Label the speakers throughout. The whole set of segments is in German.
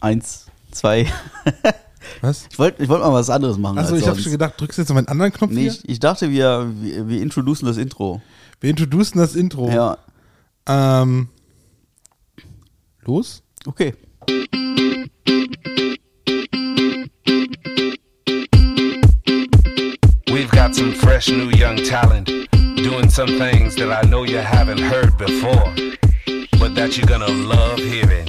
Speaker 1: Eins, zwei.
Speaker 2: Was?
Speaker 1: Ich wollte ich wollt mal was anderes machen.
Speaker 2: Achso,
Speaker 1: als
Speaker 2: ich habe
Speaker 1: sonst.
Speaker 2: schon gedacht, drückst du jetzt auf einen anderen Knopf
Speaker 1: nee,
Speaker 2: hier?
Speaker 1: ich, ich dachte, wir, wir, wir introducen das Intro.
Speaker 2: Wir introducen das Intro.
Speaker 1: Ja,
Speaker 2: Ähm, los?
Speaker 1: okay.
Speaker 3: We've got some fresh new young talent doing some things that I know you haven't heard before, but that you're gonna love hearing.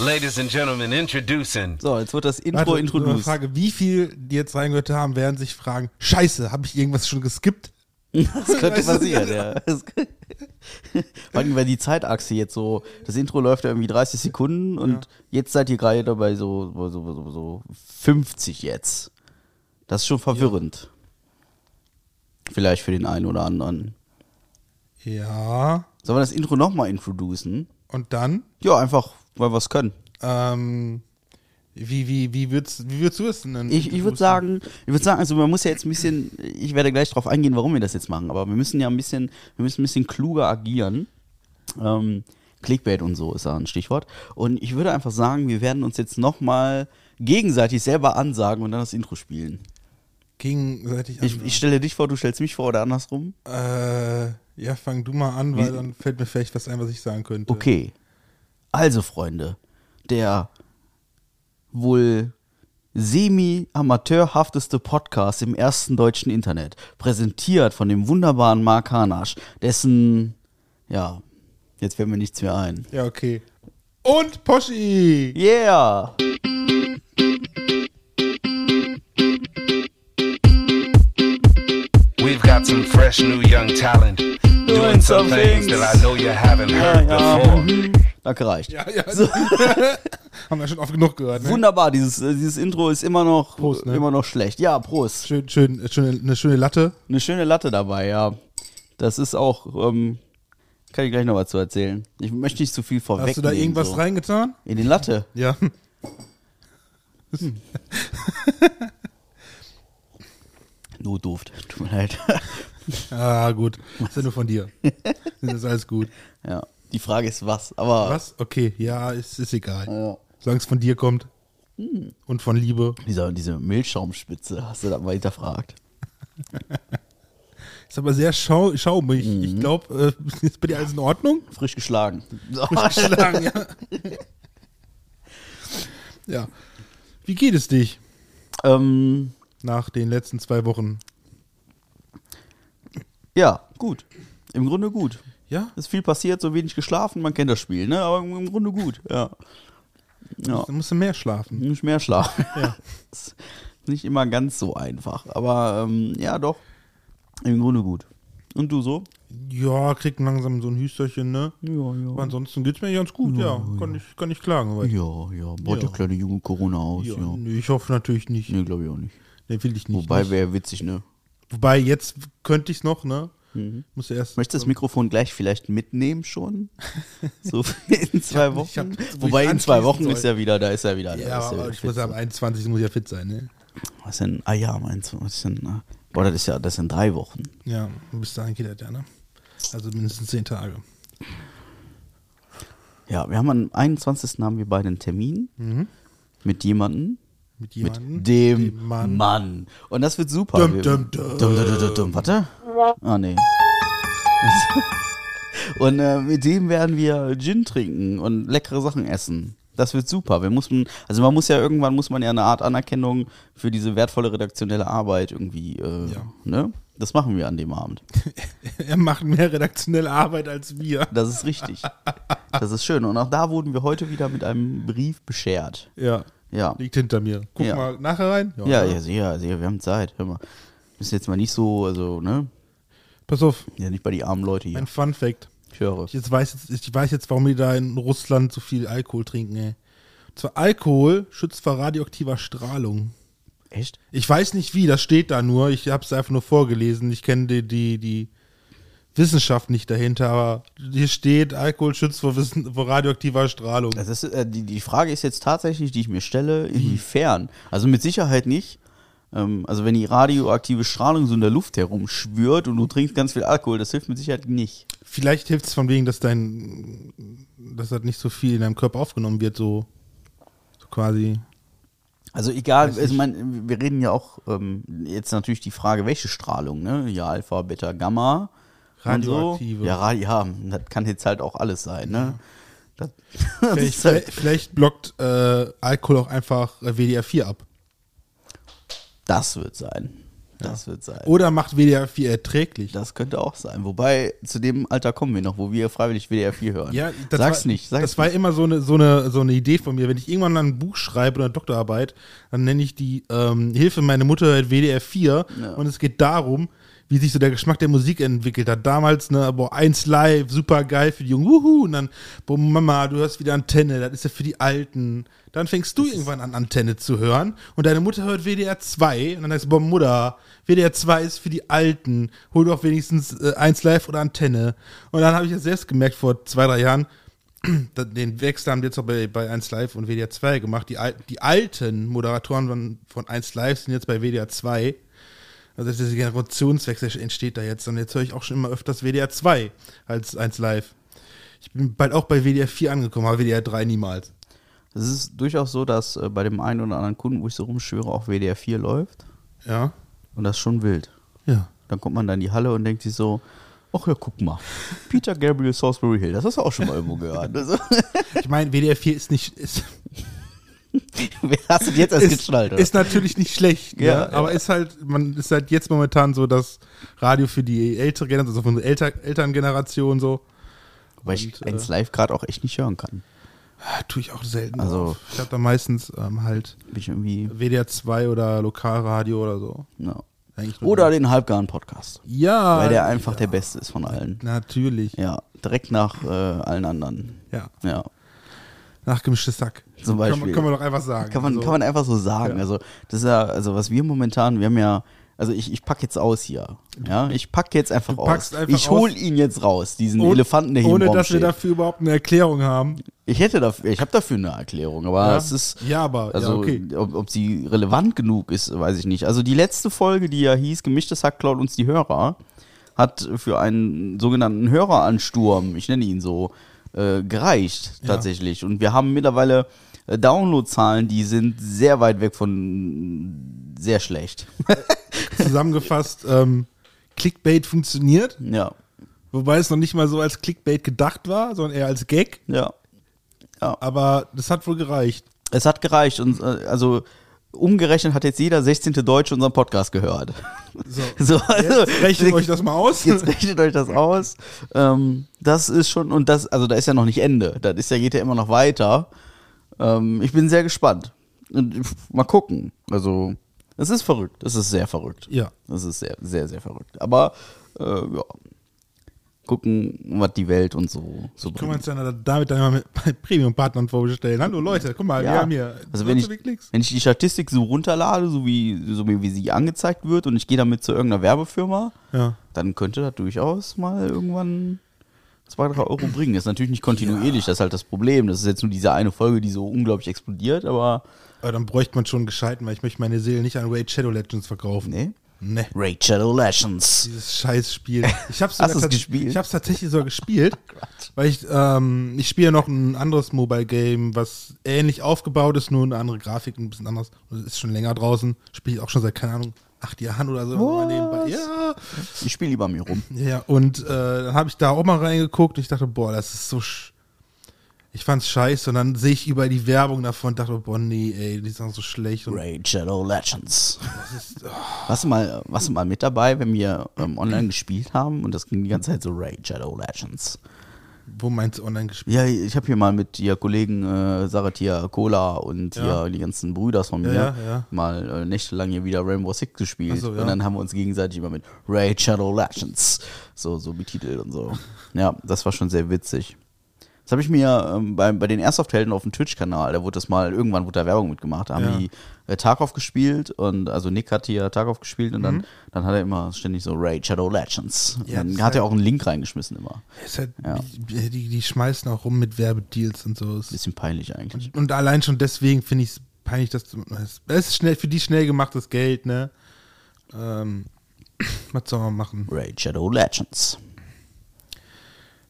Speaker 3: Ladies and gentlemen, introducing
Speaker 1: So, jetzt wird das Intro
Speaker 2: Warte, nur eine
Speaker 1: introduced.
Speaker 2: Frage, wie viel, die jetzt reingehört haben, werden sich fragen, scheiße, habe ich irgendwas schon geskippt?
Speaker 1: Das könnte
Speaker 2: Weißt du?
Speaker 1: passieren, ja. Das- Vor allem, weil die Zeitachse jetzt so, das Intro läuft ja irgendwie 30 Sekunden und jetzt seid ihr gerade dabei so, so, so, so, so 50 jetzt. Das ist schon verwirrend. Vielleicht für den einen oder anderen.
Speaker 2: Ja.
Speaker 1: Sollen wir das Intro nochmal introducen?
Speaker 2: Und dann,
Speaker 1: Ja, einfach, weil wir es können.
Speaker 2: ähm, wie, wie, wie, würdest, wie würdest du es denn
Speaker 1: Ich, ich würde
Speaker 2: introducen?
Speaker 1: sagen, ich würde sagen, also man muss ja jetzt ein bisschen, ich werde gleich darauf eingehen, warum wir das jetzt machen, aber wir müssen ja ein bisschen, wir müssen ein bisschen kluger agieren. Ähm, Clickbait und so ist da ein Stichwort. Und ich würde einfach sagen, wir werden uns jetzt nochmal gegenseitig selber ansagen und dann das Intro spielen.
Speaker 2: Gegenseitig
Speaker 1: Ich, ich stelle dich vor, du stellst mich vor oder andersrum.
Speaker 2: Äh, ja, fang du mal an, weil
Speaker 1: Wie-
Speaker 2: dann fällt mir vielleicht was ein, was ich sagen könnte.
Speaker 1: Okay. Also, Freunde, der wohl semi-amateurhafteste Podcast im ersten deutschen Internet, präsentiert von dem wunderbaren Mark Hanasch, dessen, ja, jetzt fällt mir nichts mehr ein.
Speaker 2: Ja, okay. Und Poschi!
Speaker 1: Yeah!
Speaker 3: We've got some fresh new young talent doing some
Speaker 1: some
Speaker 3: things
Speaker 1: things.
Speaker 3: that I know you haven't heard
Speaker 1: Ja,
Speaker 3: before.
Speaker 1: mhm. Danke, reicht.
Speaker 2: Ja, ja.
Speaker 1: So.
Speaker 2: Haben wir schon oft genug gehört. Ne?
Speaker 1: Wunderbar, dieses, äh, dieses Intro ist immer noch,
Speaker 2: Prost, ne?
Speaker 1: immer noch schlecht. Ja, Prost.
Speaker 2: Schön, schön, äh, schöne, eine schöne Latte.
Speaker 1: Eine schöne Latte dabei, ja. Das ist auch, ähm, kann ich gleich noch was zu erzählen. Ich möchte nicht zu viel vorwegnehmen.
Speaker 2: Hast du da irgendwas
Speaker 1: so.
Speaker 2: reingetan?
Speaker 1: In den Latte.
Speaker 2: Ja.
Speaker 1: Nur Duft. Tut mir leid.
Speaker 2: Ah, gut. Das ist ja nur von dir. Das ist alles gut.
Speaker 1: ja. Die Frage ist was, aber
Speaker 2: Was? Okay, ja, ist, ist egal.
Speaker 1: Ja.
Speaker 2: Solange es von dir kommt. Und von Liebe.
Speaker 1: Dieser, diese Milchschaumspitze, hast du da mal hinterfragt?
Speaker 2: Ist aber sehr schau schaumig. Ich glaube, äh, ist bei dir alles in Ordnung?
Speaker 1: Frisch geschlagen.
Speaker 2: Geschlagen, ja. ja. Wie geht es dich
Speaker 1: ähm,
Speaker 2: nach den letzten zwei Wochen?
Speaker 1: ja, gut. Im Grunde gut.
Speaker 2: Ja,
Speaker 1: Ist viel passiert, so wenig geschlafen, man kennt das Spiel, ne? Aber im im Grunde gut, ja. Ja,
Speaker 2: dann musst du mehr schlafen.
Speaker 1: nicht mehr schlafen.
Speaker 2: Ja.
Speaker 1: Ist nicht immer ganz so einfach, aber ähm, ja, doch. Im Grunde gut. Und du so?
Speaker 2: Ja, kriegt langsam so ein Hüsterchen, ne?
Speaker 1: Ja,
Speaker 2: Aber
Speaker 1: ja.
Speaker 2: ansonsten geht's mir ganz gut, ja. Kann ich, kann ich klagen. Weil,
Speaker 1: Ja, ja. Baut
Speaker 2: Ja.
Speaker 1: der kleine Junge Corona aus,
Speaker 2: ja,
Speaker 1: ja.
Speaker 2: nö, Ich hoffe natürlich nicht.
Speaker 1: Nee, glaube ich auch nicht.
Speaker 2: Ne, will ich nicht.
Speaker 1: Wobei
Speaker 2: nicht.
Speaker 1: wäre witzig, ne?
Speaker 2: Wobei jetzt könnte ich's noch, ne?
Speaker 1: Mhm.
Speaker 2: Muss ja erst.
Speaker 1: Möchtest du das Mikrofon gleich vielleicht mitnehmen schon? So in zwei Wochen?
Speaker 2: ich hab- wo
Speaker 1: Wobei
Speaker 2: ich
Speaker 1: in zwei
Speaker 2: anschließen
Speaker 1: Wochen
Speaker 2: soll.
Speaker 1: ist ja wieder, da ist ja wieder. da
Speaker 2: ja,
Speaker 1: ist
Speaker 2: aber
Speaker 1: wieder
Speaker 2: ich
Speaker 1: fit.
Speaker 2: muss ja am 21. muss ich ja fit sein, ne?
Speaker 1: was denn? Ah ja, meinst du? Was ist denn? ah, Boah, das ist ja, das sind drei Wochen.
Speaker 2: Ja, bis dahin geht das ja, ne? Also mindestens 10 Tage.
Speaker 1: Ja, wir haben am 21. haben wir beide einen Termin
Speaker 2: Mhm.
Speaker 1: mit jemandem. Mit
Speaker 2: Mit jemandem.
Speaker 1: dem,
Speaker 2: dem
Speaker 1: Mann.
Speaker 2: Mann.
Speaker 1: Und das wird super.
Speaker 2: Dum,
Speaker 1: Wir-
Speaker 2: dum,
Speaker 1: Dum,
Speaker 2: dum.
Speaker 1: dum, dum, dum, dum. Warte. Ah, nee. Und äh, mit dem werden wir Gin trinken und leckere Sachen essen. Das wird super. Wir müssen, also man muss ja irgendwann muss man ja eine Art Anerkennung für diese wertvolle redaktionelle Arbeit irgendwie. Äh,
Speaker 2: Ja.
Speaker 1: ne? Das machen wir an dem Abend.
Speaker 2: Er macht mehr redaktionelle Arbeit als wir.
Speaker 1: Das ist richtig. das ist schön. Und auch da wurden wir heute wieder mit einem Brief beschert.
Speaker 2: Ja.
Speaker 1: Ja.
Speaker 2: Liegt hinter mir. Guck
Speaker 1: Ja.
Speaker 2: mal nachher rein.
Speaker 1: Ja, ja, sicher, sicher, wir haben Zeit. Hör mal. Müssen jetzt mal nicht so, also, ne?
Speaker 2: Pass auf,
Speaker 1: Ja, nicht bei die armen Leute hier.
Speaker 2: ein Fun Fact.
Speaker 1: Ich höre.
Speaker 2: Ich jetzt weiß jetzt, ich weiß jetzt, warum die da in Russland so viel Alkohol trinken, ey. Und Zwar Alkohol schützt vor radioaktiver Strahlung.
Speaker 1: Echt?
Speaker 2: Ich weiß nicht wie, das steht da nur. Ich hab's einfach nur vorgelesen. Ich kenne die, die, die Wissenschaft nicht dahinter, aber hier steht, Alkohol schützt vor, Wissen, vor radioaktiver Strahlung.
Speaker 1: Das ist, äh, die, die Frage ist jetzt tatsächlich, die ich mir stelle, inwiefern? Also mit Sicherheit nicht. Ähm, also wenn die radioaktive Strahlung so in der Luft herumschwirrt und du trinkst ganz viel Alkohol, das hilft mit Sicherheit nicht.
Speaker 2: Vielleicht hilft es von wegen, dass dein, dass das nicht so viel in deinem Körper aufgenommen wird, so, so quasi.
Speaker 1: Also egal, also ich mein, wir reden ja auch ähm, jetzt natürlich die Frage, welche Strahlung, ne? Ja, Alpha, Beta, Gamma. und so.
Speaker 2: Radioaktive.
Speaker 1: Ja, Ra- ja, das kann jetzt halt auch alles sein, ne? Das, das
Speaker 2: Vielleicht,
Speaker 1: ist halt,
Speaker 2: vielleicht blockt äh, Alkohol auch einfach äh, WDR4 ab.
Speaker 1: das wird sein. Das wird sein.
Speaker 2: Oder macht WDR4 erträglich.
Speaker 1: Das könnte auch sein. Wobei, zu dem Alter kommen wir noch, wo wir freiwillig WDR 4 hören.
Speaker 2: Ja, das
Speaker 1: sag's
Speaker 2: war,
Speaker 1: nicht. Sag's
Speaker 2: das war immer so eine, so, eine, so eine Idee von mir. Wenn ich irgendwann ein Buch schreibe oder eine Doktorarbeit, dann nenne ich die ähm, Hilfe meine Mutter hört WDR 4
Speaker 1: Ja.
Speaker 2: und es geht darum, wie sich so der Geschmack der Musik entwickelt hat. Damals, ne, boah, eins live, super geil für die Jungen, wuhu, und dann, boah, Mama, du hörst wieder Antenne, das ist ja für die Alten. Dann fängst du irgendwann an, Antenne zu hören und deine Mutter hört WDR 2 und dann heißt, boah, Mutter, WDR 2 ist für die Alten, hol doch wenigstens äh, eins live oder Antenne. Und dann habe ich ja selbst gemerkt, vor zwei, drei Jahren, da- den Wechsel haben wir jetzt auch bei, bei 1 Live und WDR 2 gemacht. Die, Al die alten Moderatoren von, von 1 Live sind jetzt bei WDR 2. Also dieser Generationswechsel entsteht da jetzt. Und jetzt höre ich auch schon immer öfters WDR 2 als 1 Live. Ich bin bald auch bei WDR 4 angekommen, aber WDR 3 niemals.
Speaker 1: Es ist durchaus so, dass äh, bei dem einen oder anderen Kunden, wo ich so rumschwöre, auch WDR 4 läuft.
Speaker 2: Ja?
Speaker 1: Und das ist schon wild.
Speaker 2: Ja.
Speaker 1: Dann kommt man da in die Halle und denkt sich so, ach ja, guck mal. Peter Gabriel Salisbury Hill, das hast du auch schon mal irgendwo gehört. Also,
Speaker 2: Ich meine, WDR 4 ist nicht. Ist,
Speaker 1: wer hast du denn jetzt erst
Speaker 2: ist,
Speaker 1: geschnallt? Oder?
Speaker 2: ist natürlich nicht schlecht,
Speaker 1: Ja,
Speaker 2: ne? aber ist halt, man ist halt jetzt momentan so das Radio für die ältere Generation, also von der Elter Elterngeneration so.
Speaker 1: Weil ich
Speaker 2: und, äh,
Speaker 1: eins live gerade auch echt nicht hören kann.
Speaker 2: Ah, Tue ich auch selten.
Speaker 1: Also-
Speaker 2: auf. ich habe da meistens ähm, halt
Speaker 1: Bin ich irgendwie.
Speaker 2: WDR 2 oder Lokalradio oder so.
Speaker 1: Ja.
Speaker 2: Eigentlich nur
Speaker 1: Oder den halbgaren Podcast.
Speaker 2: Ah, Ja.
Speaker 1: Weil der einfach der beste ist von allen.
Speaker 2: Natürlich. Ja.
Speaker 1: Ja, direkt nach äh, allen anderen. Ja.
Speaker 2: Nachgemischte Sack.
Speaker 1: Zum Beispiel.
Speaker 2: Kann, man- kann man doch einfach sagen.
Speaker 1: Kann man,
Speaker 2: Also,
Speaker 1: kann man einfach so sagen.
Speaker 2: Ja.
Speaker 1: Also, das ist ja, also was wir momentan, wir haben ja, also ich, ich packe jetzt aus hier. Ja, ich packe jetzt einfach
Speaker 2: Du packst
Speaker 1: aus.
Speaker 2: einfach
Speaker 1: ich hol
Speaker 2: aus.
Speaker 1: ihn jetzt raus, diesen
Speaker 2: oh-
Speaker 1: Elefanten, der hier
Speaker 2: Ohne,
Speaker 1: im Raum
Speaker 2: dass wir
Speaker 1: steht.
Speaker 2: dafür überhaupt eine Erklärung haben.
Speaker 1: Ich hätte dafür, ich habe dafür eine Erklärung, aber
Speaker 2: Ja.
Speaker 1: es ist.
Speaker 2: Ja, aber- ja,
Speaker 1: also,
Speaker 2: okay.
Speaker 1: ob, ob sie relevant genug ist, weiß ich nicht. Also die letzte Folge, die ja hieß, gemischtes Hack klaut uns die Hörer, hat für einen sogenannten Höreransturm, ich nenne ihn so, äh, gereicht tatsächlich. Und wir haben mittlerweile äh, Downloadzahlen, die sind sehr weit weg von sehr schlecht.
Speaker 2: Zusammengefasst, ähm, Clickbait funktioniert.
Speaker 1: ja,
Speaker 2: Wobei es noch nicht mal so als Clickbait gedacht war, sondern eher als Gag.
Speaker 1: ja.
Speaker 2: Aber das hat wohl gereicht.
Speaker 1: Es hat gereicht und äh, also umgerechnet hat jetzt jeder 16. Deutsche unseren Podcast gehört.
Speaker 2: So.
Speaker 1: So, also,
Speaker 2: Jetzt rechnet euch das mal aus.
Speaker 1: Jetzt rechnet euch das aus. Ähm, das ist schon, und das, also da ist ja noch nicht Ende. Das ist ja, geht ja immer noch weiter. Ähm, ich bin sehr gespannt. Und pff, mal gucken. Also, es ist verrückt. Es ist sehr verrückt.
Speaker 2: Ja.
Speaker 1: Es ist sehr, sehr, sehr verrückt. Aber, äh, ja. Gucken, was die Welt und so, so
Speaker 2: Können wir uns
Speaker 1: bringt.
Speaker 2: dann damit dann mal mit- bei Premium-Partnern vorstellen. Hallo Leute, guck mal, wir haben hier
Speaker 1: also wenn ich,
Speaker 2: 20 Klicks.
Speaker 1: wenn ich die Statistik so runterlade, so wie, so wie wie sie angezeigt wird, und ich gehe damit zu irgendeiner Werbefirma,
Speaker 2: Ja.
Speaker 1: dann könnte das durchaus mal irgendwann zwei, drei Euro bringen. Ist natürlich nicht kontinuierlich, das ist halt das Problem. Das ist jetzt nur diese eine Folge, die so unglaublich explodiert, aber
Speaker 2: Aber dann bräuchte man schon einen gescheiten, weil ich möchte meine Seele nicht an Raid Shadow Legends verkaufen.
Speaker 1: nee.
Speaker 2: Nee.
Speaker 1: Raid Shadow Legends.
Speaker 2: Dieses Scheißspiel. Ich hab's
Speaker 1: Hast
Speaker 2: sogar
Speaker 1: du's
Speaker 2: tats-
Speaker 1: gespielt?
Speaker 2: Ich hab's tatsächlich sogar gespielt, weil ich, ähm, ich spiele noch ein anderes Mobile Game, was ähnlich aufgebaut ist, nur eine andere Grafik, ein bisschen anders. Und Ist schon länger draußen. Spiele ich auch schon seit, keine Ahnung, acht Jahren oder so. immer Nebenbei. Ja.
Speaker 1: Ich spiele lieber mir rum.
Speaker 2: Ja, und äh, dann habe ich da auch mal reingeguckt und ich dachte, boah, das ist so. Sch ich fand's scheiße und dann sehe ich überall die Werbung davon und dachte, boah, nee, ey, die sind so schlecht. Und
Speaker 1: Raid Shadow Legends. Warst du mal, warst du mal mit dabei, wenn wir ähm, online gespielt haben und das ging die ganze Zeit so Raid Shadow Legends.
Speaker 2: wo meinst du online gespielt?
Speaker 1: Ja, ich habe hier mal mit ihr Kollegen äh, Saratia Kola und
Speaker 2: Ja.
Speaker 1: hier die ganzen Brüders von mir
Speaker 2: ja, ja.
Speaker 1: mal äh, nächtelang hier wieder Rainbow Six gespielt.
Speaker 2: Ach so, ja.
Speaker 1: Und dann haben wir uns gegenseitig immer mit Raid Shadow Legends so, so betitelt und so. ja, das war schon sehr witzig. Das habe ich mir ähm, bei, bei den Airsoft-Helden auf dem Twitch-Kanal, da wurde das mal, irgendwann wurde da Werbung mitgemacht, da haben
Speaker 2: Ja.
Speaker 1: die äh, Tarkov gespielt und also Nick hat hier Tarkov gespielt und dann, dann hat er immer ständig so Raid Shadow Legends.
Speaker 2: Mhm. Ja,
Speaker 1: und
Speaker 2: das
Speaker 1: dann
Speaker 2: ist
Speaker 1: hat er
Speaker 2: halt-
Speaker 1: auch einen Link reingeschmissen immer.
Speaker 2: Ist halt,
Speaker 1: Ja.
Speaker 2: die, die, die schmeißen auch rum mit Werbedeals und so. Ist-
Speaker 1: Bisschen peinlich eigentlich.
Speaker 2: Und allein schon deswegen finde ich es peinlich, dass du. Es ist schnell für die schnell gemachtes Geld, ne? Ähm, was soll man machen?
Speaker 1: Raid Shadow Legends.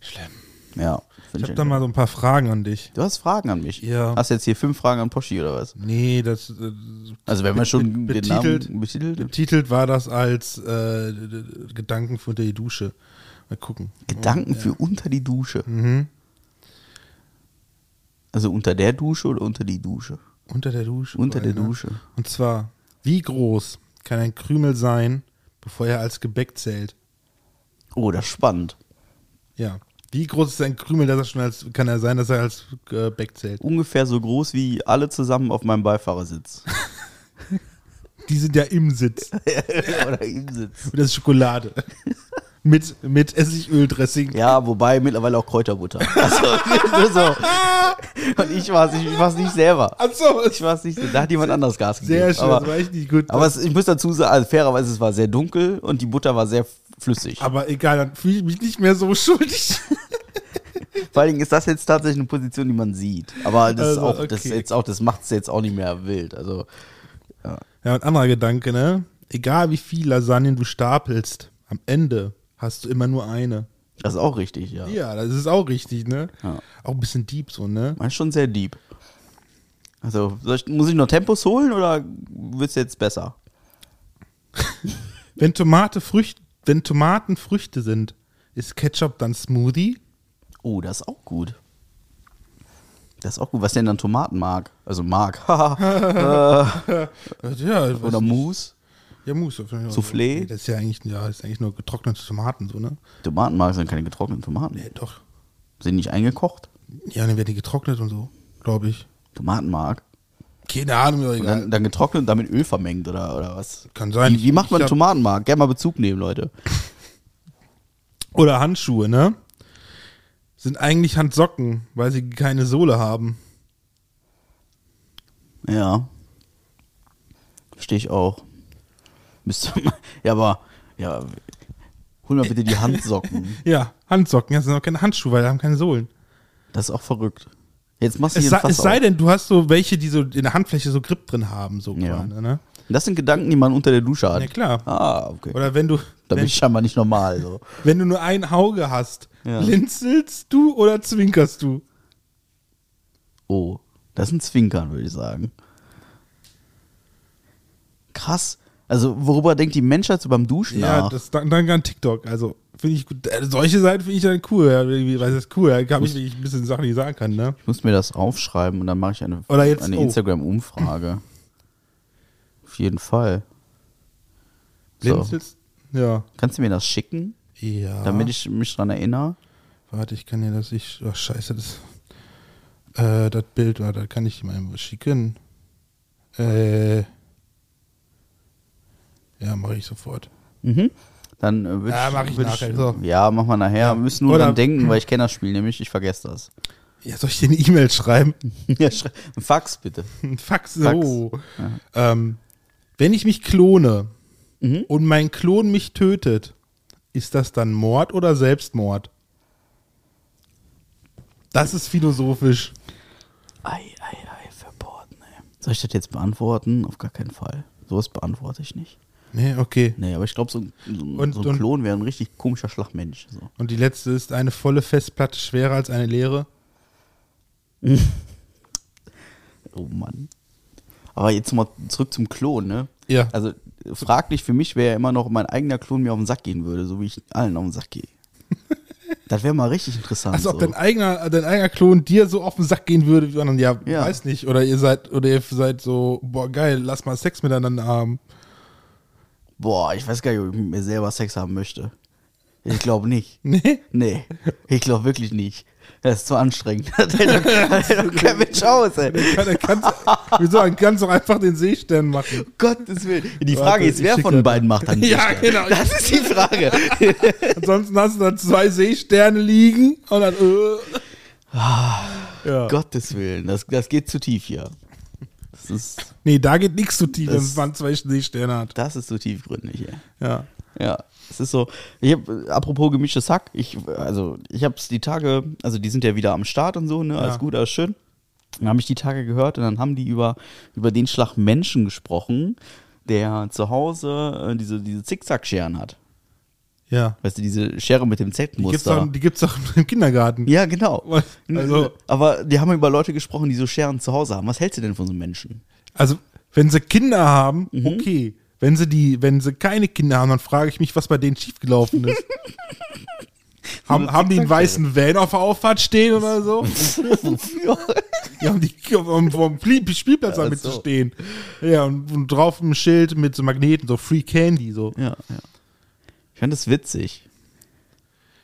Speaker 2: Schlimm.
Speaker 1: Ja.
Speaker 2: Ich habe da mal so ein paar Fragen an dich.
Speaker 1: du hast Fragen an mich.
Speaker 2: Ja.
Speaker 1: Hast du jetzt hier fünf Fragen an Poschi oder was?
Speaker 2: Nee, das äh,
Speaker 1: Also wenn man schon
Speaker 2: Be-
Speaker 1: den
Speaker 2: betitelt-
Speaker 1: Namen betitelt,
Speaker 2: betitelt war das als äh, d- d- Gedanken für die Dusche. Mal gucken.
Speaker 1: Gedanken für unter die Dusche.
Speaker 2: Mhm.
Speaker 1: Also unter der Dusche oder unter die Dusche?
Speaker 2: Unter der Dusche.
Speaker 1: Unter der
Speaker 2: ne?
Speaker 1: Dusche.
Speaker 2: Und zwar, wie groß kann ein Krümel sein, bevor er als Gebäck zählt?
Speaker 1: Oh, das ist spannend.
Speaker 2: Ja. Wie groß ist ein Krümel, dass er schon als, kann er sein, dass er als äh, Gebäck zählt?
Speaker 1: Ungefähr so groß wie alle zusammen auf meinem Beifahrersitz.
Speaker 2: Die sind ja im Sitz.
Speaker 1: oder im Sitz.
Speaker 2: Und das ist Schokolade. mit, mit Essigöl-Dressing.
Speaker 1: Ja, wobei mittlerweile auch Kräuterbutter. Also, nur
Speaker 2: Ah!
Speaker 1: so. Und ich war es ich war's nicht selber.
Speaker 2: Achso,
Speaker 1: Ich weiß nicht, da hat jemand anderes Gas gegeben.
Speaker 2: sehr schön,
Speaker 1: Aber,
Speaker 2: das war echt nicht gut.
Speaker 1: aber es, ich muss dazu sagen, also fairerweise, es war sehr dunkel und die Butter war sehr flüssig.
Speaker 2: Aber egal, dann fühle ich mich nicht mehr so schuldig.
Speaker 1: Vor allen Dingen ist das jetzt tatsächlich eine Position, die man sieht. Aber das, ist
Speaker 2: Also,
Speaker 1: auch, das, ist
Speaker 2: okay.
Speaker 1: jetzt auch, das macht es jetzt auch nicht mehr wild. Also,
Speaker 2: Ja, und anderer Gedanke, ne? Egal wie viel Lasagnen du stapelst, am Ende hast du immer nur eine.
Speaker 1: das ist auch richtig, ja.
Speaker 2: Ja, das ist auch richtig, ne?
Speaker 1: Ja.
Speaker 2: Auch ein bisschen deep so, ne?
Speaker 1: Man ist schon sehr deep. Also, soll ich, muss ich noch Tempos holen oder wird es jetzt besser?
Speaker 2: Wenn, Tomate Frücht, wenn Tomaten Früchte sind, ist Ketchup dann Smoothie?
Speaker 1: Oh, das ist auch gut. Das ist auch gut. Was denn dann Tomaten mag? Also mag. Haha.
Speaker 2: Äh, Ja, ich weiß
Speaker 1: oder
Speaker 2: nicht.
Speaker 1: Mousse.
Speaker 2: Ja, Mousse.
Speaker 1: Soufflé?
Speaker 2: Nee, Das ist ja eigentlich, ja, das ist eigentlich nur getrocknete Tomaten, so, ne?
Speaker 1: Tomatenmark sind keine getrockneten Tomaten.
Speaker 2: Nee, doch.
Speaker 1: Sind nicht eingekocht.
Speaker 2: Ja, dann werden die getrocknet und so, glaube ich.
Speaker 1: Tomatenmark.
Speaker 2: Keine Ahnung, mir
Speaker 1: Und
Speaker 2: egal.
Speaker 1: dann, dann getrocknet und damit Öl vermengt oder, oder was?
Speaker 2: Kann sein.
Speaker 1: Wie, wie macht man
Speaker 2: Ich hab-
Speaker 1: Tomatenmark? Gerne mal Bezug nehmen, Leute.
Speaker 2: Oder Handschuhe, ne? Sind eigentlich Handsocken, weil sie keine Sohle haben.
Speaker 1: Ja. Verstehe ich auch. Müsste man, ja, aber, ja, hol mal bitte die Handsocken.
Speaker 2: Ja, Handsocken, ja, sind auch keine Handschuhe, weil die haben keine Sohlen.
Speaker 1: Das ist auch verrückt. Jetzt machst du
Speaker 2: Es,
Speaker 1: hier ein
Speaker 2: sei-
Speaker 1: Fass
Speaker 2: es sei
Speaker 1: auf.
Speaker 2: denn, du hast so welche, die so in der Handfläche so Grip drin haben, so
Speaker 1: Ja.
Speaker 2: quasi, ne?
Speaker 1: Das sind Gedanken, die man unter der Dusche hat.
Speaker 2: Ja, klar.
Speaker 1: Ah, okay.
Speaker 2: Oder wenn du,
Speaker 1: da bin
Speaker 2: wenn,
Speaker 1: ich scheinbar nicht normal. So.
Speaker 2: wenn du nur ein Auge hast,
Speaker 1: Ja.
Speaker 2: blinzelst du oder zwinkerst du?
Speaker 1: Oh, das ist ein Zwinkern, würde ich sagen. Krass. Also, worüber denkt die Menschheit so beim Duschen
Speaker 2: Ja,
Speaker 1: nach?
Speaker 2: das dann, dann an TikTok. Also finde ich gut. äh, Solche Seiten finde ich dann cool, ja, irgendwie, weil das ist cool. Da habe ich wirklich ein bisschen Sachen, die ich sagen kann, ne?
Speaker 1: Ich muss mir das aufschreiben und dann mache ich eine,
Speaker 2: Oder jetzt-
Speaker 1: eine
Speaker 2: oh.
Speaker 1: Instagram-Umfrage. Auf jeden Fall. So.
Speaker 2: Blinzelst? Ja.
Speaker 1: Kannst du mir das schicken,
Speaker 2: Ja.
Speaker 1: damit ich mich dran erinnere?
Speaker 2: Warte, ich kann dir das. Ich. Ach, scheiße, das. Äh, das Bild, warte, das kann ich dir mal eben schicken. Äh. Ja, mache ich sofort.
Speaker 1: Mhm. Dann äh, würd
Speaker 2: Ja, mach ich
Speaker 1: würd
Speaker 2: nachher, so.
Speaker 1: Ja, mach mal nachher. Wir müssen nur
Speaker 2: Oder-
Speaker 1: dran denken, weil ich kenne das Spiel nämlich. Ich vergesse das.
Speaker 2: Ja, soll ich dir eine E-Mail schreiben?
Speaker 1: ja, schrei- ein Fax bitte.
Speaker 2: Ein Fax.
Speaker 1: Fax.
Speaker 2: Oh. Ähm, wenn ich mich klone und mein Klon mich tötet, ist das dann Mord oder Selbstmord? Das ist philosophisch.
Speaker 1: Ei, ei, ei, verboten, ey. Soll ich das jetzt beantworten? Auf gar keinen Fall. Sowas beantworte ich nicht.
Speaker 2: Nee, okay.
Speaker 1: Nee, aber ich glaube, so, ein- so, ein-
Speaker 2: Und-
Speaker 1: so ein
Speaker 2: und-
Speaker 1: Klon wäre ein richtig komischer Schlagmensch. So.
Speaker 2: Und die letzte ist eine volle Festplatte schwerer als eine leere.
Speaker 1: Oh Mann. Aber jetzt mal zurück zum Klon, ne?
Speaker 2: Ja.
Speaker 1: Also äh, fraglich für mich wäre ja immer noch, mein eigener Klon mir auf den Sack gehen würde, so wie ich allen auf den Sack gehe. das wäre mal richtig interessant.
Speaker 2: Also
Speaker 1: so.
Speaker 2: ob dein eigener, dein eigener Klon dir so auf den Sack gehen würde wie anderen, ja,
Speaker 1: Ja.
Speaker 2: weiß nicht. Oder ihr seid, oder ihr seid so, boah geil, lass mal Sex miteinander haben.
Speaker 1: Boah, ich weiß gar nicht, ob ich mit mir selber Sex haben möchte. Ich glaube nicht.
Speaker 2: Nee?
Speaker 1: Nee, ich glaube wirklich nicht. Das ist zu anstrengend. Das hält doch, das hält doch kein Mensch aus, ey.
Speaker 2: Ja, dann kannst, wieso, dann kannst du auch einfach den Seestern machen.
Speaker 1: Gottes Willen. Die
Speaker 2: Warte,
Speaker 1: Frage ist,
Speaker 2: ich
Speaker 1: wer
Speaker 2: schick
Speaker 1: von den
Speaker 2: das.
Speaker 1: beiden macht dann
Speaker 2: Ja,
Speaker 1: Lichter?
Speaker 2: genau.
Speaker 1: Das ist die Frage.
Speaker 2: Ansonsten hast du da zwei Seesterne liegen und dann, äh. Ja.
Speaker 1: Gottes Willen, das, das geht zu tief hier. Das ist,
Speaker 2: Nee, da geht nichts zu tief,
Speaker 1: Das-
Speaker 2: wenn man zwei Seesterne hat.
Speaker 1: das ist zu tiefgründig, ey.
Speaker 2: Ja.
Speaker 1: Ja, es ist so. Ich hab, äh, apropos gemischtes Hack, ich, äh, also ich hab's die Tage, also die sind ja wieder am Start und so, ne, alles
Speaker 2: Ja.
Speaker 1: gut, alles schön. Dann habe ich die Tage gehört und dann haben die über, über den Schlag Menschen gesprochen, der zu Hause äh, diese, diese Zickzackscheren hat.
Speaker 2: Ja.
Speaker 1: Weißt du, diese Schere mit dem
Speaker 2: Die gibt's,
Speaker 1: Z-Muster.
Speaker 2: doch, die gibt's doch im Kindergarten.
Speaker 1: Ja, genau.
Speaker 2: Was? Also-
Speaker 1: Aber die haben über Leute gesprochen, die so Scheren zu Hause haben. Was hältst du denn von so Menschen?
Speaker 2: Also, wenn sie Kinder haben,
Speaker 1: Mhm.
Speaker 2: okay. Wenn sie die, wenn sie keine Kinder haben, dann frage ich mich, was bei denen schiefgelaufen ist. haben, haben die einen weißen Van auf der Auffahrt stehen oder so? Die haben die um vom Flie- Spielplatz
Speaker 1: Ja,
Speaker 2: damit
Speaker 1: so.
Speaker 2: zu stehen. Ja, und, und drauf ein Schild mit so Magneten, so Free Candy, so.
Speaker 1: ja, ja. Ich fand das witzig.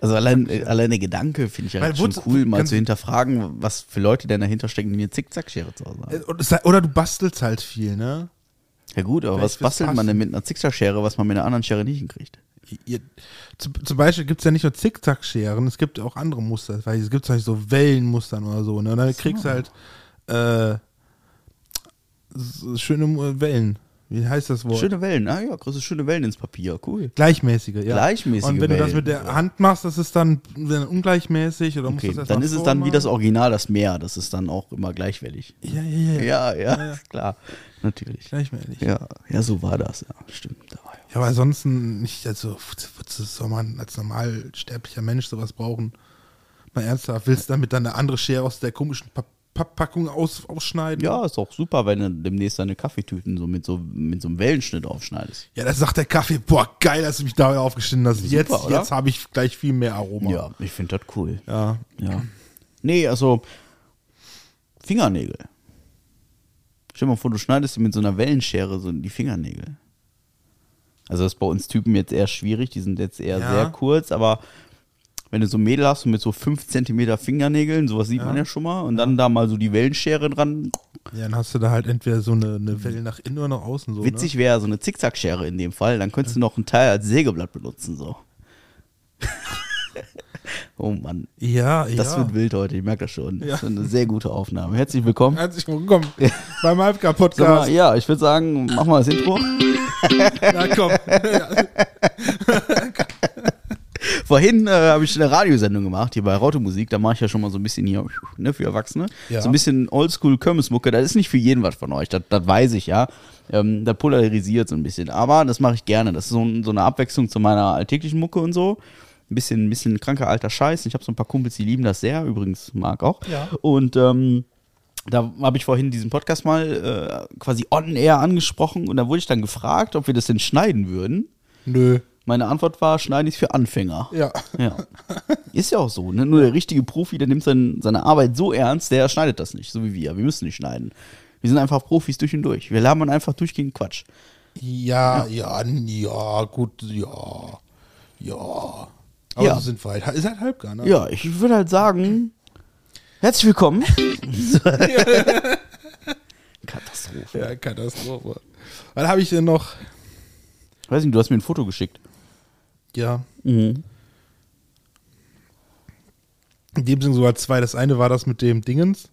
Speaker 1: Also allein, äh, allein der Gedanke finde ich ja
Speaker 2: Weil
Speaker 1: schon
Speaker 2: wozu-
Speaker 1: cool, mal
Speaker 2: ganz-
Speaker 1: zu hinterfragen, was für Leute denn dahinter stecken, die eine Zickzackschere zu Hause haben.
Speaker 2: Äh, Und es sei- Oder du bastelst halt viel, ne?
Speaker 1: Ja gut, aber
Speaker 2: vielleicht
Speaker 1: was
Speaker 2: fürs
Speaker 1: bastelt man
Speaker 2: Passen.
Speaker 1: denn mit einer Zickzackschere, was man mit einer anderen Schere nicht hinkriegt?
Speaker 2: Ihr, zum, zum Beispiel gibt es ja nicht nur Zickzackscheren, es gibt auch andere Muster. Weil es gibt zum Beispiel so Wellenmustern oder so. Ne? Und dann kriegst du halt äh, so schöne Mu- Wellen. Wie heißt das Wort?
Speaker 1: Schöne Wellen, ah ja, große schöne Wellen ins Papier, cool.
Speaker 2: Gleichmäßige, ja.
Speaker 1: Gleichmäßige
Speaker 2: Und wenn du das
Speaker 1: Wellen,
Speaker 2: mit der Hand machst, das ist dann dann ungleichmäßig oder musst du
Speaker 1: Okay,
Speaker 2: das erst
Speaker 1: dann
Speaker 2: mal
Speaker 1: ist es
Speaker 2: so
Speaker 1: dann wie das
Speaker 2: machen?
Speaker 1: Original, das Meer, das ist dann auch immer gleichwellig.
Speaker 2: Ja, ja, ja. ja.
Speaker 1: Ja, ja, klar, natürlich.
Speaker 2: Gleichmäßig. Ja.
Speaker 1: Ja, ja, so war das, ja, stimmt. Da war ja-
Speaker 2: aber ansonsten nicht, also wozu soll man als normalsterblicher Mensch sowas brauchen? Mal ernsthaft, willst du damit dann eine andere Schere aus der komischen Pa- Papppackung aus, ausschneiden?
Speaker 1: Ja, ist auch super, wenn du demnächst deine Kaffeetüten so mit so, mit so einem Wellenschnitt aufschneidest.
Speaker 2: Ja, das sagt der Kaffee. Boah, geil, dass du mich dabei aufgeschnitten hast. jetzt
Speaker 1: oder?
Speaker 2: jetzt habe ich gleich viel mehr Aroma.
Speaker 1: Ja, ich finde das cool.
Speaker 2: Ja.
Speaker 1: Ja. Nee, also Fingernägel. Stell dir mal vor, du schneidest dir mit so einer Wellenschere so die Fingernägel. Also das ist bei uns Typen jetzt eher schwierig, die sind jetzt eher
Speaker 2: Ja.
Speaker 1: sehr kurz, aber wenn du so ein Mädel hast und mit so 5 cm Fingernägeln, sowas sieht man ja schon mal, und dann da mal so die Wellenschere dran.
Speaker 2: Ja, dann hast du da halt entweder so eine, eine Welle nach innen oder nach außen. So,
Speaker 1: Witzig wäre so eine Zickzackschere in dem Fall, dann könntest du noch einen Teil als Sägeblatt benutzen, so. oh Mann,
Speaker 2: Ne? Ja, ja.
Speaker 1: das wird wild heute, ich merke das schon.
Speaker 2: Ja. Äh,
Speaker 1: Das ist eine sehr gute Aufnahme. Herzlich willkommen.
Speaker 2: Herzlich willkommen beim
Speaker 1: Sag mal,
Speaker 2: Halbgar-Podcast.
Speaker 1: ja, ich würde sagen, mach mal das Intro.
Speaker 2: Na komm.
Speaker 1: Vorhin äh, habe ich eine Radiosendung gemacht, hier bei Raute Musik. Da mache ich ja schon mal so ein bisschen hier ne, für Erwachsene.
Speaker 2: Ja.
Speaker 1: So ein bisschen oldschool Kirmesmucke. Das ist nicht für jeden was von euch, das, das weiß ich, ja. Ähm, da polarisiert so ein bisschen. Aber das mache ich gerne. Das ist so, ein- so eine Abwechslung zu meiner alltäglichen Mucke und so. Ein bisschen, ein bisschen kranker alter Scheiß. Ich habe so ein paar Kumpels, die lieben das sehr. Übrigens, Marc auch.
Speaker 2: Ja.
Speaker 1: Und ähm, da habe ich vorhin diesen Podcast mal äh, quasi on air angesprochen und da wurde ich dann gefragt, ob wir das denn schneiden würden.
Speaker 2: Nö.
Speaker 1: Meine Antwort war, schneiden ist für Anfänger.
Speaker 2: Ja.
Speaker 1: Ja. Ist ja auch so, ne? Nur der richtige Profi, der nimmt sein, seine Arbeit so ernst, der schneidet das nicht, so wie wir. Wir müssen nicht schneiden. Wir sind einfach Profis durch und durch. Wir labern einfach durchgehend Quatsch.
Speaker 2: Ja, ja, ja, gut, ja. Ja. Aber
Speaker 1: Ja.
Speaker 2: so sind wir halt. Ist halt Halbgar, ne?
Speaker 1: Ja, ich würde halt sagen, herzlich willkommen. Katastrophe.
Speaker 2: Ja, Katastrophe. Was habe ich denn noch?
Speaker 1: Weiß nicht, du hast mir ein Foto geschickt.
Speaker 2: Ja. Mhm. In dem Sinne sogar zwei. Das eine war das mit dem Dingens,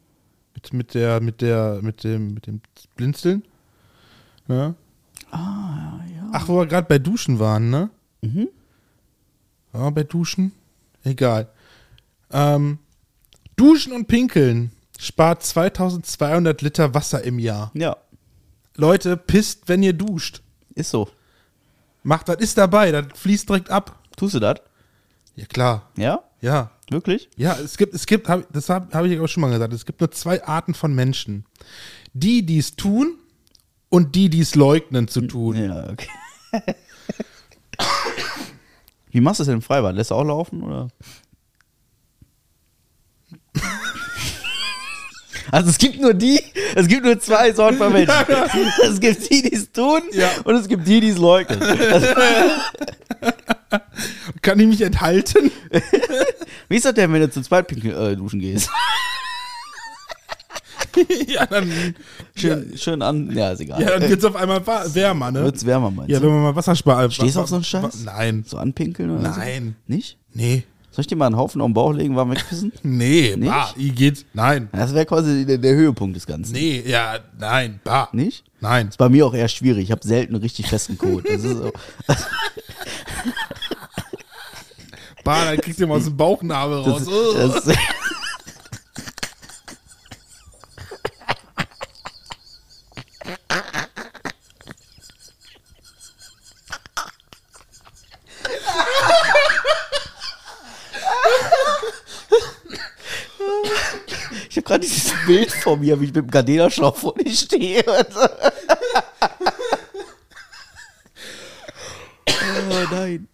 Speaker 2: mit, mit der, mit der, mit dem, mit dem Blinzeln. Ne? Ah, ja. Ach, wo wir gerade bei Duschen waren, ne? Mhm. Ja, bei Duschen. Egal. Ähm, Duschen und Pinkeln spart 2200 Liter Wasser im Jahr.
Speaker 1: Ja,
Speaker 2: Leute, pisst, wenn ihr duscht.
Speaker 1: ist so.
Speaker 2: Macht das, ist dabei, das fließt direkt ab.
Speaker 1: Tust du das?
Speaker 2: Ja, klar.
Speaker 1: Ja?
Speaker 2: Ja,
Speaker 1: Wirklich?
Speaker 2: Ja, es gibt, es gibt, hab, das habe hab ich auch schon mal gesagt, es gibt nur zwei Arten von Menschen. Die, die es tun und die, die es leugnen zu tun.
Speaker 1: Ja, okay. Wie machst du es denn im Freibad? Lässt du auch laufen oder? Also es gibt nur die, es gibt nur zwei Sorten von Menschen. Es gibt die, die es tun
Speaker 2: Ja.
Speaker 1: und es gibt die, die es leugnen. Also,
Speaker 2: Kann ich mich enthalten?
Speaker 1: wie ist das denn, wenn du zu zweit pinkel, äh, duschen gehst?
Speaker 2: ja, dann,
Speaker 1: Schön, schön an, ja, ist egal.
Speaker 2: ja, dann wird es auf einmal wa- wärmer, ne?
Speaker 1: Wird's wärmer, meinst
Speaker 2: ja,
Speaker 1: du?
Speaker 2: wenn man mal Wasserspar.
Speaker 1: Stehst du
Speaker 2: Wa-
Speaker 1: auf so einen
Speaker 2: Wa-
Speaker 1: Scheiß?
Speaker 2: Nein.
Speaker 1: So anpinkeln oder
Speaker 2: Nein.
Speaker 1: so? Nicht?
Speaker 2: Nee.
Speaker 1: Soll ich dir mal einen Haufen auf den Bauch legen, warm wegpissen?
Speaker 2: Nee,
Speaker 1: Nicht?
Speaker 2: bah, ich geht. Nein.
Speaker 1: Das wäre quasi der, der Höhepunkt des Ganzen.
Speaker 2: Nee, ja, nein, bah.
Speaker 1: Nicht?
Speaker 2: Nein.
Speaker 1: Ist bei mir auch eher schwierig. Ich habe selten einen richtig festen Code. Das ist so.
Speaker 2: Bah, dann kriegst du mal aus dem Bauchnabel raus.
Speaker 1: Das,
Speaker 2: Ugh.
Speaker 1: das, dieses Bild von mir, wie ich mit dem Gardena-Schlauch vor dir stehe. oh nein.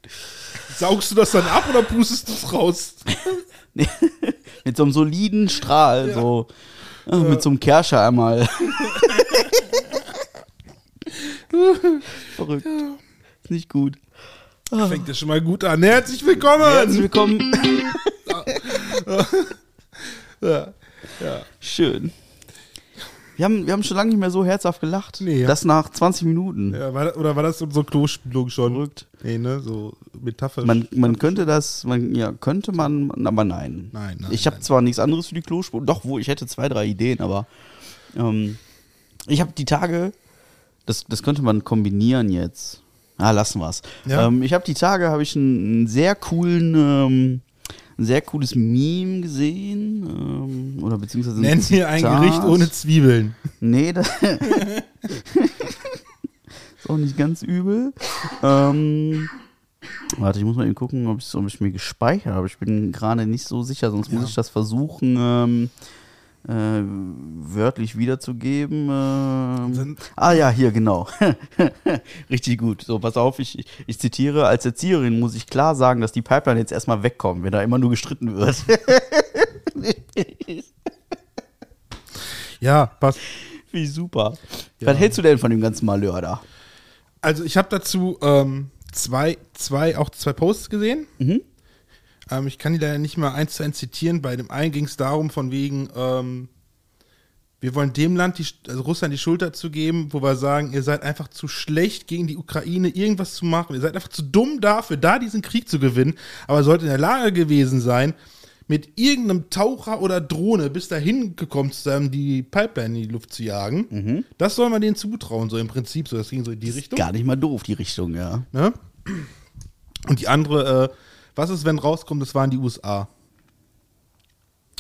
Speaker 2: Saugst du das dann ab oder pustest du es raus?
Speaker 1: Nee, mit so einem soliden Strahl, so. Ah, Mit so einem Kerscher einmal. Verrückt. Ist nicht gut.
Speaker 2: Fängt ja schon mal gut an. Herzlich willkommen!
Speaker 1: Herzlich willkommen.
Speaker 2: Ja. Ja.
Speaker 1: Schön. Wir haben, wir haben schon lange nicht mehr so herzhaft gelacht.
Speaker 2: Nee, ja.
Speaker 1: Das nach 20 Minuten.
Speaker 2: Ja, war, oder war das so Klospülung schon?
Speaker 1: Verrückt.
Speaker 2: Nee, ne? So metaphorisch.
Speaker 1: Man, man könnte das, man, ja, könnte man, aber nein.
Speaker 2: Nein, nein,
Speaker 1: Ich habe
Speaker 2: nein.
Speaker 1: zwar nichts anderes für die Klospur, doch, wo, ich hätte zwei, drei Ideen, aber ähm, ich habe die Tage, das, das könnte man kombinieren jetzt. Ah, lassen wir's.
Speaker 2: Ja.
Speaker 1: Ähm, ich habe die Tage, habe ich einen, einen sehr coolen, ähm, ein sehr cooles Meme gesehen, ähm, oder beziehungsweise ein
Speaker 2: Nenn mir ein
Speaker 1: Zitat.
Speaker 2: Gericht ohne Zwiebeln.
Speaker 1: Nee, das ist auch nicht ganz übel. Ähm, warte, ich muss mal eben gucken, ob ich ob ich mir gespeichert habe. Ich bin gerade nicht so sicher, sonst muss ich das versuchen, ähm, äh, wörtlich wiederzugeben. Ähm,
Speaker 2: Dann-
Speaker 1: ah ja, hier, genau. Richtig gut. So, pass auf, ich, ich zitiere, als Erzieherin muss ich klar sagen, dass die Pipeline jetzt erstmal wegkommt, wenn da immer nur gestritten wird.
Speaker 2: Ja, passt.
Speaker 1: Wie super.
Speaker 2: Ja.
Speaker 1: Was hältst du denn von dem ganzen Malheur da?
Speaker 2: Also ich habe dazu ähm, zwei, zwei, auch zwei Posts gesehen. Ähm, ich kann die leider nicht mal eins zu eins zitieren. Bei dem einen ging es darum, von wegen, ähm, wir wollen dem Land, die, also Russland, die Schulter zu geben, wo wir sagen, ihr seid einfach zu schlecht gegen die Ukraine, irgendwas zu machen. Ihr seid einfach zu dumm dafür, da diesen Krieg zu gewinnen. Aber sollte in der Lage gewesen sein, mit irgendeinem Taucher oder Drohne bis dahin gekommen zu sein, um die Pipeline in die Luft zu jagen. Das soll man denen zutrauen, so im Prinzip. So, das ging so in die Richtung.
Speaker 1: Gar nicht mal doof, die Richtung, ja.
Speaker 2: Ne? Und die andere, äh, was ist, wenn rauskommt, das waren die USA?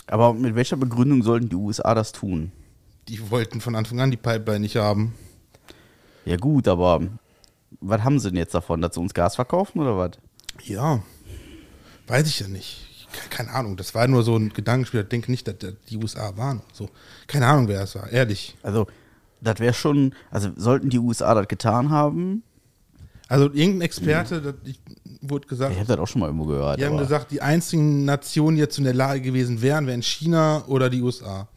Speaker 1: Aber mit welcher Begründung sollten die USA das tun?
Speaker 2: Die wollten von Anfang an die Pipeline nicht haben.
Speaker 1: Ja gut, aber was haben sie denn jetzt davon, dass sie uns Gas verkaufen oder was?
Speaker 2: Ja. Weiß ich ja nicht. Ke- Keine Ahnung, das war nur so ein Gedankenspiel. Ich denke nicht, dass das die USA waren. So. Keine Ahnung, wer das war, ehrlich.
Speaker 1: Also, das wäre schon, also sollten die USA das getan haben?
Speaker 2: Also irgendein Experte, das, ich, wurde gesagt,
Speaker 1: Ich habe das auch schon mal irgendwo gehört.
Speaker 2: die haben
Speaker 1: aber-
Speaker 2: gesagt, die einzigen Nationen, die jetzt in der Lage gewesen wären, wären China oder die USA.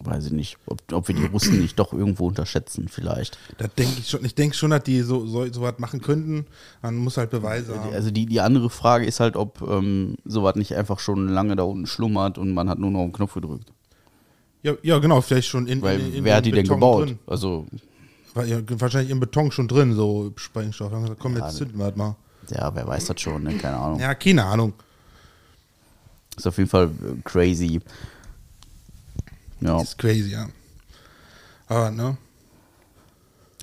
Speaker 1: weiß ich nicht, ob, ob wir die Russen nicht doch irgendwo unterschätzen vielleicht.
Speaker 2: Das denke ich schon. Ich denke schon, dass die so, so, so was machen könnten. Man muss halt Beweise haben.
Speaker 1: Also die, die andere Frage ist halt, ob ähm, sowas nicht einfach schon lange da unten schlummert und man hat nur noch einen Knopf gedrückt.
Speaker 2: Ja, ja, genau, vielleicht schon in,
Speaker 1: Weil
Speaker 2: in, in
Speaker 1: wer hat die
Speaker 2: in
Speaker 1: denn
Speaker 2: Beton
Speaker 1: gebaut?
Speaker 2: Drin.
Speaker 1: Also,
Speaker 2: War ja wahrscheinlich im Beton schon drin, so Sprengstoff. Dann haben wir gesagt, komm,
Speaker 1: Ja,
Speaker 2: jetzt zünden wir halt mal.
Speaker 1: ja, wer weiß das schon, ne? keine Ahnung.
Speaker 2: Ja, keine Ahnung.
Speaker 1: Ist auf jeden Fall äh, crazy. Ja,
Speaker 2: Ist crazy, ja. Aber, ne?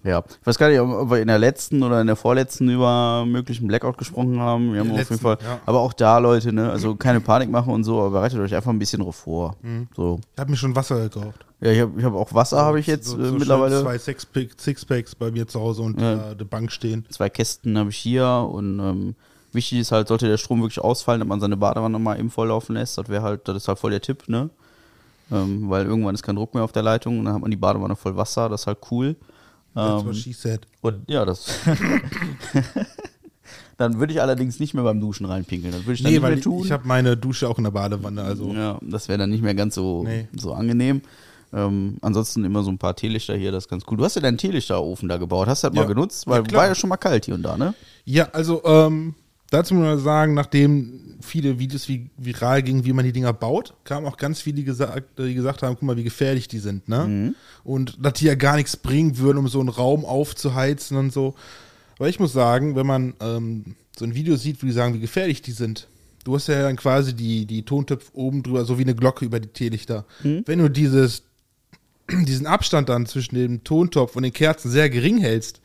Speaker 1: ja. Ich weiß gar nicht, ob ob wir in der letzten oder in der vorletzten über möglichen Blackout gesprochen haben. Wir haben auf
Speaker 2: letzten,
Speaker 1: jeden Fall.
Speaker 2: ja.
Speaker 1: Aber auch da, Leute, ne, also keine Panik machen und so, aber bereitet euch einfach ein bisschen drauf vor. So.
Speaker 2: Ich habe mir schon Wasser gekauft.
Speaker 1: Ja, ich habe ich hab auch Wasser, habe ich jetzt
Speaker 2: Mhm. So-
Speaker 1: äh,
Speaker 2: so schön
Speaker 1: mittlerweile.
Speaker 2: Zwei Sixpack, Sixpacks bei mir zu Hause und
Speaker 1: Ja.
Speaker 2: äh, der Bank stehen.
Speaker 1: Zwei Kästen habe ich hier und ähm, wichtig ist halt, sollte der Strom wirklich ausfallen, dass man seine Badewanne mal eben volllaufen lässt. Das wäre halt, das ist halt voll der Tipp, ne? Ähm, weil irgendwann ist kein Druck mehr auf der Leitung und dann hat man die Badewanne voll Wasser, das ist halt cool.
Speaker 2: That's
Speaker 1: Ähm,
Speaker 2: what she said.
Speaker 1: Und ja, das. dann würde ich allerdings nicht mehr beim Duschen reinpinkeln. Das würde ich dann
Speaker 2: Nee,
Speaker 1: nicht
Speaker 2: weil
Speaker 1: mehr
Speaker 2: ich,
Speaker 1: tun.
Speaker 2: ich habe meine Dusche auch in der Badewanne. Also,
Speaker 1: ja, das wäre dann nicht mehr ganz so,
Speaker 2: Nee.
Speaker 1: so angenehm. Ähm, ansonsten immer so ein paar Teelichter hier, das ist ganz cool. Du hast ja deinen Teelichterofen da gebaut. Hast du das
Speaker 2: Ja.
Speaker 1: mal genutzt?
Speaker 2: Ja,
Speaker 1: Weil
Speaker 2: klar.
Speaker 1: war ja schon mal kalt hier und da, ne?
Speaker 2: Ja, also ähm, dazu muss man sagen, nachdem viele Videos wie viral gingen, wie man die Dinger baut, kamen auch ganz viele, die gesagt, die gesagt haben, guck mal, wie gefährlich die sind, ne? Und dass die ja gar nichts bringen würden, um so einen Raum aufzuheizen und so. Aber ich muss sagen, wenn man ähm, so ein Video sieht, wie die sagen, wie gefährlich die sind, du hast ja dann quasi die, die Tontöpfe oben drüber, so wie eine Glocke über die Teelichter. Wenn du dieses, diesen Abstand dann zwischen dem Tontopf und den Kerzen sehr gering hältst,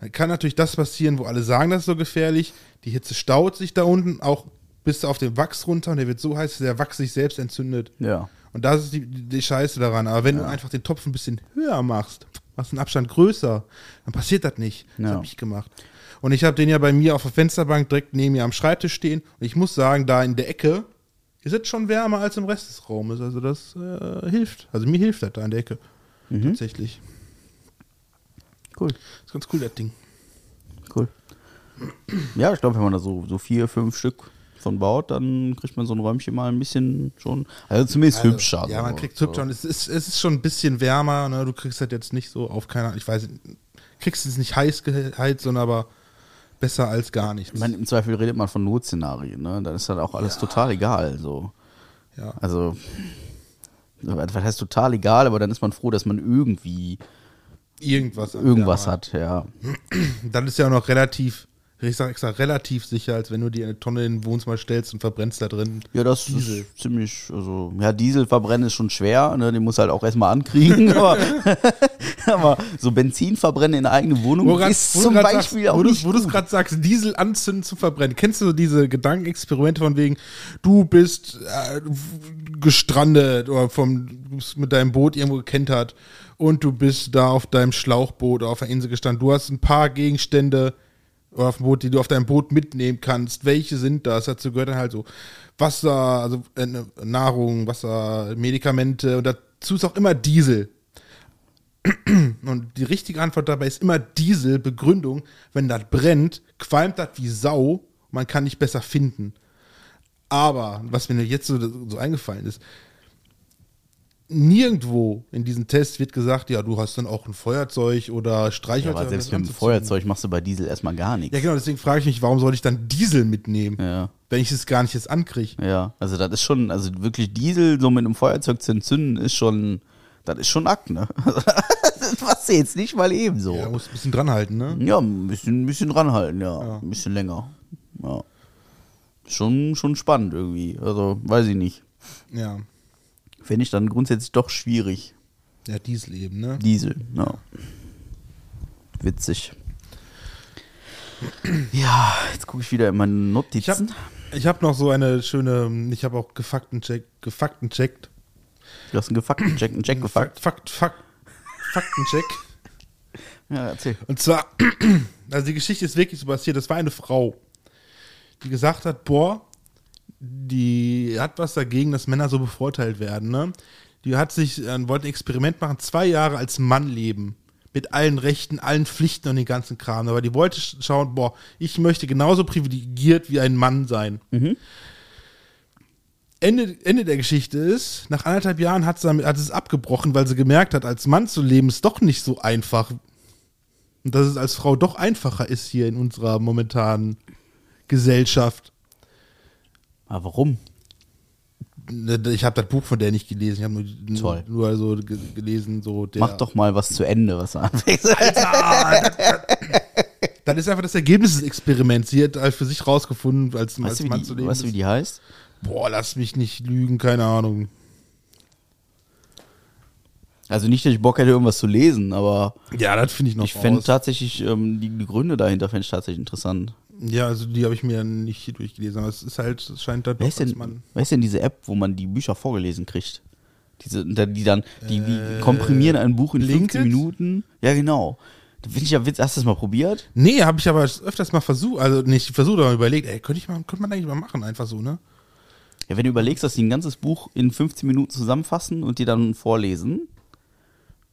Speaker 2: dann kann natürlich das passieren, wo alle sagen, das ist so gefährlich. Die Hitze staut sich da unten, auch bis auf den Wachs runter und der wird so heiß, dass der Wachs sich selbst entzündet.
Speaker 1: Ja.
Speaker 2: Und das ist die, die Scheiße daran. Aber wenn du einfach den Topf ein bisschen höher machst, machst einen Abstand größer, dann passiert das nicht. Das
Speaker 1: Ja.
Speaker 2: habe ich gemacht. Und ich habe den ja bei mir auf der Fensterbank direkt neben mir am Schreibtisch stehen. Und ich muss sagen, da in der Ecke, ist jetzt schon wärmer als im Rest des Raumes. Also das äh, hilft. Also mir hilft das da in der Ecke.
Speaker 1: Mhm.
Speaker 2: Tatsächlich.
Speaker 1: Cool,
Speaker 2: Ist ganz cool, das Ding.
Speaker 1: cool. Ja, ich glaube, wenn man da so, so vier, fünf Stück von baut, dann kriegt man so ein Räumchen mal ein bisschen schon, also zumindest
Speaker 2: Also,
Speaker 1: hübscher.
Speaker 2: Ja,
Speaker 1: so.
Speaker 2: man kriegt hübscher und es ist, es ist schon ein bisschen wärmer. Ne? Du kriegst das jetzt nicht so auf keine Ahnung, ich weiß, nicht, kriegst es nicht heiß geheizt, sondern aber besser als gar nichts.
Speaker 1: Ich meine, im Zweifel redet man von Notszenarien, ne? Dann ist halt auch alles total egal. So.
Speaker 2: ja.
Speaker 1: Also, was was heißt total egal, aber dann ist man froh, dass man irgendwie
Speaker 2: Irgendwas, an
Speaker 1: irgendwas
Speaker 2: Wärme.
Speaker 1: hat, ja.
Speaker 2: Dann ist ja auch noch relativ, ich sag extra, relativ sicher, als wenn du dir eine Tonne in den Wohnzimmer stellst und verbrennst da drin.
Speaker 1: Ja, das
Speaker 2: Diesel.
Speaker 1: ist ziemlich, also, ja, Diesel verbrennen ist schon schwer, ne? Den muss halt auch erstmal ankriegen, aber, aber so Benzin verbrennen in der eigenen Wohnung
Speaker 2: Wo grad-
Speaker 1: ist
Speaker 2: wo du
Speaker 1: zum
Speaker 2: grad
Speaker 1: Beispiel
Speaker 2: sagst,
Speaker 1: auch
Speaker 2: wo du,
Speaker 1: nicht
Speaker 2: Wo du es gerade sagst, Diesel anzünden zu verbrennen. Kennst du so diese Gedankenexperimente von wegen, du bist äh, w- gestrandet oder vom, du bist mit deinem Boot irgendwo gekentert und du bist da auf deinem Schlauchboot oder auf der Insel gestanden. Du hast ein paar Gegenstände oder auf dem Boot, die du auf deinem Boot mitnehmen kannst. Welche sind das? Dazu gehört dann halt so Wasser, also äh, Nahrung, Wasser, Medikamente und dazu ist auch immer Diesel. Und die richtige Antwort dabei ist immer Diesel, Begründung, wenn das brennt, qualmt das wie Sau, man kann nicht besser finden. Aber, was mir jetzt so, so eingefallen ist, nirgendwo in diesem Test wird gesagt, ja, du hast dann auch ein Feuerzeug oder
Speaker 1: Ja,
Speaker 2: Streichholz.
Speaker 1: aber
Speaker 2: oder
Speaker 1: selbst mit
Speaker 2: das
Speaker 1: dem
Speaker 2: anzuzünden.
Speaker 1: Feuerzeug machst du bei Diesel erstmal gar
Speaker 2: Ja,
Speaker 1: nichts.
Speaker 2: genau, deswegen frage ich mich, warum soll ich dann Diesel mitnehmen,
Speaker 1: Ja.
Speaker 2: wenn ich es gar nicht jetzt ankriege?
Speaker 1: Ja, also das ist schon, also wirklich Diesel so mit einem Feuerzeug zu entzünden, ist schon, das ist schon Akt, ne? das machst du jetzt nicht mal eben so.
Speaker 2: Ja,
Speaker 1: Ja,
Speaker 2: muss ein bisschen dranhalten, ne?
Speaker 1: ein bisschen, ein bisschen ranhalten, ja. Ein bisschen länger. Ja. Schon, schon spannend irgendwie. Also, weiß ich nicht.
Speaker 2: Ja.
Speaker 1: Finde ich dann grundsätzlich doch schwierig.
Speaker 2: Ja, Diesel eben, ne?
Speaker 1: Diesel, ja. Witzig. Ja, jetzt gucke ich wieder in meine
Speaker 2: Ich habe
Speaker 1: Notizen.
Speaker 2: ich hab noch so eine schöne, ich habe auch gefaktencheck, gefaktencheckt.
Speaker 1: du hast einen gefuckten Jack, einen Jack gefuckt.
Speaker 2: Fakt, Fakt, Faktencheck.
Speaker 1: Ja, erzähl.
Speaker 2: Und zwar, also die Geschichte ist wirklich so passiert. Das war eine Frau, die gesagt hat, boah, die hat was dagegen, dass Männer so bevorteilt werden. Ne? Die hat sich, äh, wollte ein Experiment machen, zwei Jahre als Mann leben. Mit allen Rechten, allen Pflichten und den ganzen Kram. Aber die wollte sch- schauen, boah, ich möchte genauso privilegiert wie ein Mann sein. Ende, Ende der Geschichte ist, nach anderthalb Jahren hat sie, damit- hat sie es abgebrochen, weil sie gemerkt hat, als Mann zu leben ist doch nicht so einfach. Und dass es als Frau doch einfacher ist hier in unserer momentanen Gesellschaft.
Speaker 1: Aber warum?
Speaker 2: Ne, Ich habe das Buch von der nicht gelesen, ich habe nur,
Speaker 1: Toll.
Speaker 2: nur so ge gelesen, so der.
Speaker 1: Mach doch mal was zu Ende, was er anfängt.
Speaker 2: Dann ist einfach das Ergebnis des Experiments. Sie hat halt für sich rausgefunden, als, als
Speaker 1: Weißt du, wie
Speaker 2: Mann zu
Speaker 1: die,
Speaker 2: leben.
Speaker 1: weißt du, wie
Speaker 2: ist.
Speaker 1: die heißt?
Speaker 2: Boah, lass mich nicht lügen, keine Ahnung.
Speaker 1: Also nicht, dass ich Bock hätte, irgendwas zu lesen, aber
Speaker 2: Ja, das finde ich noch
Speaker 1: ich fände
Speaker 2: raus.
Speaker 1: tatsächlich, ähm, die, die Gründe dahinter fände ich tatsächlich interessant.
Speaker 2: Ja, also die habe ich mir nicht hier durchgelesen, aber es ist halt, es scheint da doch
Speaker 1: Wer ist,
Speaker 2: als
Speaker 1: denn,
Speaker 2: Mann.
Speaker 1: wer ist denn diese App, wo man die Bücher vorgelesen kriegt? Diese, da- die dann, die,
Speaker 2: Äh,
Speaker 1: die komprimieren ein Buch in 15
Speaker 2: Blinkist?
Speaker 1: Minuten. Ja, genau. Da Finde ich ja witz. Hast du das mal probiert?
Speaker 2: Nee, habe ich aber öfters mal versucht, also nicht versucht, aber überlegt, ey, könnte ich mal, könnte man eigentlich mal machen, einfach so, ne?
Speaker 1: Ja, wenn du überlegst, dass die ein ganzes Buch in 15 Minuten zusammenfassen und dir dann vorlesen.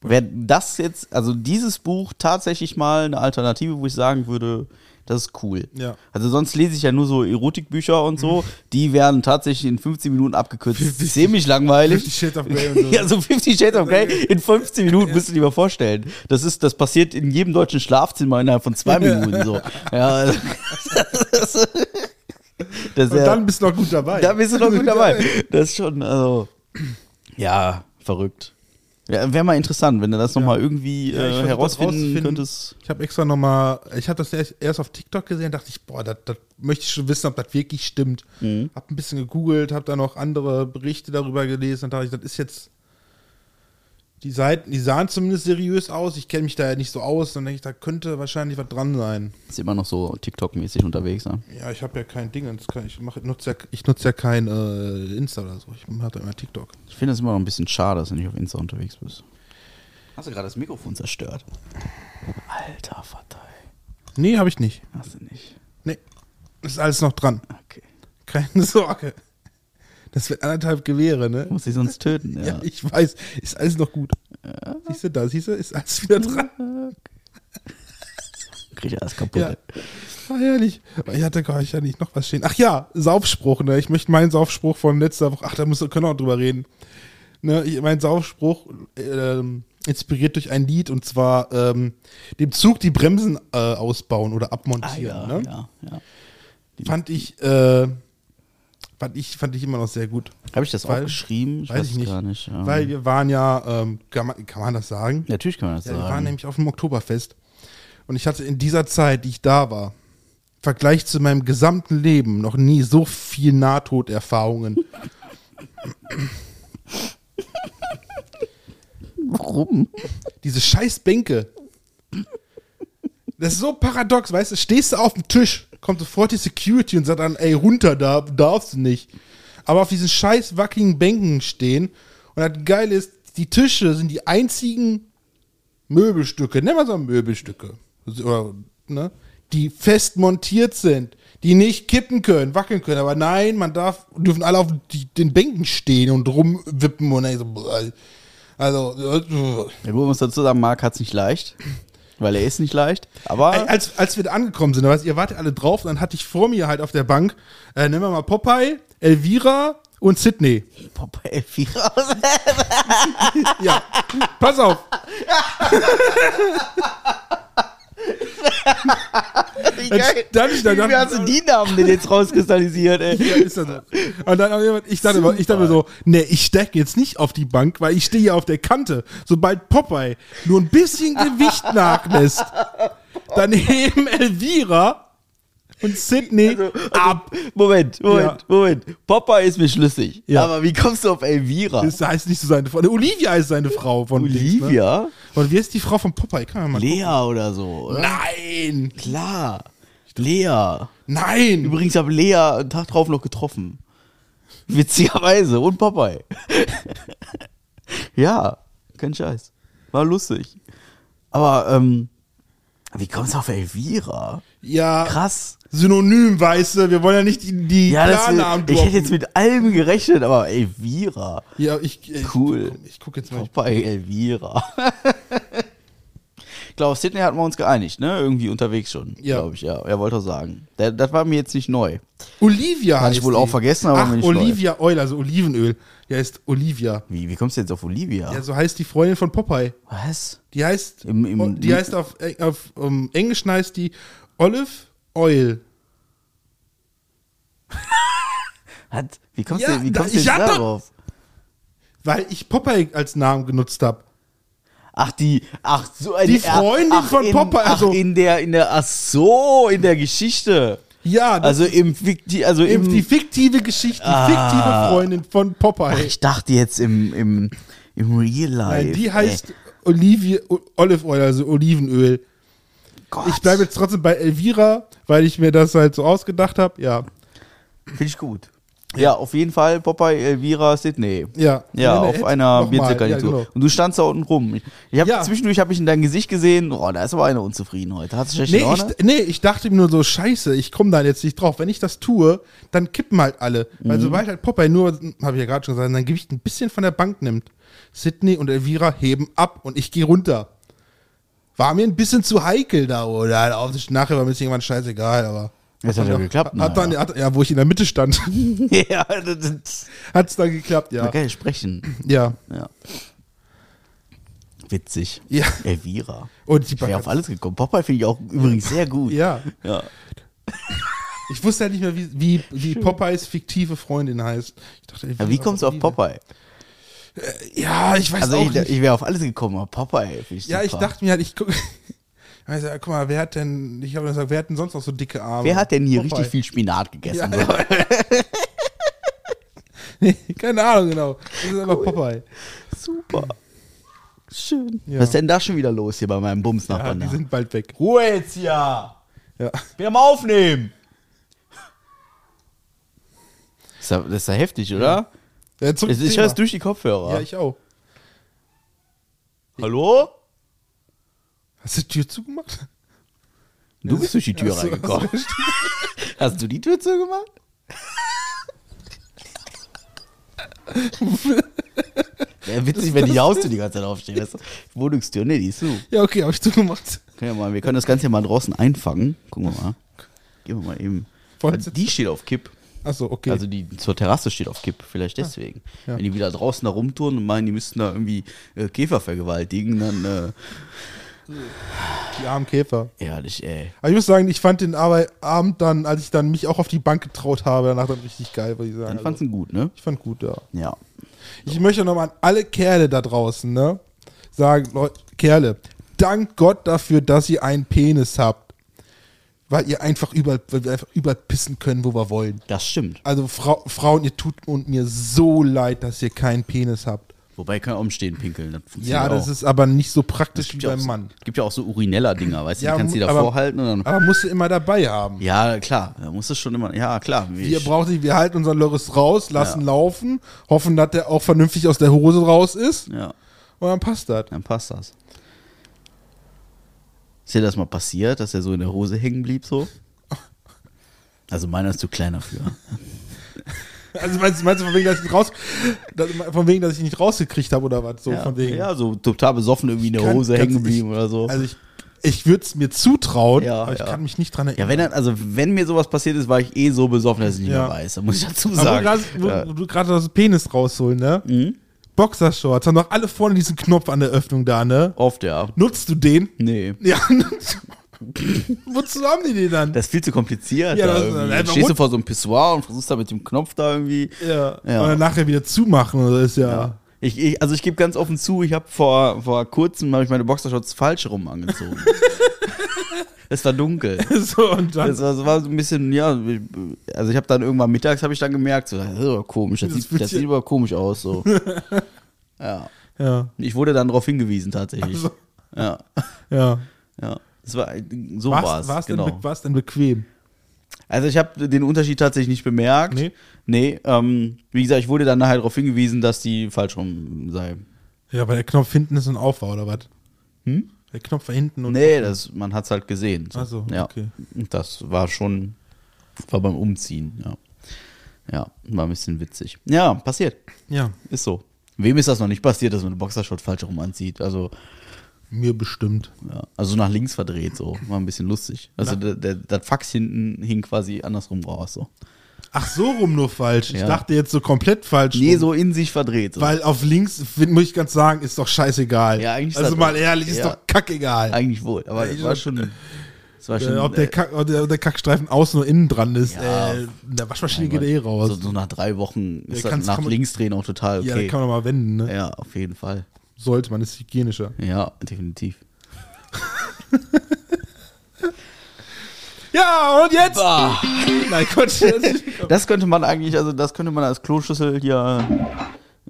Speaker 1: Wäre das jetzt, also dieses Buch tatsächlich mal eine Alternative, wo ich sagen würde, das ist cool.
Speaker 2: Ja. Hm.
Speaker 1: Also sonst lese ich ja nur so Erotikbücher und so. Die werden tatsächlich in 15 Minuten abgekürzt.
Speaker 2: 50
Speaker 1: Ziemlich langweilig.
Speaker 2: 50 Shades of Grey und so.
Speaker 1: ja, so 50 Shades of Grey in 15 Minuten musst du dir mal vorstellen. Das ist, das passiert in jedem deutschen Schlafzimmer innerhalb von zwei Minuten so. Ja. Das, das, das,
Speaker 2: Und dann bist du noch gut dabei.
Speaker 1: da bist du noch gut dabei. Das ist schon, also. Ja, verrückt. Ja, Wäre mal interessant, wenn du das nochmal irgendwie
Speaker 2: Ja, ich
Speaker 1: äh,
Speaker 2: versuch das
Speaker 1: herausfinden
Speaker 2: rauszufinden.
Speaker 1: könntest.
Speaker 2: Ich habe extra nochmal, ich habe das erst, erst auf TikTok gesehen, dachte ich, boah, das das möchte ich schon wissen, ob das wirklich stimmt.
Speaker 1: Mhm.
Speaker 2: Hab ein bisschen gegoogelt, habe dann noch andere Berichte darüber gelesen und dachte ich, das ist jetzt, die Seiten, die sahen zumindest seriös aus, ich kenne mich da ja nicht so aus, dann denke ich, da könnte wahrscheinlich was dran sein.
Speaker 1: Ist immer noch so TikTok-mäßig unterwegs. Ne?
Speaker 2: Ja, ich habe ja kein Ding, ins- ich mache, nutze ja, ich nutze ja kein äh, Insta oder so, ich mache da immer TikTok.
Speaker 1: Ich finde es immer noch ein bisschen schade, dass du nicht auf Insta unterwegs bist. Hast du gerade das Mikrofon zerstört? Alter Vater, ey.
Speaker 2: Nee, habe ich nicht.
Speaker 1: hast du nicht.
Speaker 2: Nee, ist alles noch dran.
Speaker 1: Okay.
Speaker 2: Keine Sorge. Das wird anderthalb Gewehre, ne?
Speaker 1: Muss ich sonst töten, ja.
Speaker 2: Ja, ich weiß. Ist alles noch gut. Siehst du da, siehst du, ist alles wieder dran.
Speaker 1: Krieg ich alles kaputt. Ah,
Speaker 2: Ja.
Speaker 1: ey.
Speaker 2: War herrlich. Aber Ich hatte gar ich ja nicht noch was stehen. Ach ja, Saufspruch, ne? Ich möchte meinen Saufspruch von letzter Woche. Ach, da müssen, können wir auch drüber reden. Ne, ich, mein Saufspruch ähm, inspiriert durch ein Lied und zwar ähm, dem Zug die Bremsen äh, ausbauen oder
Speaker 1: Ah,
Speaker 2: abmontieren.
Speaker 1: ja,
Speaker 2: ne?
Speaker 1: ja, ja.
Speaker 2: Fand ich, äh, fand ich, fand ich immer noch sehr gut.
Speaker 1: Habe ich das
Speaker 2: Weil-
Speaker 1: auch geschrieben? Ich
Speaker 2: weiß,
Speaker 1: weiß,
Speaker 2: ich
Speaker 1: es
Speaker 2: nicht.
Speaker 1: gar nicht. ähm,
Speaker 2: Weil wir waren ja, ähm, kann, man, kann man das sagen?
Speaker 1: natürlich kann man das
Speaker 2: Ja, wir waren
Speaker 1: sagen.
Speaker 2: nämlich auf dem Oktoberfest. Und ich hatte in dieser Zeit, die ich da war, im Vergleich zu meinem gesamten Leben noch nie so viel Nahtoderfahrungen.
Speaker 1: Warum?
Speaker 2: Diese scheiß Bänke. Das ist so paradox, weißt du? Stehst du auf dem Tisch, kommt sofort die Security und sagt dann, ey, runter, da darfst du nicht. Aber auf diesen scheiß wackeligen Bänken stehen. Und das Geile ist, die Tische sind die einzigen Möbelstücke, nennen wir es mal Möbelstücke, so, oder, ne, die fest montiert sind, die nicht kippen können, wackeln können. Aber nein, man darf, dürfen alle auf die, den Bänken stehen und rumwippen und dann so, boah, also, äh,
Speaker 1: Ja, gut, man muss dazu sagen, Marc hat es nicht leicht. Weil er ist nicht leicht. Aber
Speaker 2: Ey, Äh, als, als wir da angekommen sind, weißt, du, ihr wartet alle drauf und dann hatte ich vor mir halt auf der Bank, äh, nehmen wir mal Popeye, Elvira und Sydney.
Speaker 1: Popeye Vierer.
Speaker 2: Ja, pass auf. Dann, dann, dann, dann,
Speaker 1: Wie hast du die Namen denn jetzt rauskristallisiert, ey?
Speaker 2: Ja, ist das so. Und dann aber jemand, ich dachte, mir- ich dachte mir so, nee, ich stecke jetzt nicht auf die Bank, weil ich stehe ja auf der Kante. Sobald Popeye nur ein bisschen Gewicht nachlässt, daneben Elvira und Sydney
Speaker 1: Also,
Speaker 2: ab.
Speaker 1: Moment, Moment,
Speaker 2: Ja.
Speaker 1: Moment. Popeye ist mir schlüssig.
Speaker 2: Ja.
Speaker 1: Aber wie kommst du auf Elvira?
Speaker 2: Das heißt nicht so seine Frau. Ne, Olivia ist seine Frau von Dings, ne?
Speaker 1: Olivia?
Speaker 2: Und wie ist die Frau von Popeye? Kann man mal
Speaker 1: Lea oder so, oder?
Speaker 2: Nein!
Speaker 1: Klar. Lea.
Speaker 2: Nein!
Speaker 1: Übrigens habe Lea einen Tag drauf noch getroffen. Witzigerweise. Und Popeye. ja, kein Scheiß. War lustig. Aber, ähm, wie kommst du auf Elvira?
Speaker 2: Ja,
Speaker 1: Krass.
Speaker 2: Synonym, weißt du, wir wollen ja nicht die, die
Speaker 1: Ja, das
Speaker 2: Klarnamen
Speaker 1: ich hätte
Speaker 2: droppen.
Speaker 1: jetzt mit allem gerechnet, aber Elvira.
Speaker 2: Ja, ich, ich,
Speaker 1: Cool.
Speaker 2: Ich, guck jetzt mal.
Speaker 1: Popeye Elvira. ich glaube, auf Sydney hatten wir uns geeinigt, ne? Irgendwie unterwegs schon,
Speaker 2: Ja.
Speaker 1: glaube ich, ja. Er wollte auch sagen. Da- Das war mir jetzt nicht neu.
Speaker 2: Olivia
Speaker 1: Hatte ich
Speaker 2: heißt
Speaker 1: wohl
Speaker 2: die.
Speaker 1: auch vergessen, aber
Speaker 2: Ach,
Speaker 1: bin ich
Speaker 2: Olivia Euler, also Olivenöl. Die heißt Olivia.
Speaker 1: Wie, wie kommst du jetzt auf Olivia?
Speaker 2: Ja, so heißt die Freundin von Popeye.
Speaker 1: Was?
Speaker 2: Die heißt, oh,
Speaker 1: Im- im-
Speaker 2: die heißt auf, auf um, Englisch heißt die Olive Oil.
Speaker 1: Hat, wie kommst
Speaker 2: Ja,
Speaker 1: du, wie
Speaker 2: da-
Speaker 1: kommst du
Speaker 2: ich
Speaker 1: jetzt
Speaker 2: hab doch-
Speaker 1: darauf?
Speaker 2: Weil ich Popeye als Namen genutzt habe.
Speaker 1: Ach, die, ach, so eine,
Speaker 2: Die Freundin
Speaker 1: ach,
Speaker 2: von
Speaker 1: in,
Speaker 2: Popeye, also-
Speaker 1: ach, in der, in der, ach so, in der Geschichte.
Speaker 2: Ja, das
Speaker 1: Also im, Fikti- also
Speaker 2: Eben
Speaker 1: im,
Speaker 2: die fiktive Geschichte, die
Speaker 1: Ah.
Speaker 2: fiktive Freundin von
Speaker 1: ach,
Speaker 2: Popeye.
Speaker 1: ich dachte jetzt im, im, im Real Life.
Speaker 2: Nein, die heißt Olivia, O- Olive Oil, also Olivenöl.
Speaker 1: ey, Gott.
Speaker 2: Ich bleibe jetzt trotzdem bei Elvira, weil ich mir das halt so ausgedacht habe. Ja,
Speaker 1: Finde ich gut. Ja, auf jeden Fall Popeye, Elvira, Sydney. Ja,
Speaker 2: ja. Nein, nein,
Speaker 1: auf
Speaker 2: jetzt
Speaker 1: einer
Speaker 2: nochmal.
Speaker 1: Bierzeltgarnitur.
Speaker 2: Ja, genau.
Speaker 1: Und du standst da unten rum. Ich- Ich hab,
Speaker 2: Ja.
Speaker 1: Zwischendurch habe ich in dein Gesicht gesehen, oh, da ist aber einer unzufrieden heute. Hat sich
Speaker 2: Nee
Speaker 1: schlecht
Speaker 2: ich, nee, ich dachte mir nur so, scheiße, ich komme da jetzt nicht drauf. Wenn ich das tue, dann kippen halt alle.
Speaker 1: Mhm.
Speaker 2: Weil sobald halt Popeye nur, habe ich ja gerade schon gesagt, sein Gewicht ein bisschen von der Bank nimmt, Sydney und Elvira heben ab und ich gehe runter. War mir ein bisschen zu heikel da, oder? Auf sich nachher war mir das irgendwann scheißegal, aber.
Speaker 1: Das hat ja
Speaker 2: dann-
Speaker 1: geklappt,
Speaker 2: Hat dann,
Speaker 1: naja.
Speaker 2: hat, ja, wo ich in der Mitte stand,
Speaker 1: ja, das, das,
Speaker 2: hat es dann geklappt, ja.
Speaker 1: Man kann ja sprechen.
Speaker 2: Ja.
Speaker 1: Ja. Witzig.
Speaker 2: Ja.
Speaker 1: Elvira.
Speaker 2: Und die
Speaker 1: Ich wäre auf
Speaker 2: Bank-
Speaker 1: alles gekommen. Popeye finde ich auch übrigens sehr gut.
Speaker 2: Ja.
Speaker 1: ja.
Speaker 2: Ich wusste ja nicht mehr, wie, wie, wie Popeyes fiktive Freundin heißt. Ich dachte,
Speaker 1: ja wie kommst du auf Popeye?
Speaker 2: Ja, ich weiß
Speaker 1: Also
Speaker 2: auch
Speaker 1: ich,
Speaker 2: nicht.
Speaker 1: ich wäre auf alles gekommen, aber Popeye finde ich
Speaker 2: Ja, ich
Speaker 1: super.
Speaker 2: dachte mir halt, ich guck, ich weiß, ja, guck mal, wer hat denn, ich habe gesagt, wer hat denn sonst noch so dicke Arme?
Speaker 1: Wer hat denn hier richtig
Speaker 2: Popeye.
Speaker 1: viel Spinat gegessen?
Speaker 2: Ja, Keine Ahnung, genau. Das ist einfach Popeye. Ah,
Speaker 1: Super. Schön.
Speaker 2: Ja.
Speaker 1: Was ist denn da schon wieder los hier bei meinem
Speaker 2: Ja,
Speaker 1: Bumsnachbarn?
Speaker 2: die
Speaker 1: da?
Speaker 2: sind bald weg.
Speaker 1: Ruhe jetzt hier!
Speaker 2: Ja.
Speaker 1: Wir am Aufnehmen! Das ist ja, das ist ja heftig, oder?
Speaker 2: Ja, zum
Speaker 1: Ich, ich
Speaker 2: Thema.
Speaker 1: höre es durch die Kopfhörer.
Speaker 2: Ja, ich auch.
Speaker 1: Hallo?
Speaker 2: Hast du die Tür zugemacht?
Speaker 1: Du bist durch die Tür
Speaker 2: Ach so,
Speaker 1: reingekommen. Hast du die Tür zugemacht? Wäre witzig, wenn die Haustür die ganze Zeit aufsteht. Weißt du? Wohnungstür, nee, die ist zu.
Speaker 2: Ja, okay, habe ich zugemacht.
Speaker 1: Können wir, mal, wir können das Ganze ja mal draußen einfangen. Gucken wir mal. Gehen wir mal eben.
Speaker 2: Wolltest
Speaker 1: Also die steht auf Kipp.
Speaker 2: Achso, okay. Ah,
Speaker 1: Also die zur Terrasse steht auf Kipp, vielleicht deswegen.
Speaker 2: ja.
Speaker 1: Wenn die wieder draußen da rumtouren und meinen, die müssten da irgendwie äh, Käfer vergewaltigen, dann
Speaker 2: die armen Käfer.
Speaker 1: äh, ehrlich, ey.
Speaker 2: Aber ich muss sagen, ich fand den Arbe Abend dann, als ich dann mich auch auf die Bank getraut habe, danach dann richtig geil, würde ich sagen.
Speaker 1: Dann fandst du ihn
Speaker 2: also,
Speaker 1: gut, ne?
Speaker 2: ich fand gut, ja.
Speaker 1: Ja.
Speaker 2: Ich möchte nochmal an alle Kerle da draußen, ne? Sagen, Leute, Kerle, dank Gott dafür, dass ihr einen Penis habt. Weil ihr einfach überall, weil wir einfach überall pissen können, wo wir wollen.
Speaker 1: Das stimmt.
Speaker 2: Also Frau, Frauen, ihr tut und mir so leid, dass ihr keinen Penis habt.
Speaker 1: Wobei kann auch im Stehen pinkeln. Das funktioniert
Speaker 2: Ja, das
Speaker 1: auch.
Speaker 2: ist aber nicht so praktisch wie
Speaker 1: gibt ja
Speaker 2: beim
Speaker 1: auch,
Speaker 2: Mann.
Speaker 1: Es gibt ja auch so Urineller-Dinger, weißt du,
Speaker 2: Ja,
Speaker 1: die kannst du dir
Speaker 2: aber-
Speaker 1: davor halten und dann.
Speaker 2: Aber musst du immer dabei haben.
Speaker 1: Ja, klar, da muss es schon immer. Ja, klar. wie
Speaker 2: Wir
Speaker 1: ich-
Speaker 2: brauchen nicht, wir halten unseren Loris raus, lassen
Speaker 1: Ja.
Speaker 2: laufen, hoffen, dass der auch vernünftig aus der Hose raus ist
Speaker 1: ja,
Speaker 2: und dann passt das.
Speaker 1: dann passt das. Ist dir das mal passiert, dass er so in der Hose hängen blieb, so? Also meiner ist zu klein dafür.
Speaker 2: Also meinst, meinst du von wegen, dass ich nicht raus, dass, von wegen, dass ich nicht rausgekriegt habe oder was? So
Speaker 1: ja,
Speaker 2: von wegen.
Speaker 1: ja, so total besoffen irgendwie in der
Speaker 2: Kann-
Speaker 1: Hose
Speaker 2: ganz-
Speaker 1: hängen geblieben
Speaker 2: ich-
Speaker 1: oder so.
Speaker 2: Also ich, ich würde es mir zutrauen,
Speaker 1: Ja,
Speaker 2: aber ich
Speaker 1: ja.
Speaker 2: kann mich nicht dran
Speaker 1: ja,
Speaker 2: erinnern.
Speaker 1: wenn dann, also wenn mir sowas passiert ist, war ich eh so besoffen, dass ich nicht
Speaker 2: Ja.
Speaker 1: mehr weiß. Da muss ich dazu
Speaker 2: aber wo,
Speaker 1: sagen.
Speaker 2: grad, wo,
Speaker 1: ja. Mhm.
Speaker 2: wo du gerade das Penis rausholen, ne? Boxershorts, haben doch alle vorne diesen Knopf an der Öffnung da, ne?
Speaker 1: Oft, ja.
Speaker 2: Nutzt du den?
Speaker 1: Nee.
Speaker 2: Ja. Wozu haben die den dann?
Speaker 1: Das ist viel zu kompliziert.
Speaker 2: Ja,
Speaker 1: da
Speaker 2: das ist
Speaker 1: irgendwie.
Speaker 2: einfach
Speaker 1: Dann stehst du
Speaker 2: rund-
Speaker 1: vor so einem Pissoir und versuchst da mit dem Knopf da irgendwie.
Speaker 2: ja.
Speaker 1: Ja.
Speaker 2: Und dann nachher wieder zumachen, oder ist ja.
Speaker 1: Ja. Ich, ich, also ich gebe ganz offen zu, ich habe vor, vor kurzem hab ich meine Boxershorts falsch rum angezogen. es war dunkel.
Speaker 2: So, und dann.
Speaker 1: Das war, das war so ein bisschen, ja, also ich habe dann irgendwann mittags, habe ich dann gemerkt, so, das ist aber komisch, das,
Speaker 2: Das
Speaker 1: sieht, das
Speaker 2: bisschen-
Speaker 1: sieht aber komisch aus, so. ja.
Speaker 2: ja.
Speaker 1: Ich wurde dann darauf hingewiesen, tatsächlich.
Speaker 2: Also,
Speaker 1: Ja,
Speaker 2: ja.
Speaker 1: ja. Das war, so war
Speaker 2: War's,
Speaker 1: es,
Speaker 2: war's,
Speaker 1: genau.
Speaker 2: denn, be- war's denn bequem?
Speaker 1: Also ich habe den Unterschied tatsächlich nicht bemerkt.
Speaker 2: Nee?
Speaker 1: Nee, ähm, wie gesagt, ich wurde dann nachher darauf hingewiesen, dass die falsch rum sei.
Speaker 2: Ja, weil der Knopf hinten ist und auf war, oder was? Hm? Der Knopf war hinten und.
Speaker 1: Nee, das, man hat's halt gesehen.
Speaker 2: Ach so,
Speaker 1: ja.
Speaker 2: okay.
Speaker 1: Das war schon, war beim Umziehen, ja. Ja, war ein bisschen witzig. Ja, passiert.
Speaker 2: Ja,
Speaker 1: Ist so. Wem ist das noch nicht passiert, dass man einen Boxershot falsch rum anzieht? Also,
Speaker 2: mir bestimmt.
Speaker 1: ja, also nach links verdreht, so. War ein bisschen lustig. Also, der, der, das Fax hinten hing quasi andersrum raus, so.
Speaker 2: Ach, so rum nur falsch. Ich
Speaker 1: Ja.
Speaker 2: dachte jetzt so komplett falsch.
Speaker 1: Nee,
Speaker 2: rum.
Speaker 1: so in sich verdreht. So.
Speaker 2: Weil auf links, find- muss ich ganz sagen, ist doch scheißegal.
Speaker 1: Ja, eigentlich ist
Speaker 2: also
Speaker 1: das-
Speaker 2: mal ehrlich, ist
Speaker 1: ja.
Speaker 2: doch kackegal.
Speaker 1: Eigentlich wohl, aber es war schon. Es war schon
Speaker 2: Äh, ob, der
Speaker 1: äh,
Speaker 2: Kack, ob, der, ob der Kackstreifen außen oder innen dran ist,
Speaker 1: Ja.
Speaker 2: äh, in der Waschmaschine
Speaker 1: mein
Speaker 2: geht
Speaker 1: Gott,
Speaker 2: er eh raus.
Speaker 1: So, so nach drei Wochen ist das
Speaker 2: kannst-
Speaker 1: nach
Speaker 2: kann man-
Speaker 1: links drehen auch total
Speaker 2: Ja, da
Speaker 1: okay.
Speaker 2: kann man doch mal wenden, ne?
Speaker 1: Ja, auf jeden Fall.
Speaker 2: Sollte man, ist hygienischer.
Speaker 1: Ja, definitiv.
Speaker 2: Ja, und jetzt?
Speaker 1: Bah.
Speaker 2: Nein, Gott. jetzt-
Speaker 1: Das könnte man eigentlich, also das könnte man als Kloschüssel hier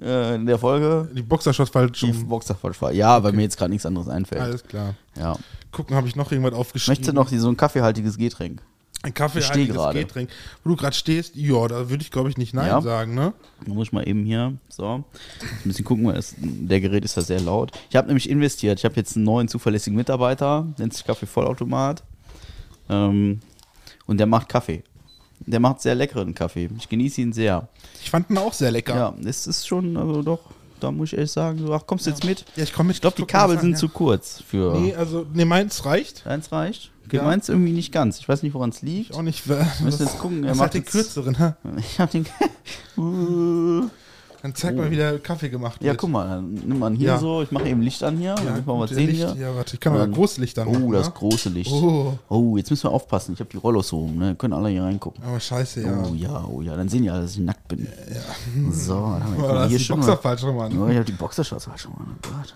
Speaker 1: äh, in der Folge.
Speaker 2: Die Boxershot falsch
Speaker 1: Die
Speaker 2: schon.
Speaker 1: Boxerfahrt war. Ja, weil mir jetzt gerade nichts anderes einfällt.
Speaker 2: Alles klar.
Speaker 1: Ja.
Speaker 2: Gucken, habe ich noch irgendwas aufgeschrieben?
Speaker 1: Möchtest du noch die- so ein kaffeehaltiges Getränk?
Speaker 2: Ein Kaffee,
Speaker 1: Ich steh
Speaker 2: heiliges
Speaker 1: gerade.
Speaker 2: Getränk. Wo du gerade stehst, ja, da würde ich, glaube ich, nicht Nein
Speaker 1: Ja.
Speaker 2: sagen, ne?
Speaker 1: Da muss ich mal eben hier, so, ein bisschen gucken, weil es, der Gerät ist ja sehr laut. Ich habe nämlich investiert. Ich habe jetzt einen neuen zuverlässigen Mitarbeiter, nennt sich Kaffee Vollautomat. Ähm, und der macht Kaffee. Der macht sehr leckeren Kaffee. Ich genieße ihn sehr.
Speaker 2: Ich fand ihn auch sehr lecker.
Speaker 1: Ja, es ist schon, also doch, da muss ich ehrlich sagen, so, ach, kommst du jetzt mit?
Speaker 2: Ja, ich komm mit.
Speaker 1: Ich glaube, die
Speaker 2: Guck mal, was
Speaker 1: Kabel
Speaker 2: an,
Speaker 1: sind
Speaker 2: ja.
Speaker 1: zu kurz für.
Speaker 2: Nee, also, ne, meins reicht.
Speaker 1: Eins reicht?
Speaker 2: Ja.
Speaker 1: Meins irgendwie nicht ganz. Ich weiß nicht, woran es liegt.
Speaker 2: Ich auch nicht. Wir
Speaker 1: müssen jetzt gucken, er
Speaker 2: Er
Speaker 1: macht
Speaker 2: macht den
Speaker 1: jetzt-
Speaker 2: kürzeren, ha?
Speaker 1: Ich hab den. Uh.
Speaker 2: Dann zeig mal, wie der Kaffee gemacht
Speaker 1: Ja,
Speaker 2: wird.
Speaker 1: guck mal, dann nimm mal hier
Speaker 2: Ja.
Speaker 1: so. Ich mache eben Licht an hier.
Speaker 2: Ja,
Speaker 1: Ja, ich mal
Speaker 2: gut,
Speaker 1: was
Speaker 2: der
Speaker 1: sehen
Speaker 2: Licht,
Speaker 1: hier.
Speaker 2: ja, warte, ich kann aber
Speaker 1: Und-
Speaker 2: Großlicht dann
Speaker 1: Oh,
Speaker 2: machen,
Speaker 1: das
Speaker 2: ne?
Speaker 1: große Licht.
Speaker 2: Oh.
Speaker 1: Oh. jetzt müssen wir aufpassen. Ich habe die Rollos so rum, ne? Können alle hier reingucken.
Speaker 2: Aber scheiße, ja.
Speaker 1: Oh ja, oh ja, dann sehen die alle, dass ich nackt bin. So, dann haben wir guck
Speaker 2: Boah,
Speaker 1: mal, hier
Speaker 2: da Oh, ist die
Speaker 1: schon.
Speaker 2: Boxer
Speaker 1: Mal.
Speaker 2: falsch rum an.
Speaker 1: Oh, ich habe die Boxershorts falsch schon mal. Oh Gott.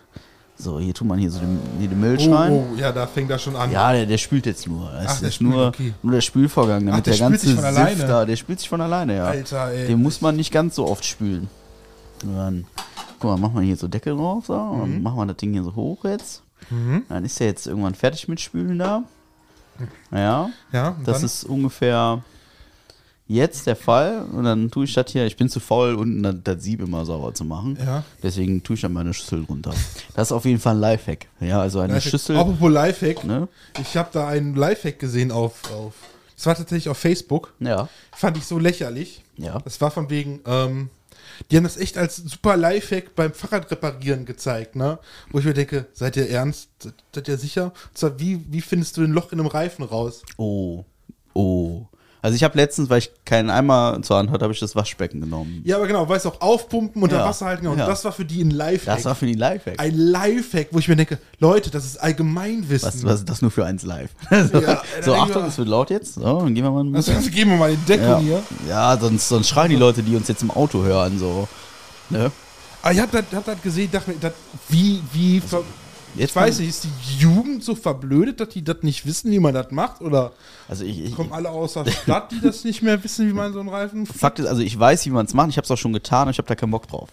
Speaker 1: So, hier tut man hier so den, hier den Müll
Speaker 2: Oh,
Speaker 1: rein.
Speaker 2: oh, ja, da fängt er schon an.
Speaker 1: Ja, der, der spült jetzt nur. Das
Speaker 2: Ach, der
Speaker 1: ist
Speaker 2: spült,
Speaker 1: nur,
Speaker 2: okay.
Speaker 1: nur der Spülvorgang, damit
Speaker 2: Ach,
Speaker 1: der,
Speaker 2: der spült
Speaker 1: ganze
Speaker 2: sich von alleine.
Speaker 1: Sift da, der spült sich von alleine, ja.
Speaker 2: Alter, ey.
Speaker 1: Den muss man nicht ganz so oft spülen. Und dann, guck mal, machen wir hier so Deckel drauf, so, und
Speaker 2: Mhm.
Speaker 1: dann machen wir das Ding hier so hoch jetzt. Dann ist der jetzt irgendwann fertig mit Spülen da. Ja,
Speaker 2: Ja, und
Speaker 1: das
Speaker 2: dann?
Speaker 1: ist ungefähr jetzt der Fall. Und dann tue ich das hier, ich bin zu faul, unten das, das Sieb immer sauber zu machen.
Speaker 2: Ja.
Speaker 1: Deswegen tue ich dann meine Schüssel runter. Das ist auf jeden Fall ein Lifehack. Ja, also eine
Speaker 2: Lifehack.
Speaker 1: Schüssel.
Speaker 2: Apropos Lifehack.
Speaker 1: Ne?
Speaker 2: Ich habe da einen Lifehack gesehen auf, auf. Das war tatsächlich auf Facebook.
Speaker 1: Ja.
Speaker 2: Fand ich so lächerlich.
Speaker 1: Ja.
Speaker 2: Das war von wegen, ähm, die haben das echt als super Lifehack beim Fahrradreparieren gezeigt, ne? Wo ich mir denke, seid ihr ernst? Seid- Seid ihr sicher? Und zwar, wie, wie findest du ein Loch in einem Reifen raus?
Speaker 1: Oh, oh. Also ich habe letztens, weil ich keinen Eimer zur Hand hatte, habe ich das Waschbecken genommen.
Speaker 2: Ja, aber genau, weißt du auch, aufpumpen und
Speaker 1: Ja.
Speaker 2: dann Wasser halten. genau. Und
Speaker 1: Ja.
Speaker 2: das war für die ein Lifehack.
Speaker 1: Das war für die Lifehack.
Speaker 2: ein Lifehack, wo ich mir denke, Leute, das ist Allgemeinwissen.
Speaker 1: Was, was ist das nur für eins live? so,
Speaker 2: Ja,
Speaker 1: so
Speaker 2: dann-
Speaker 1: Achtung, es wird laut jetzt. So, dann gehen wir mal. ein
Speaker 2: Also,
Speaker 1: bisschen-
Speaker 2: also geben wir mal in Deckung
Speaker 1: ja.
Speaker 2: hier.
Speaker 1: ja, sonst, sonst schreien die Leute, die uns jetzt im Auto hören, so. Ne?
Speaker 2: Aber Ah, ich hab das, hab das gesehen, dachte mir, das, wie, wie, ver
Speaker 1: Also, Jetzt
Speaker 2: ich weiß
Speaker 1: mal-
Speaker 2: nicht, ist die Jugend so verblödet, dass die das nicht wissen, wie man das macht? Oder
Speaker 1: Also ich, ich
Speaker 2: kommen alle aus der Stadt, die das nicht mehr wissen, wie man so einen Reifen
Speaker 1: Fakt ist, also ich weiß, wie man es macht. Ich habe es auch schon getan, aber ich habe da keinen Bock drauf.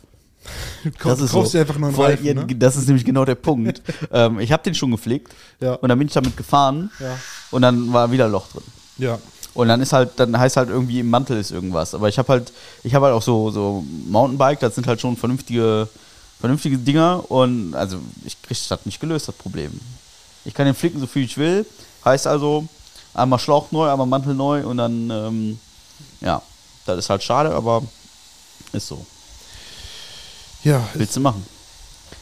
Speaker 2: Kauf- kaufst dir einfach nur einen
Speaker 1: Vor-
Speaker 2: Reifen,
Speaker 1: ja,
Speaker 2: ne?
Speaker 1: Das ist nämlich genau der Punkt. ähm, ich habe den schon geflickt
Speaker 2: Ja.
Speaker 1: und dann bin ich damit gefahren
Speaker 2: Ja.
Speaker 1: und dann war wieder ein Loch drin.
Speaker 2: Ja.
Speaker 1: Und dann ist halt, dann heißt halt irgendwie im Mantel ist irgendwas. Aber ich habe halt, ich habe halt auch so, so Mountainbike, das sind halt schon vernünftige, vernünftige Dinger und also ich kriege das nicht gelöst, das Problem. Ich kann den flicken, so viel ich will. Heißt also, einmal Schlauch neu, einmal Mantel neu und dann, ähm, ja, das ist halt schade, aber ist so.
Speaker 2: Ja.
Speaker 1: Willst du machen.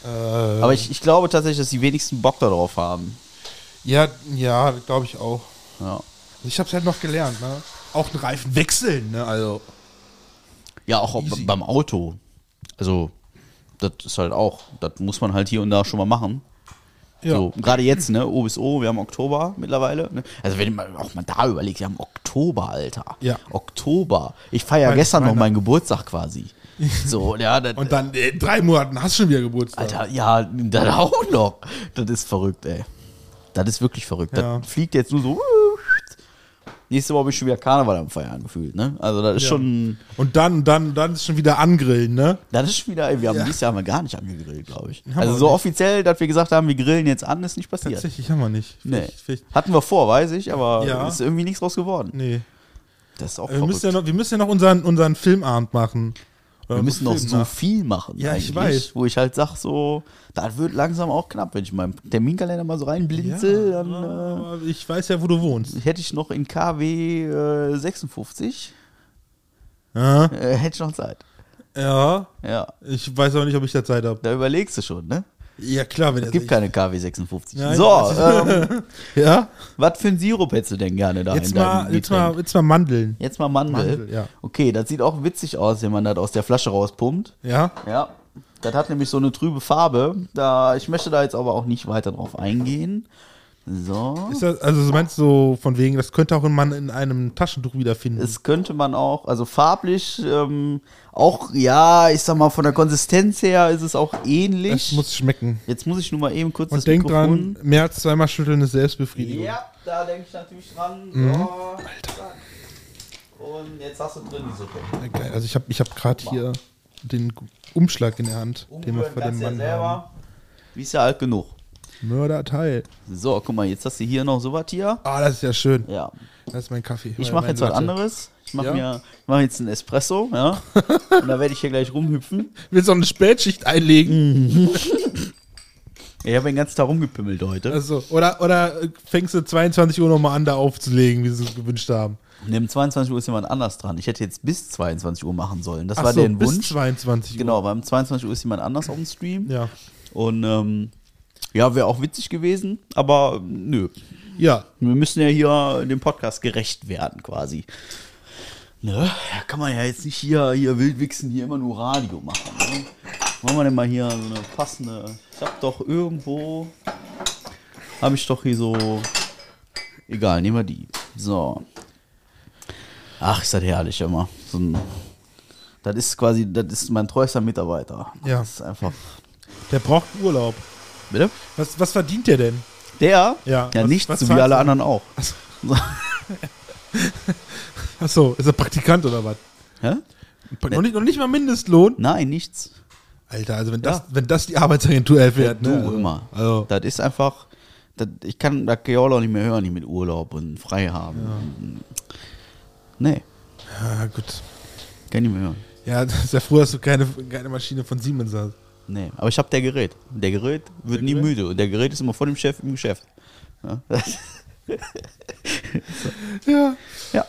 Speaker 2: äh, aber
Speaker 1: Aber ich, ich glaube tatsächlich, dass die wenigsten Bock darauf haben.
Speaker 2: ja, ja, glaube ich auch.
Speaker 1: Ja.
Speaker 2: Also ich habe es halt noch gelernt, ne? Auch einen Reifen wechseln, ne? Also,
Speaker 1: Ja, auch ob-
Speaker 2: Easy.
Speaker 1: beim Auto. Also, das ist halt auch, das muss man halt hier und da schon mal machen.
Speaker 2: ja.
Speaker 1: So, gerade jetzt, ne? O bis O, wir haben Oktober mittlerweile. Ne? Also, wenn man auch mal da überlegt, wir haben Oktober, Alter.
Speaker 2: Ja.
Speaker 1: Oktober. Ich feiere
Speaker 2: Meine-
Speaker 1: gestern noch
Speaker 2: meine-
Speaker 1: meinen Geburtstag quasi. So, ja, das,
Speaker 2: Und dann äh, in drei Monaten hast du schon wieder Geburtstag.
Speaker 1: Alter, ja, dann auch noch. Das ist verrückt, ey. Das ist wirklich verrückt.
Speaker 2: Ja.
Speaker 1: Das fliegt jetzt nur so. Nächste Woche bin ich schon wieder Karneval am Feiern gefühlt, ne? Also, das ist
Speaker 2: Ja.
Speaker 1: schon.
Speaker 2: Und dann, dann, dann ist schon wieder angrillen, ne?
Speaker 1: Das ist schon wieder, ey, wir haben
Speaker 2: Ja.
Speaker 1: dieses Jahr mal gar nicht angegrillt, glaube ich.
Speaker 2: wir
Speaker 1: also so
Speaker 2: nicht.
Speaker 1: offiziell, dass wir gesagt haben, wir grillen jetzt an, ist nicht passiert.
Speaker 2: Tatsächlich haben wir nicht.
Speaker 1: Nee.
Speaker 2: Vielleicht- vielleicht-
Speaker 1: Hatten wir vor, weiß ich, aber
Speaker 2: Ja.
Speaker 1: ist irgendwie nichts draus geworden.
Speaker 2: Nee.
Speaker 1: Das ist auch
Speaker 2: Äh, Wir müssen, ja
Speaker 1: verrückt.
Speaker 2: noch, wir müssen ja noch unseren, unseren Filmabend machen. Oder
Speaker 1: wir müssen noch so
Speaker 2: Filmnacht.
Speaker 1: viel machen,
Speaker 2: ne? Ja, ich
Speaker 1: eigentlich,
Speaker 2: weiß.
Speaker 1: wo ich halt sag so, das wird langsam auch knapp, wenn ich meinen Terminkalender mal so reinblinzel,
Speaker 2: Ja,
Speaker 1: dann
Speaker 2: aber Äh, ich weiß ja, wo du wohnst.
Speaker 1: äh, hätte ich noch in KW äh, 56,
Speaker 2: Ja,
Speaker 1: äh, hätte ich noch Zeit.
Speaker 2: ja,
Speaker 1: Ja,
Speaker 2: ich weiß auch nicht, ob ich da Zeit habe.
Speaker 1: da überlegst du schon, ne?
Speaker 2: Ja, klar, wenn
Speaker 1: Es gibt keine KW 56.
Speaker 2: Nein,
Speaker 1: so,
Speaker 2: ich
Speaker 1: ähm,
Speaker 2: Ja,
Speaker 1: was für ein Sirup hättest du denn gerne da
Speaker 2: jetzt
Speaker 1: in deinem
Speaker 2: mal, jetzt,
Speaker 1: Getränk?
Speaker 2: mal, jetzt mal Mandeln.
Speaker 1: Jetzt mal Mandel.
Speaker 2: Mandel, ja.
Speaker 1: Okay, das sieht auch witzig aus, wenn man das aus der Flasche rauspumpt.
Speaker 2: Ja,
Speaker 1: Ja. Das hat nämlich so eine trübe Farbe. Da, ich möchte da jetzt aber auch nicht weiter drauf eingehen. So.
Speaker 2: ist das, also meinst du von wegen, das könnte auch ein Mann in einem Taschentuch wiederfinden?
Speaker 1: Es könnte man auch, also farblich, ähm, auch, ja, ich sag mal, von der Konsistenz her ist es auch ähnlich.
Speaker 2: es muss schmecken.
Speaker 1: jetzt muss ich nur mal eben kurz das
Speaker 2: Und denk
Speaker 1: Mikrofon.
Speaker 2: dran, mehr als zweimal schütteln ist Selbstbefriedigung.
Speaker 1: Ja, da denke ich natürlich dran.
Speaker 2: Mhm.
Speaker 1: So. Zack. Und jetzt hast du drin die Suppe.
Speaker 2: Ja, geil. Also ich habe ich hab gerade hier den Gu- Umschlag in der Hand, den wir
Speaker 1: Umrühren
Speaker 2: vor dem
Speaker 1: kannst du ja
Speaker 2: Mann haben.
Speaker 1: selber. Die ist ja alt genug.
Speaker 2: Mörderteil.
Speaker 1: So, guck mal, jetzt hast du hier noch sowas hier.
Speaker 2: Ah, das ist ja schön.
Speaker 1: Ja.
Speaker 2: Das ist mein Kaffee.
Speaker 1: Ich
Speaker 2: Mein-
Speaker 1: mache
Speaker 2: mein
Speaker 1: jetzt was
Speaker 2: Latte.
Speaker 1: anderes. Ich mache
Speaker 2: Ja?
Speaker 1: mir, ich mach jetzt einen Espresso, ja. Und da werde ich hier gleich rumhüpfen.
Speaker 2: Willst du auch eine Spätschicht einlegen?
Speaker 1: Mhm. Ja, Ich habe den ganzen Tag rumgepimmelt heute.
Speaker 2: Also, oder, oder äh, fängst du 22 Uhr nochmal an, da aufzulegen, wie sie es gewünscht haben?
Speaker 1: Neben 22 um Uhr ist jemand anders dran. Ich hätte jetzt bis 22 Uhr machen sollen. Das
Speaker 2: Ach
Speaker 1: war
Speaker 2: so,
Speaker 1: deren
Speaker 2: bis
Speaker 1: Wunsch.
Speaker 2: 22 Uhr.
Speaker 1: Genau, weil um 22 Uhr ist jemand anders auf dem Stream.
Speaker 2: Ja.
Speaker 1: Und ähm, ja, wäre auch witzig gewesen, aber nö.
Speaker 2: Ja.
Speaker 1: Wir müssen ja hier dem Podcast gerecht werden, quasi. Ne? Da kann man ja jetzt nicht hier, hier wildwichsen, hier immer nur Radio machen. Ne? Wollen wir denn mal hier so eine passende. Ich hab doch irgendwo. Hab ich doch hier so. Egal, nehmen wir die. So. Ach, ist das herrlich immer. So ein, das ist quasi, das ist mein treuester Mitarbeiter.
Speaker 2: Ja.
Speaker 1: Das ist einfach.
Speaker 2: Der braucht Urlaub.
Speaker 1: Bitte?
Speaker 2: Was, was verdient der denn?
Speaker 1: Der?
Speaker 2: Ja,
Speaker 1: Ja,
Speaker 2: was-
Speaker 1: nicht,
Speaker 2: was
Speaker 1: so wie
Speaker 2: zahlst
Speaker 1: alle
Speaker 2: du?
Speaker 1: anderen auch.
Speaker 2: Achso,
Speaker 1: So.
Speaker 2: achso ist er Praktikant oder was?
Speaker 1: Hä?
Speaker 2: Noch nicht, noch nicht mal Mindestlohn.
Speaker 1: Nein, nichts.
Speaker 2: Alter, also wenn das,
Speaker 1: Ja.
Speaker 2: wenn das die Arbeitsagentur erfährt,
Speaker 1: Du
Speaker 2: ne? Also,
Speaker 1: immer.
Speaker 2: Also,
Speaker 1: Das ist einfach. Das, ich kann das Geol auch nicht mehr hören, die mit Urlaub und frei haben. Nee,
Speaker 2: ja, gut.
Speaker 1: kann ich nicht mehr hören.
Speaker 2: Ja, das ist ja froh, dass du keine, keine Maschine von Siemens hast.
Speaker 1: Nee, aber ich habe der Gerät. Und Der Gerät wird nie müde. Und der Gerät ist immer vor dem Chef im Geschäft. Ja.
Speaker 2: Ja.
Speaker 1: ja.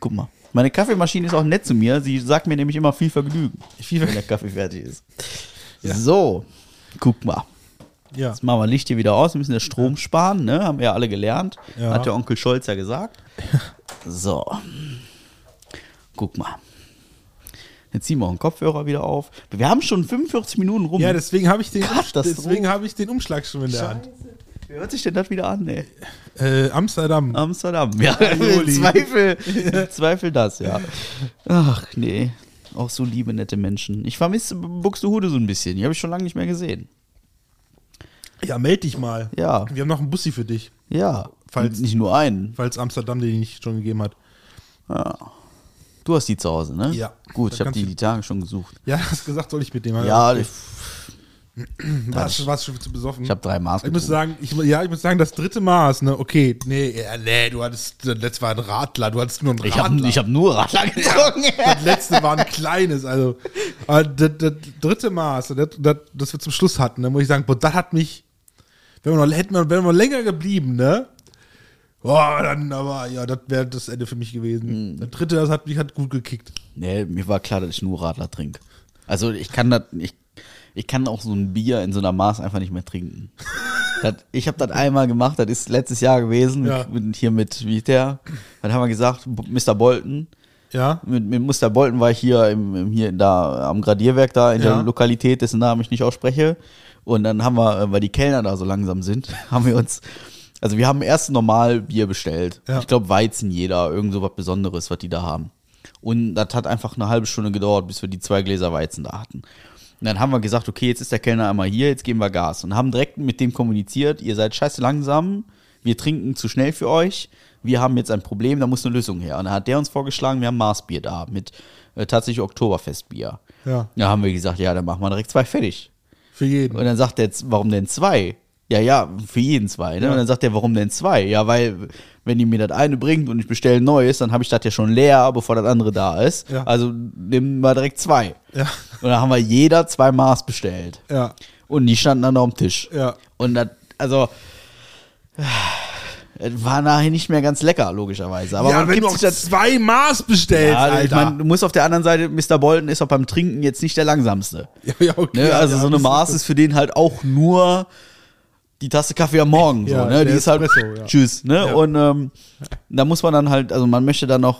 Speaker 1: Guck mal. Meine Kaffeemaschine ist auch nett zu mir. Sie sagt mir nämlich immer viel Vergnügen,
Speaker 2: Viel
Speaker 1: wenn
Speaker 2: Ver-
Speaker 1: der Kaffee fertig ist.
Speaker 2: Ja.
Speaker 1: So, guck mal.
Speaker 2: Ja.
Speaker 1: Jetzt machen wir Licht hier wieder aus. Wir müssen den Strom sparen, ne? Haben wir ja alle gelernt.
Speaker 2: Ja.
Speaker 1: Hat der Onkel Scholz ja gesagt. So. Guck mal. Jetzt ziehen wir auch den Kopfhörer wieder auf. Wir haben schon 45 Minuten rum.
Speaker 2: ja, deswegen habe ich, den Umsch-
Speaker 1: Katastrophe.
Speaker 2: deswegen hab ich den Umschlag schon in der Hand.
Speaker 1: Wie hört sich denn das wieder an, ey?
Speaker 2: Äh,
Speaker 1: Ah.
Speaker 2: Amsterdam.
Speaker 1: Amsterdam. Ja, im
Speaker 2: Aioli.
Speaker 1: Zweifel, im Zweifel das, ja. Ach, nee. Auch so liebe, nette Menschen. Ich vermisse Buxtehude so ein bisschen. Die habe ich schon lange nicht mehr gesehen.
Speaker 2: Ja, meld dich mal.
Speaker 1: Ja.
Speaker 2: Wir haben noch einen Bussi für dich,
Speaker 1: Ja.
Speaker 2: Falls-
Speaker 1: Nicht nur einen.
Speaker 2: falls Amsterdam den nicht schon gegeben hat.
Speaker 1: Du hast die zu Hause, ne?
Speaker 2: Ja.
Speaker 1: Gut, ich
Speaker 2: Da
Speaker 1: habe die
Speaker 2: kannst du-
Speaker 1: die Tage schon gesucht.
Speaker 2: Ja, hast gesagt, soll ich mit dem
Speaker 1: Ja, ich,
Speaker 2: warst, du- warst du schon zu besoffen?
Speaker 1: ich habe drei Maß
Speaker 2: Ich muss
Speaker 1: getrunken.
Speaker 2: sagen, ich, mu- ja, ich muss sagen, das dritte Maß, ne, okay, nee, ja, nee, du hattest, das letzte war ein Radler, du hattest nur einen
Speaker 1: Ich habe
Speaker 2: Radler.
Speaker 1: ich hab nur Radler getrunken.
Speaker 2: das letzte war ein kleines, also, aber das, das dritte Maß, das, das, das wir zum Schluss hatten, da muss ich sagen, boah, das hat mich, wenn wir noch, hätten wir, wären wir noch länger geblieben, ne, boah, dann, aber, ja, das wäre das Ende für mich
Speaker 1: Hm.
Speaker 2: gewesen. Das dritte, das hat mich hat gut gekickt.
Speaker 1: Nee, mir war klar, dass ich nur Radler trinke. Also ich kann das, ich, ich kann auch so ein Bier in so einer Maß einfach nicht mehr trinken. das, ich habe das einmal gemacht, das ist letztes Jahr gewesen,
Speaker 2: Ja.
Speaker 1: mit, hier mit, wie ist der, was haben wir gesagt, B- Mr. Bolton.
Speaker 2: Ja,
Speaker 1: Mit, mit Mr. Bolton war ich hier, im, im, hier da am Gradierwerk da in
Speaker 2: Ja.
Speaker 1: der Lokalität, dessen Namen ich nicht ausspreche. Und dann haben wir, äh, weil die Kellner da so langsam sind, haben wir uns, also wir haben erst normal Bier bestellt.
Speaker 2: Ja.
Speaker 1: Ich glaube Weizen jeder, irgend so was Besonderes, was die da haben. Und das hat einfach eine halbe Stunde gedauert, bis wir die zwei Gläser Weizen da hatten. Und dann haben wir gesagt, okay, jetzt ist der Kellner einmal hier, jetzt geben wir Gas. Und haben direkt mit dem kommuniziert, ihr seid scheiße langsam, wir trinken zu schnell für euch, wir haben jetzt ein Problem, da muss eine Lösung her. Und dann hat der uns vorgeschlagen, wir haben Marsbier da mit äh, tatsächlich Oktoberfestbier.
Speaker 2: Ja.
Speaker 1: Da haben wir gesagt, ja, dann machen wir direkt zwei fertig.
Speaker 2: für jeden.
Speaker 1: Und dann sagt er, warum denn zwei? Ja, ja, für jeden zwei. Ne? Und dann sagt er, warum denn zwei? Ja, weil, wenn die mir das eine bringt und ich bestelle ein neues, dann habe ich das ja schon leer, bevor das andere da ist.
Speaker 2: Ja.
Speaker 1: Also nehmen wir direkt zwei.
Speaker 2: Ja.
Speaker 1: Und dann haben wir jeder zwei Maß bestellt.
Speaker 2: Ja.
Speaker 1: Und die standen dann auf dem Tisch.
Speaker 2: Ja.
Speaker 1: Und das, also. Es war nachher nicht mehr ganz lecker, logischerweise. Aber man
Speaker 2: ja, wenn
Speaker 1: gibt
Speaker 2: du auch
Speaker 1: sich das
Speaker 2: zwei Maß bestellst,
Speaker 1: ja, ich
Speaker 2: Alter.
Speaker 1: meine, du musst auf der anderen Seite, Mr. Bolton ist auch beim Trinken jetzt nicht der langsamste.
Speaker 2: Ja, ja, okay,
Speaker 1: ne?
Speaker 2: ja,
Speaker 1: Also
Speaker 2: ja,
Speaker 1: so eine
Speaker 2: das ist
Speaker 1: Maß
Speaker 2: so.
Speaker 1: ist für den halt auch nur die Tasse Kaffee am Morgen.
Speaker 2: Ja,
Speaker 1: so, ne? Die
Speaker 2: der
Speaker 1: ist halt
Speaker 2: Espresso, ja.
Speaker 1: tschüss. Ne?
Speaker 2: Ja.
Speaker 1: Und ähm, da muss man dann halt, also man möchte dann auch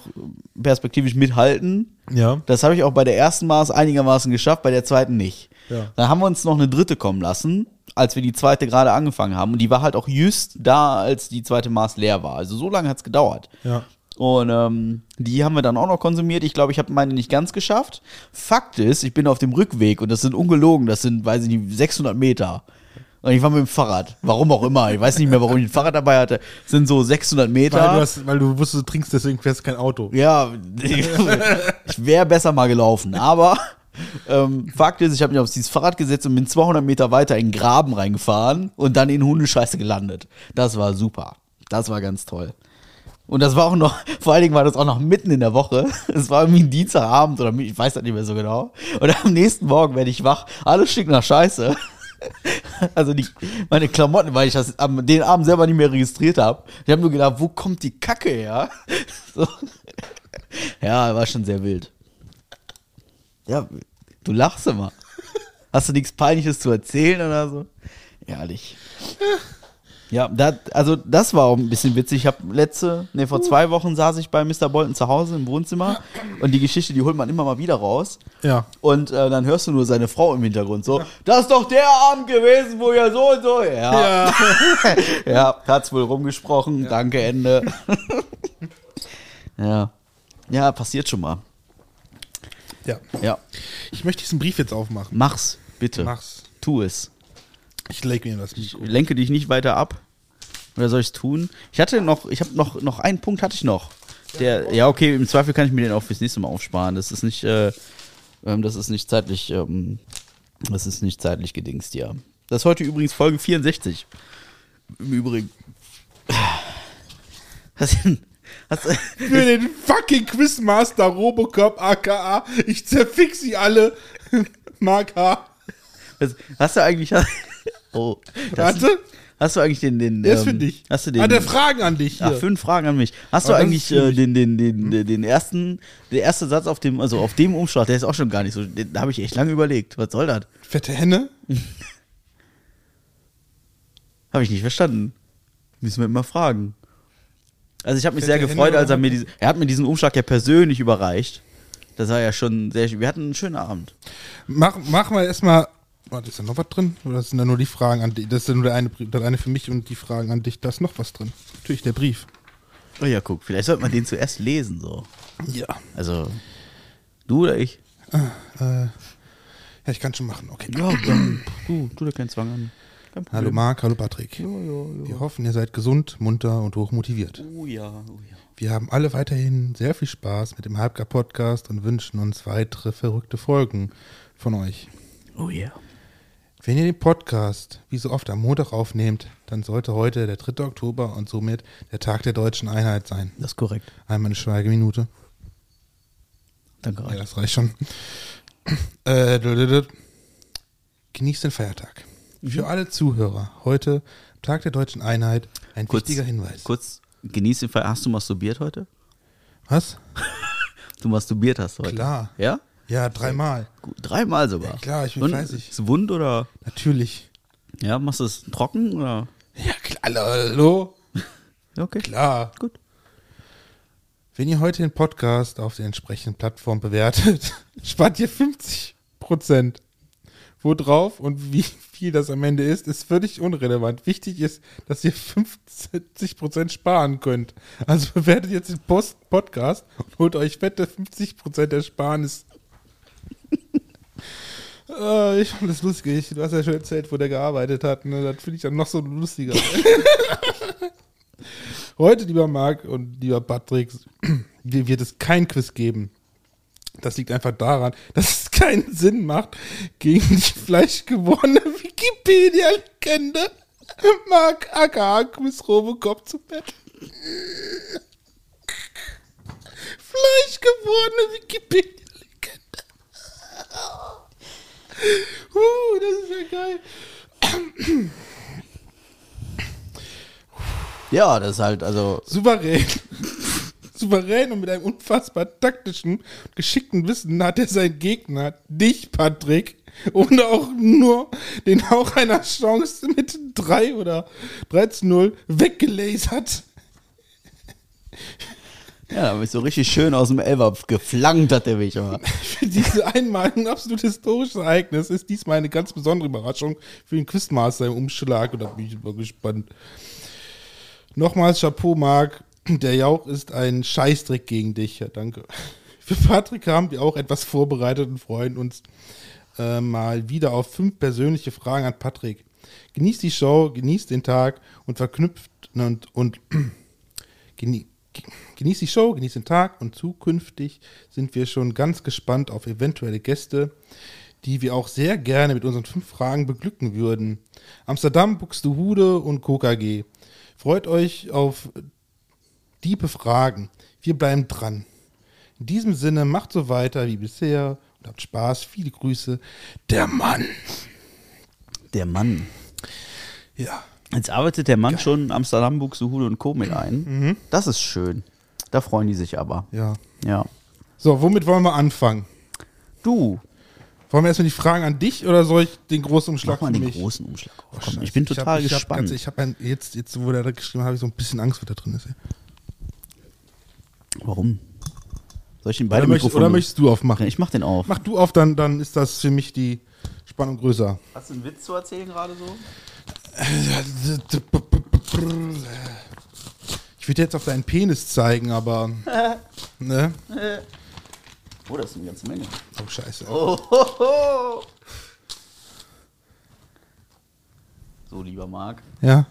Speaker 1: perspektivisch mithalten.
Speaker 2: ja.
Speaker 1: Das habe ich auch bei der ersten Maß einigermaßen geschafft, bei der zweiten nicht.
Speaker 2: Ja.
Speaker 1: Dann haben wir uns noch eine dritte kommen lassen, als wir die zweite gerade angefangen haben. Und die war halt auch just da, als die zweite Maß leer war. Also so lange hat es gedauert.
Speaker 2: Ja.
Speaker 1: Und ähm, die haben wir dann auch noch konsumiert. Ich glaube, ich habe meine nicht ganz geschafft. Fakt ist, ich bin auf dem Rückweg und das sind ungelogen, das sind, weiß ich nicht, 600 Meter. Und ich war mit dem Fahrrad. Warum auch immer. Ich weiß nicht mehr, warum ich ein Fahrrad dabei hatte. Das sind so 600 Meter.
Speaker 2: Weil du, hast, weil du wusstest, du trinkst, deswegen fährst du kein Auto.
Speaker 1: Ja, ich wäre besser mal gelaufen. Aber ähm, Fakt ist, ich habe mich auf dieses Fahrrad gesetzt und bin 200 Meter weiter in den Graben reingefahren und dann in Hundescheiße gelandet. Das war super. Das war ganz toll. Und das war auch noch, vor allen Dingen war das auch noch mitten in der Woche. Es war irgendwie ein Dienstagabend oder mi- ich weiß das nicht mehr so genau. Und am nächsten Morgen werde ich wach. Alles stinkt nach Scheiße. Also die, meine Klamotten, weil ich das am, den Abend selber nicht mehr registriert habe. Ich habe nur gedacht, wo kommt die Kacke her? So. Ja, war schon sehr wild. Ja, du lachst immer. Hast du nichts Peinliches zu erzählen oder so? Ehrlich. Ja, da, also das war auch ein bisschen witzig. Ich habe letzte, nee, vor zwei Wochen saß ich bei Mr. Bolton zu Hause im Wohnzimmer und die Geschichte, die holt man immer mal wieder raus.
Speaker 2: Ja.
Speaker 1: Und äh, dann hörst du nur seine Frau im Hintergrund so, das ist doch der Abend gewesen, wo ihr so und so. Ja,
Speaker 2: Ja.
Speaker 1: ja, hat's wohl rumgesprochen. Danke, Ende. ja. Ja, passiert schon mal.
Speaker 2: ja.
Speaker 1: Ja.
Speaker 2: Ich möchte diesen Brief jetzt aufmachen.
Speaker 1: Mach's, bitte.
Speaker 2: Mach's.
Speaker 1: Tu es.
Speaker 2: Ich leg mir das Mikro.
Speaker 1: Lenke dich nicht weiter ab. Oder soll ich's tun? Ich hatte noch, ich habe noch, noch einen Punkt hatte ich noch. Der, ja, okay, im Zweifel kann ich mir den auch fürs nächste Mal aufsparen. Das ist nicht, äh, ähm, das ist nicht zeitlich, ähm, das ist nicht zeitlich gedingst, ja. Das ist heute übrigens Folge 64. Im Übrigen. Hast, hast,
Speaker 2: Für den fucking Quizmaster Robocop aka, ich zerfix sie alle. Mark H.
Speaker 1: hast, hast du eigentlich. Oh, das,
Speaker 2: Warte.
Speaker 1: Hast du eigentlich den. den
Speaker 2: Jetzt
Speaker 1: ähm,
Speaker 2: für dich. Ah,
Speaker 1: Hast du den.
Speaker 2: Hat er Fragen an dich hier?
Speaker 1: Ach, fünf Fragen an mich. Hast du
Speaker 2: Aber das
Speaker 1: eigentlich
Speaker 2: ist für
Speaker 1: äh,
Speaker 2: mich.
Speaker 1: den, den, den, den, den ersten, der erste Satz auf dem, also auf dem Umschlag, der ist auch schon gar nicht so, den- da habe ich echt lange überlegt. Was soll das?
Speaker 2: Fette Henne?
Speaker 1: Habe ich nicht verstanden. Müssen wir immer fragen. Also ich habe mich sehr
Speaker 2: Fette
Speaker 1: gefreut,
Speaker 2: Hände
Speaker 1: als er
Speaker 2: oder
Speaker 1: mir diese, er hat mir diesen Umschlag ja persönlich überreicht. Das war ja schon sehr, schön. wir hatten einen schönen Abend.
Speaker 2: Mach, mach mal erstmal. Warte, ist da noch was drin? Oder sind da nur die Fragen an dich? Das ist ja nur der eine, Brief- das eine für mich und die Fragen an dich. Da ist noch was drin. Natürlich der Brief.
Speaker 1: Oh ja, guck, vielleicht sollte man den zuerst lesen, so.
Speaker 2: Ja.
Speaker 1: Also, du oder ich?
Speaker 2: Äh, ja, ich kann schon machen. Okay.
Speaker 1: Ja, dann, du, tu dir keinen Zwang an. Kein
Speaker 2: Hallo
Speaker 1: Problem.
Speaker 2: Marc, hallo Patrick. Wir hoffen, ihr seid gesund, munter und hochmotiviert.
Speaker 1: Oh ja, oh ja.
Speaker 2: Wir haben alle weiterhin sehr viel Spaß mit dem Halbgar Podcast und wünschen uns weitere verrückte Folgen von euch.
Speaker 1: Oh ja.
Speaker 2: Wenn ihr den Podcast wie so oft am Montag aufnehmt, dann sollte heute der 3. Oktober und somit der Tag der deutschen Einheit sein.
Speaker 1: Das ist korrekt.
Speaker 2: Einmal eine Schweigeminute.
Speaker 1: Danke.
Speaker 2: Ja, das reicht schon. Äh, du, du, du. Genießt den Feiertag.
Speaker 1: Mhm.
Speaker 2: Für alle Zuhörer, heute, Tag der deutschen Einheit, ein
Speaker 1: Kurz-
Speaker 2: wichtiger Hinweis.
Speaker 1: Kurz, genieß den Fall. Hast du masturbiert heute?
Speaker 2: Was?
Speaker 1: Du masturbiert hast heute.
Speaker 2: Klar.
Speaker 1: Ja?
Speaker 2: Ja, dreimal.
Speaker 1: Gut, dreimal sogar.
Speaker 2: Ja, klar, ich bin
Speaker 1: Und
Speaker 2: fleißig.
Speaker 1: Ist wund oder?
Speaker 2: Natürlich.
Speaker 1: Ja, machst du es trocken oder?
Speaker 2: Ja, klar, hallo.
Speaker 1: Ja, Okay.
Speaker 2: Klar.
Speaker 1: Gut.
Speaker 2: Wenn ihr heute den Podcast auf den entsprechenden Plattformen bewertet, spart ihr 50 Prozent. Wo drauf und wie viel das am Ende ist, ist völlig unrelevant. Wichtig ist, dass ihr 50 Prozent sparen könnt. Also bewertet jetzt den Post Podcast und holt euch fette 50 Prozent Ersparnis. äh, ich fand das lustig. Ich- Du hast ja schon erzählt, wo der gearbeitet hat. Ne? Das finde ich dann noch so lustiger. Heute, lieber Marc und lieber Patrick, wir- wird es kein Quiz geben. Das liegt einfach daran, dass es keinen Sinn macht, gegen die fleischgewordene Wikipedia-Legende Marc aka Quiz Robocop zu betteln. Fleischgewordene Wikipedia-Legende. Uh, das ist ja geil.
Speaker 1: Ja, das ist halt, also,
Speaker 2: Souverän. Souverän und mit einem unfassbar taktischen, geschickten Wissen hat er seinen Gegner, dich, Patrick, ohne auch nur den Hauch einer Chance mit 3 oder 13-0 weggelasert.
Speaker 1: ja, da bist du richtig schön aus dem Elber geflankt, hat der mich immer.
Speaker 2: Für diese einmal ein absolut historisches Ereignis ist diesmal eine ganz besondere Überraschung für den Quizmaster im Umschlag und da bin ich immer gespannt. Nochmals Chapeau, Marc. Der Jauch ist ein Scheißdreck gegen dich. Ja, danke. Für Patrick haben wir auch etwas vorbereitet und freuen uns äh, mal wieder auf fünf persönliche Fragen an Patrick. Genießt die Show, genießt den Tag und verknüpft und, und Genie genießt die Show, genießt den Tag und zukünftig sind wir schon ganz gespannt auf eventuelle Gäste, die wir auch sehr gerne mit unseren fünf Fragen beglücken würden. Amsterdam, Buxtehude und KKG. Freut euch auf diebe Fragen. Wir bleiben dran. In diesem Sinne, macht so weiter wie bisher und habt Spaß. Viele Grüße. Der Mann.
Speaker 1: Der Mann.
Speaker 2: Ja.
Speaker 1: Jetzt arbeitet der Mann schon Amsterdam, Buxtehude und Co. mit ein. Das ist schön. Da freuen die sich aber.
Speaker 2: Mhm. Ja.
Speaker 1: Ja.
Speaker 2: So, womit wollen wir anfangen?
Speaker 1: Du,
Speaker 2: Wollen wir erstmal die Fragen an dich oder soll ich den großen Umschlag
Speaker 1: mach mal
Speaker 2: für
Speaker 1: den
Speaker 2: mich? Oh,
Speaker 1: großen Umschlag auf. Komm,
Speaker 2: Scheiße,
Speaker 1: ich bin total
Speaker 2: ich hab,
Speaker 1: gespannt.
Speaker 2: Ich hab, ganz- ich hab ein, jetzt, jetzt, wo der da geschrieben hat, habe ich so ein bisschen Angst, was da drin ist. Ey.
Speaker 1: Warum? Soll ich den
Speaker 2: Oder,
Speaker 1: beide
Speaker 2: möchtest,
Speaker 1: Mikrofone?
Speaker 2: oder möchtest du aufmachen?
Speaker 1: ich mach den auf.
Speaker 2: Mach du auf, dann, dann ist das für mich die Spannung größer.
Speaker 1: Hast du einen Witz zu erzählen gerade so?
Speaker 2: Ich würde jetzt auf deinen Penis zeigen, aber. ne?
Speaker 1: Oh, das ist eine ganze Menge.
Speaker 2: Oh, Scheiße.
Speaker 1: So, lieber Marc.
Speaker 2: Ja.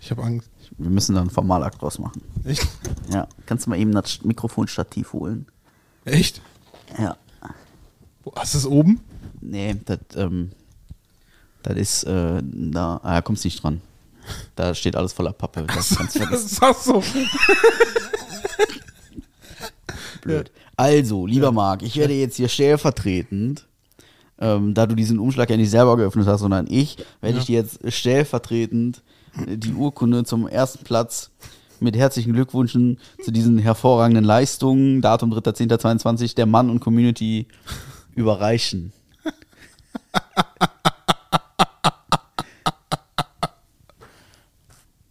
Speaker 2: Ich habe Angst.
Speaker 1: Wir müssen da einen Formalakt draus machen.
Speaker 2: Echt?
Speaker 1: Ja. Kannst du mal eben das Mikrofonstativ holen?
Speaker 2: Echt?
Speaker 1: Ja.
Speaker 2: Wo, hast du es oben?
Speaker 1: Nee, das, ähm, das ist, äh, da, ah, da kommst nicht dran. Da steht alles voller Pappe. Das kannst du
Speaker 2: Das hast du.
Speaker 1: blöd. Also, lieber Marc, ich werde jetzt hier stellvertretend ähm, da du diesen Umschlag ja nicht selber geöffnet hast, sondern ich, werde ich dir jetzt stellvertretend äh, die Urkunde zum ersten Platz mit herzlichen Glückwünschen zu diesen hervorragenden Leistungen, Datum 3.10.22, der Mann und Community überreichen.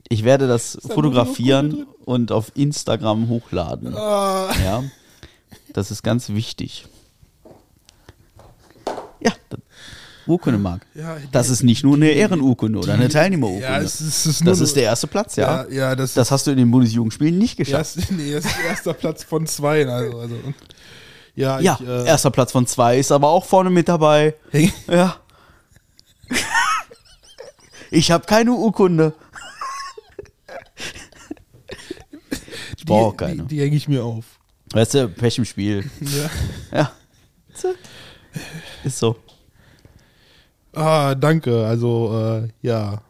Speaker 1: Ich werde das fotografieren und auf Instagram hochladen.
Speaker 2: Ah.
Speaker 1: Ja, das ist ganz wichtig. Ja, das- Urkunde, Marc.
Speaker 2: Ja, ich-
Speaker 1: das ist nicht nur eine Ehrenurkunde oder eine Teilnehmerurkunde.
Speaker 2: Ja, es ist- es ist nur-
Speaker 1: das ist der erste Platz, ja.
Speaker 2: Ja, ja, das
Speaker 1: das hast du in den Bundesjugendspielen nicht geschafft.
Speaker 2: Erst, nee, erst, erster Platz von zwei. Also, also. Ja,
Speaker 1: Ja,
Speaker 2: ich, äh,
Speaker 1: erster Platz von zwei ist aber auch vorne mit dabei.
Speaker 2: häng-
Speaker 1: Ja. ich habe keine Urkunde.
Speaker 2: die,
Speaker 1: brauch
Speaker 2: die,
Speaker 1: keine.
Speaker 2: die hänge ich mir auf.
Speaker 1: Weißt du, Pech im Spiel.
Speaker 2: Ja.
Speaker 1: Ja. Ist so.
Speaker 2: Ah, danke. Also, äh, ja.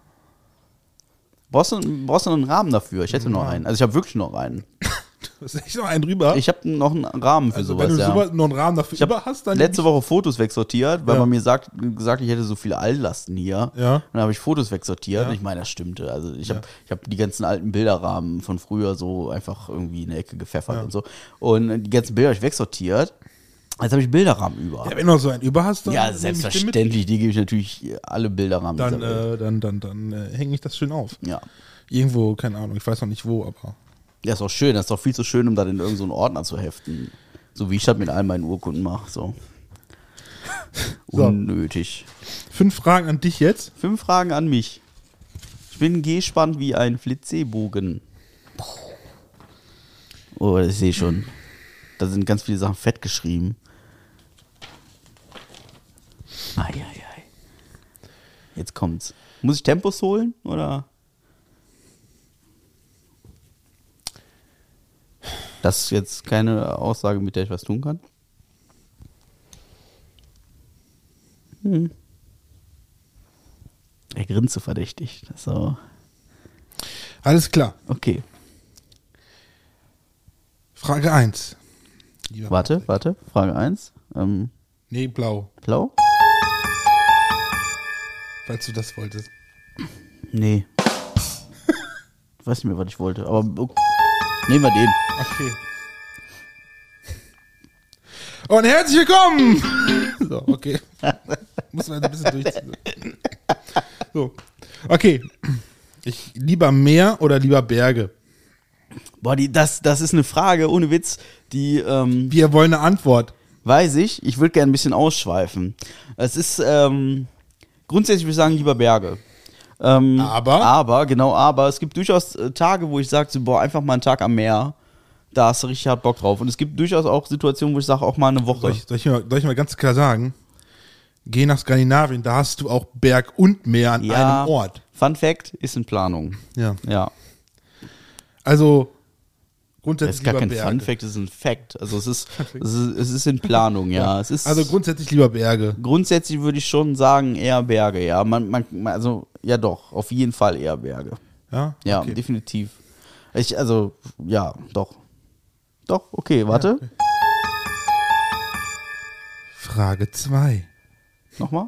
Speaker 1: Brauchst du, brauchst du noch einen Rahmen dafür? Ich hätte noch einen. Also ich habe wirklich noch einen.
Speaker 2: Was ist echt noch einen drüber?
Speaker 1: Ich habe noch einen Rahmen für
Speaker 2: also,
Speaker 1: sowas,
Speaker 2: wenn du
Speaker 1: ja.
Speaker 2: sowas noch einen Rahmen dafür
Speaker 1: Ich
Speaker 2: über
Speaker 1: habe
Speaker 2: hast, dann.
Speaker 1: letzte Woche Fotos wegsortiert, weil
Speaker 2: Ja.
Speaker 1: man mir sagt, gesagt, ich hätte so viele Altlasten hier.
Speaker 2: Ja.
Speaker 1: Und Dann habe ich Fotos wegsortiert.
Speaker 2: Ja.
Speaker 1: Ich meine, das stimmte. Also ich habe ich hab die ganzen alten Bilderrahmen von früher so einfach irgendwie in die Ecke gepfeffert und so. Und die ganzen Bilder habe ich wegsortiert. Jetzt habe ich Bilderrahmen über.
Speaker 2: Ja, wenn du noch so einen über hast, dann.
Speaker 1: Ja,
Speaker 2: nehme ich den mit.
Speaker 1: selbstverständlich. Die gebe ich natürlich alle Bilderrahmen.
Speaker 2: Dann,
Speaker 1: dieser Welt.
Speaker 2: äh, dann, dann, dann äh, hänge ich das schön auf.
Speaker 1: ja.
Speaker 2: Irgendwo, keine Ahnung, ich weiß noch nicht wo, aber.
Speaker 1: Ja, ist auch schön. Das ist doch viel zu schön, um dann in irgendeinen so einen Ordner zu heften. So wie ich das mit all meinen Urkunden mache. So.
Speaker 2: So.
Speaker 1: Unnötig.
Speaker 2: Fünf Fragen an dich jetzt.
Speaker 1: Fünf Fragen an mich. Ich bin gespannt wie ein Flitzebogen. Oh, ich sehe schon. Da sind ganz viele Sachen fett geschrieben. Ei, ei, ei. Jetzt kommt's. Muss ich Tempos holen oder? Das ist jetzt keine Aussage, mit der ich was tun kann. Er grinst so verdächtig. Das ist so.
Speaker 2: Alles klar.
Speaker 1: Okay.
Speaker 2: Frage 1. Lieber
Speaker 1: Warte,
Speaker 2: Patrick.
Speaker 1: warte. Frage 1. Ähm,
Speaker 2: Nee, blau,
Speaker 1: blau?
Speaker 2: falls du das wolltest.
Speaker 1: Nee. Weiß nicht mehr, was ich wollte, aber okay. nehmen wir den.
Speaker 2: Okay. Oh, Und herzlich willkommen! So, okay. Muss man jetzt ein bisschen durchziehen. ne? So. Okay. Ich lieber Meer oder lieber Berge?
Speaker 1: Boah, die, das, das ist eine Frage, ohne Witz, die ähm,
Speaker 2: Wir wollen eine Antwort.
Speaker 1: weiß ich. Ich würde gerne ein bisschen ausschweifen. Es ist ähm, grundsätzlich würde ich sagen, lieber Berge. Ähm,
Speaker 2: Aber?
Speaker 1: Aber, genau, aber. Es gibt durchaus äh, Tage, wo ich sage, so, boah, einfach mal einen Tag am Meer. Da hast du richtig hart Bock drauf. Und es gibt durchaus auch Situationen, wo ich sage, auch mal eine
Speaker 2: Soll
Speaker 1: Woche.
Speaker 2: ich, soll, ich mal, soll ich mal ganz klar sagen? Geh nach Skandinavien, da hast du auch Berg und Meer an einem Ort.
Speaker 1: Fun Fact ist in Planung.
Speaker 2: Ja.
Speaker 1: Ja.
Speaker 2: Also
Speaker 1: Das
Speaker 2: grundsätzlich
Speaker 1: ist gar
Speaker 2: lieber
Speaker 1: kein
Speaker 2: Berge.
Speaker 1: Fun Fact, das ist ein Fact. Also es ist, es ist, es ist in Planung, ja. Es ist,
Speaker 2: Also grundsätzlich lieber Berge.
Speaker 1: grundsätzlich würde ich schon sagen, eher Berge, ja. Man, man, man- also, ja doch, auf jeden Fall eher Berge.
Speaker 2: Ja,
Speaker 1: Ja,
Speaker 2: Okay.
Speaker 1: definitiv. Ich, also, ja, doch. Doch, okay, warte.
Speaker 2: Frage 2.
Speaker 1: Nochmal.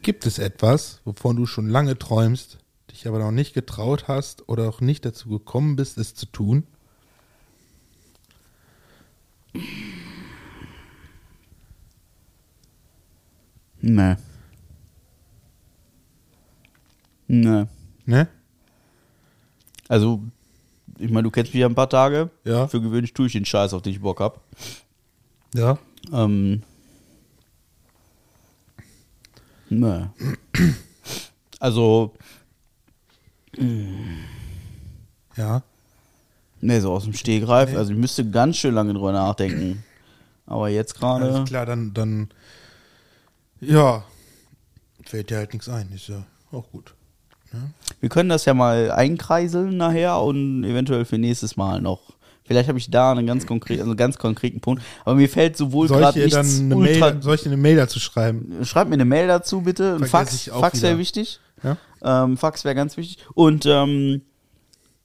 Speaker 2: Gibt es etwas, wovon du schon lange träumst, dich aber noch nicht getraut hast oder auch nicht dazu gekommen bist, es zu tun?
Speaker 1: Nee. Nee.
Speaker 2: Ne?
Speaker 1: Also, ich meine, du kennst mich ja ein paar Tage.
Speaker 2: Ja.
Speaker 1: Für gewöhnlich tue ich den Scheiß, auf den ich Bock habe.
Speaker 2: Ja.
Speaker 1: Ähm. Nö. ne. Also,
Speaker 2: Ja.
Speaker 1: nee, so aus dem Stehgreif. Also, ich müsste ganz schön lange drüber nachdenken. Aber jetzt gerade.
Speaker 2: Alles klar, dann, dann. Ja. Fällt dir halt nichts ein, ist ja auch gut.
Speaker 1: Wir können das ja mal einkreiseln nachher und eventuell für nächstes Mal noch. Vielleicht habe ich da einen ganz, konkret, also einen ganz konkreten Punkt. Aber mir fällt sowohl
Speaker 2: Soll ich
Speaker 1: gerade
Speaker 2: dir dann
Speaker 1: nichts
Speaker 2: eine
Speaker 1: ultra.
Speaker 2: Mail, soll ich dir eine Mail dazu schreiben?
Speaker 1: Schreibt mir eine Mail dazu, bitte. Ein
Speaker 2: Vergesse
Speaker 1: Fax,
Speaker 2: ich auch
Speaker 1: Fax wäre
Speaker 2: wieder.
Speaker 1: wichtig.
Speaker 2: Ja?
Speaker 1: Ähm, Fax wäre ganz wichtig. Und ähm,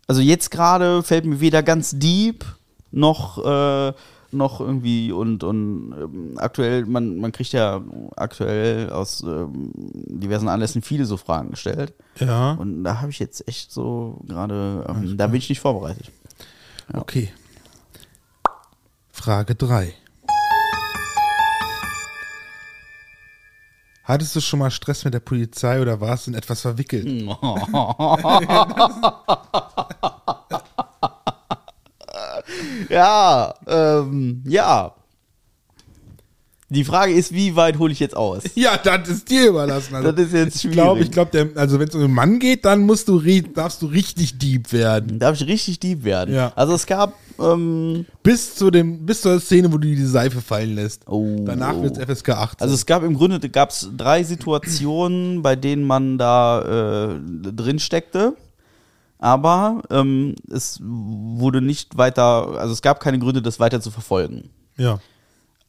Speaker 1: also jetzt gerade fällt mir weder ganz deep noch äh, noch irgendwie und, und ähm, aktuell, man, man kriegt ja aktuell aus ähm, diversen Anlässen viele so Fragen gestellt.
Speaker 2: Ja.
Speaker 1: Und da habe ich jetzt echt so gerade, ähm, da bin ich nicht vorbereitet.
Speaker 2: Okay. Frage 3. Hattest du schon mal Stress mit der Polizei oder warst du in etwas verwickelt?
Speaker 1: Ja, ähm, ja. Die Frage ist, wie weit hole ich jetzt aus?
Speaker 2: Ja, das ist dir überlassen. Also,
Speaker 1: Das ist jetzt
Speaker 2: Ich glaube,
Speaker 1: schwierig.
Speaker 2: ich glaub, der, also wenn es um den Mann geht, dann musst du, ri- darfst du richtig deep werden.
Speaker 1: Darf ich richtig deep werden?
Speaker 2: Ja.
Speaker 1: Also es gab, ähm,
Speaker 2: Bis zu dem, bis zur Szene, wo du die Seife fallen lässt.
Speaker 1: Oh.
Speaker 2: Danach wird es FSK 18.
Speaker 1: also es gab im Grunde gab es drei Situationen, bei denen man da äh, drin steckte. Aber ähm, es wurde nicht weiter, also es gab keine Gründe, das weiter zu verfolgen.
Speaker 2: ja.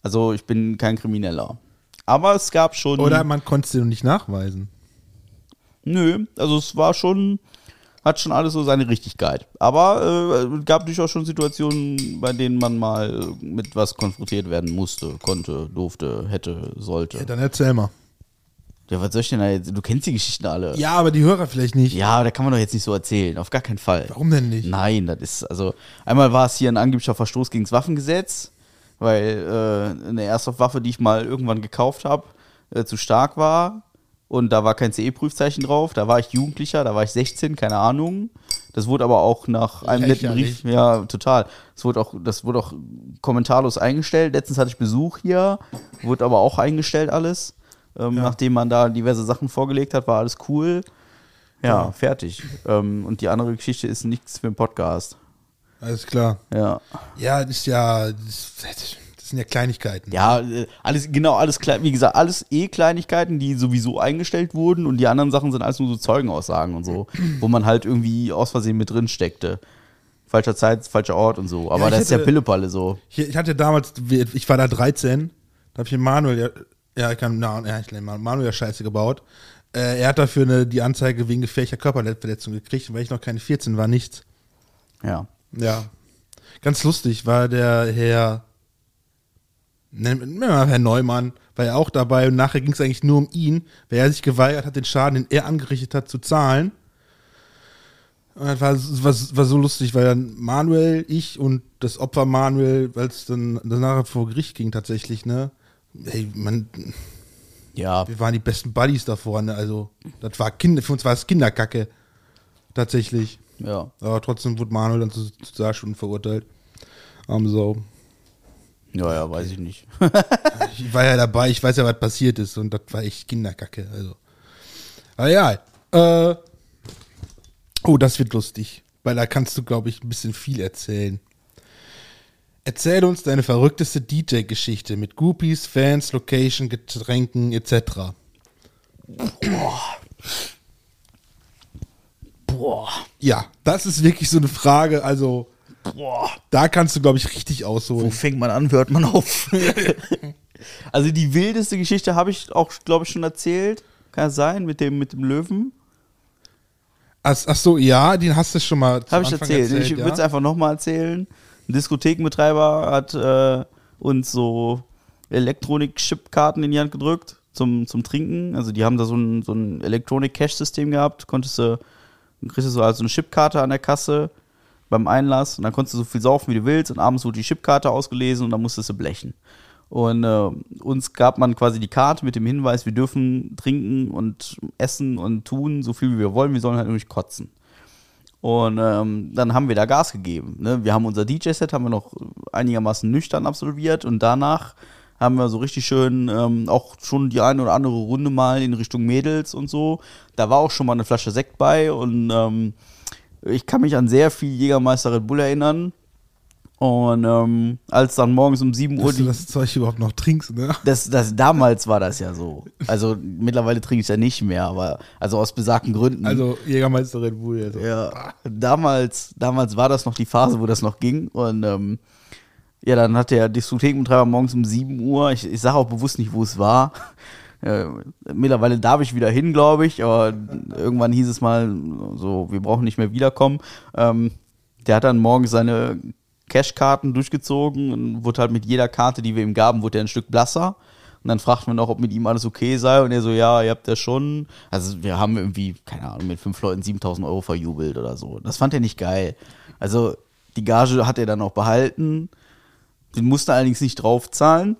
Speaker 1: Also ich bin kein Krimineller. Aber es gab schon.
Speaker 2: Oder man konnte es dir nicht nachweisen.
Speaker 1: Nö, also es war schon, hat schon alles so seine Richtigkeit. Aber äh, gab durchaus schon Situationen, bei denen man mal mit was konfrontiert werden musste, konnte, durfte, hätte, sollte.
Speaker 2: Ja,
Speaker 1: Ja,
Speaker 2: dann erzähl mal.
Speaker 1: was soll ich denn da jetzt? Du kennst die Geschichten alle.
Speaker 2: Ja, aber die Hörer vielleicht nicht.
Speaker 1: Ja, da kann man doch jetzt nicht so erzählen. Auf gar keinen Fall.
Speaker 2: Warum denn nicht?
Speaker 1: Nein, das ist, also, einmal war es hier ein angeblicher Verstoß gegen das Waffengesetz, weil äh, eine Airsoft-Waffe, die ich mal irgendwann gekauft habe, äh, zu stark war und da war kein CE-Prüfzeichen drauf. Da war ich Jugendlicher, da war ich 16, keine Ahnung. Das wurde aber auch nach einem netten
Speaker 2: Lächerlich.
Speaker 1: Brief, ja, total. Das wurde auch, das wurde auch kommentarlos eingestellt. Letztens hatte ich Besuch hier, wurde aber auch eingestellt alles. Ähm, Nachdem man da diverse Sachen vorgelegt hat, war alles cool. Ja, fertig. Ähm, und die andere Geschichte ist nichts für den Podcast.
Speaker 2: Alles klar.
Speaker 1: Ja,
Speaker 2: Ja, das ist ja. Das, das sind ja Kleinigkeiten.
Speaker 1: ja, äh, alles genau, alles klein, wie gesagt, alles eh Kleinigkeiten, die sowieso eingestellt wurden und die anderen Sachen sind alles nur so Zeugenaussagen und so, wo man halt irgendwie aus Versehen mit drin steckte. Falscher Zeit, falscher Ort und so. Aber
Speaker 2: ich
Speaker 1: das ist ja
Speaker 2: hätte-
Speaker 1: Pillepalle so.
Speaker 2: Hier, ich hatte damals, ich war da 13, da habe ich den Manuel, ja, ja, ich kann, na, ja, ich nenne mal Manuel ja Scheiße gebaut. Äh, er hat dafür eine, die Anzeige wegen gefährlicher Körperverletzung gekriegt, weil ich noch keine 14 war, nichts.
Speaker 1: Ja.
Speaker 2: Ja. Ganz lustig war der Herr, nennen nennen wir mal Herr Neumann, war ja auch dabei und nachher ging es eigentlich nur um ihn, weil er sich geweigert hat, den Schaden, den er angerichtet hat, zu zahlen. Und das war, das war, das war so lustig, weil dann Manuel, ich und das Opfer Manuel, weil es dann danach vor Gericht ging tatsächlich, ne? Hey, man,
Speaker 1: Ja.
Speaker 2: wir waren die besten Buddies davor, ne? Also, das war Kinder, für uns war es Kinderkacke. Tatsächlich.
Speaker 1: Ja.
Speaker 2: Aber trotzdem wurde Manuel dann zu, zu drei Stunden verurteilt. Arme Sau.
Speaker 1: Ja, ja, weiß ich nicht.
Speaker 2: Ich war ja dabei, ich weiß ja, was passiert ist und das war echt Kinderkacke. Also. Aber ja. Äh, oh, das wird lustig. Weil da kannst du, glaube ich, ein bisschen viel erzählen. Erzähl uns deine verrückteste DJ-Geschichte mit Groupies, Fans, Location, Getränken etc.
Speaker 1: Boah.
Speaker 2: Ja, das ist wirklich so eine Frage. Also,
Speaker 1: Boah.
Speaker 2: da kannst du, glaube ich, richtig
Speaker 1: Wo
Speaker 2: ausholen.
Speaker 1: fängt man an, hört man auf. also die wildeste Geschichte habe ich auch, glaube ich, schon erzählt. Kann ja sein, mit dem, mit dem Löwen.
Speaker 2: Ach, ach so, ja, den hast du schon mal zu
Speaker 1: Habe ich
Speaker 2: Anfang
Speaker 1: erzählt. ich würde es
Speaker 2: ja?
Speaker 1: einfach nochmal erzählen. Ein Diskothekenbetreiber hat äh, uns so Elektronik-Chipkarten in die Hand gedrückt zum, zum Trinken. Also die haben da so ein, so ein Elektronik-Cash-System gehabt. Konntest du, dann kriegst du so also eine Chipkarte an der Kasse beim Einlass und dann konntest du so viel saufen, wie du willst und abends wurde die Chipkarte ausgelesen und dann musstest du blechen. Und äh, uns gab man quasi die Karte mit dem Hinweis, wir dürfen trinken und essen und tun, so viel wie wir wollen, wir sollen halt nämlich kotzen. Und ähm, dann haben wir da Gas gegeben. Ne? Wir haben unser DJ-Set, haben wir noch einigermaßen nüchtern absolviert und danach haben wir so richtig schön ähm, auch schon die eine oder andere Runde mal in Richtung Mädels und so. Da war auch schon mal eine Flasche Sekt bei und ähm, ich kann mich an sehr viel Jägermeister Red Bull erinnern. Und ähm, als dann morgens um 7 Uhr
Speaker 2: Dass du
Speaker 1: die,
Speaker 2: das Zeug überhaupt noch trinkst, ne?
Speaker 1: das, das, damals war das ja so. Also mittlerweile trinke ich ja nicht mehr, aber also aus besagten Gründen.
Speaker 2: Also Jägermeister Red Bull. Also.
Speaker 1: Ja, damals, damals war das noch die Phase, wo das noch ging. Und ähm, ja, dann hat der Diskothekenbetreiber morgens um 7 Uhr, ich, ich sage auch bewusst nicht, wo es war. Äh, mittlerweile darf ich wieder hin, glaube ich, aber irgendwann hieß es mal so, wir brauchen nicht mehr wiederkommen. Ähm, der hat dann morgens seine Cashkarten durchgezogen und wurde halt mit jeder Karte, die wir ihm gaben, wurde er ein Stück blasser. Und dann fragten wir noch, ob mit ihm alles okay sei. Und er so, ja, ihr habt ja schon. Also wir haben irgendwie, keine Ahnung, mit fünf Leuten 7000 Euro verjubelt oder so. Das fand er nicht geil. Also die Gage hat er dann auch behalten. Den musste er allerdings nicht draufzahlen.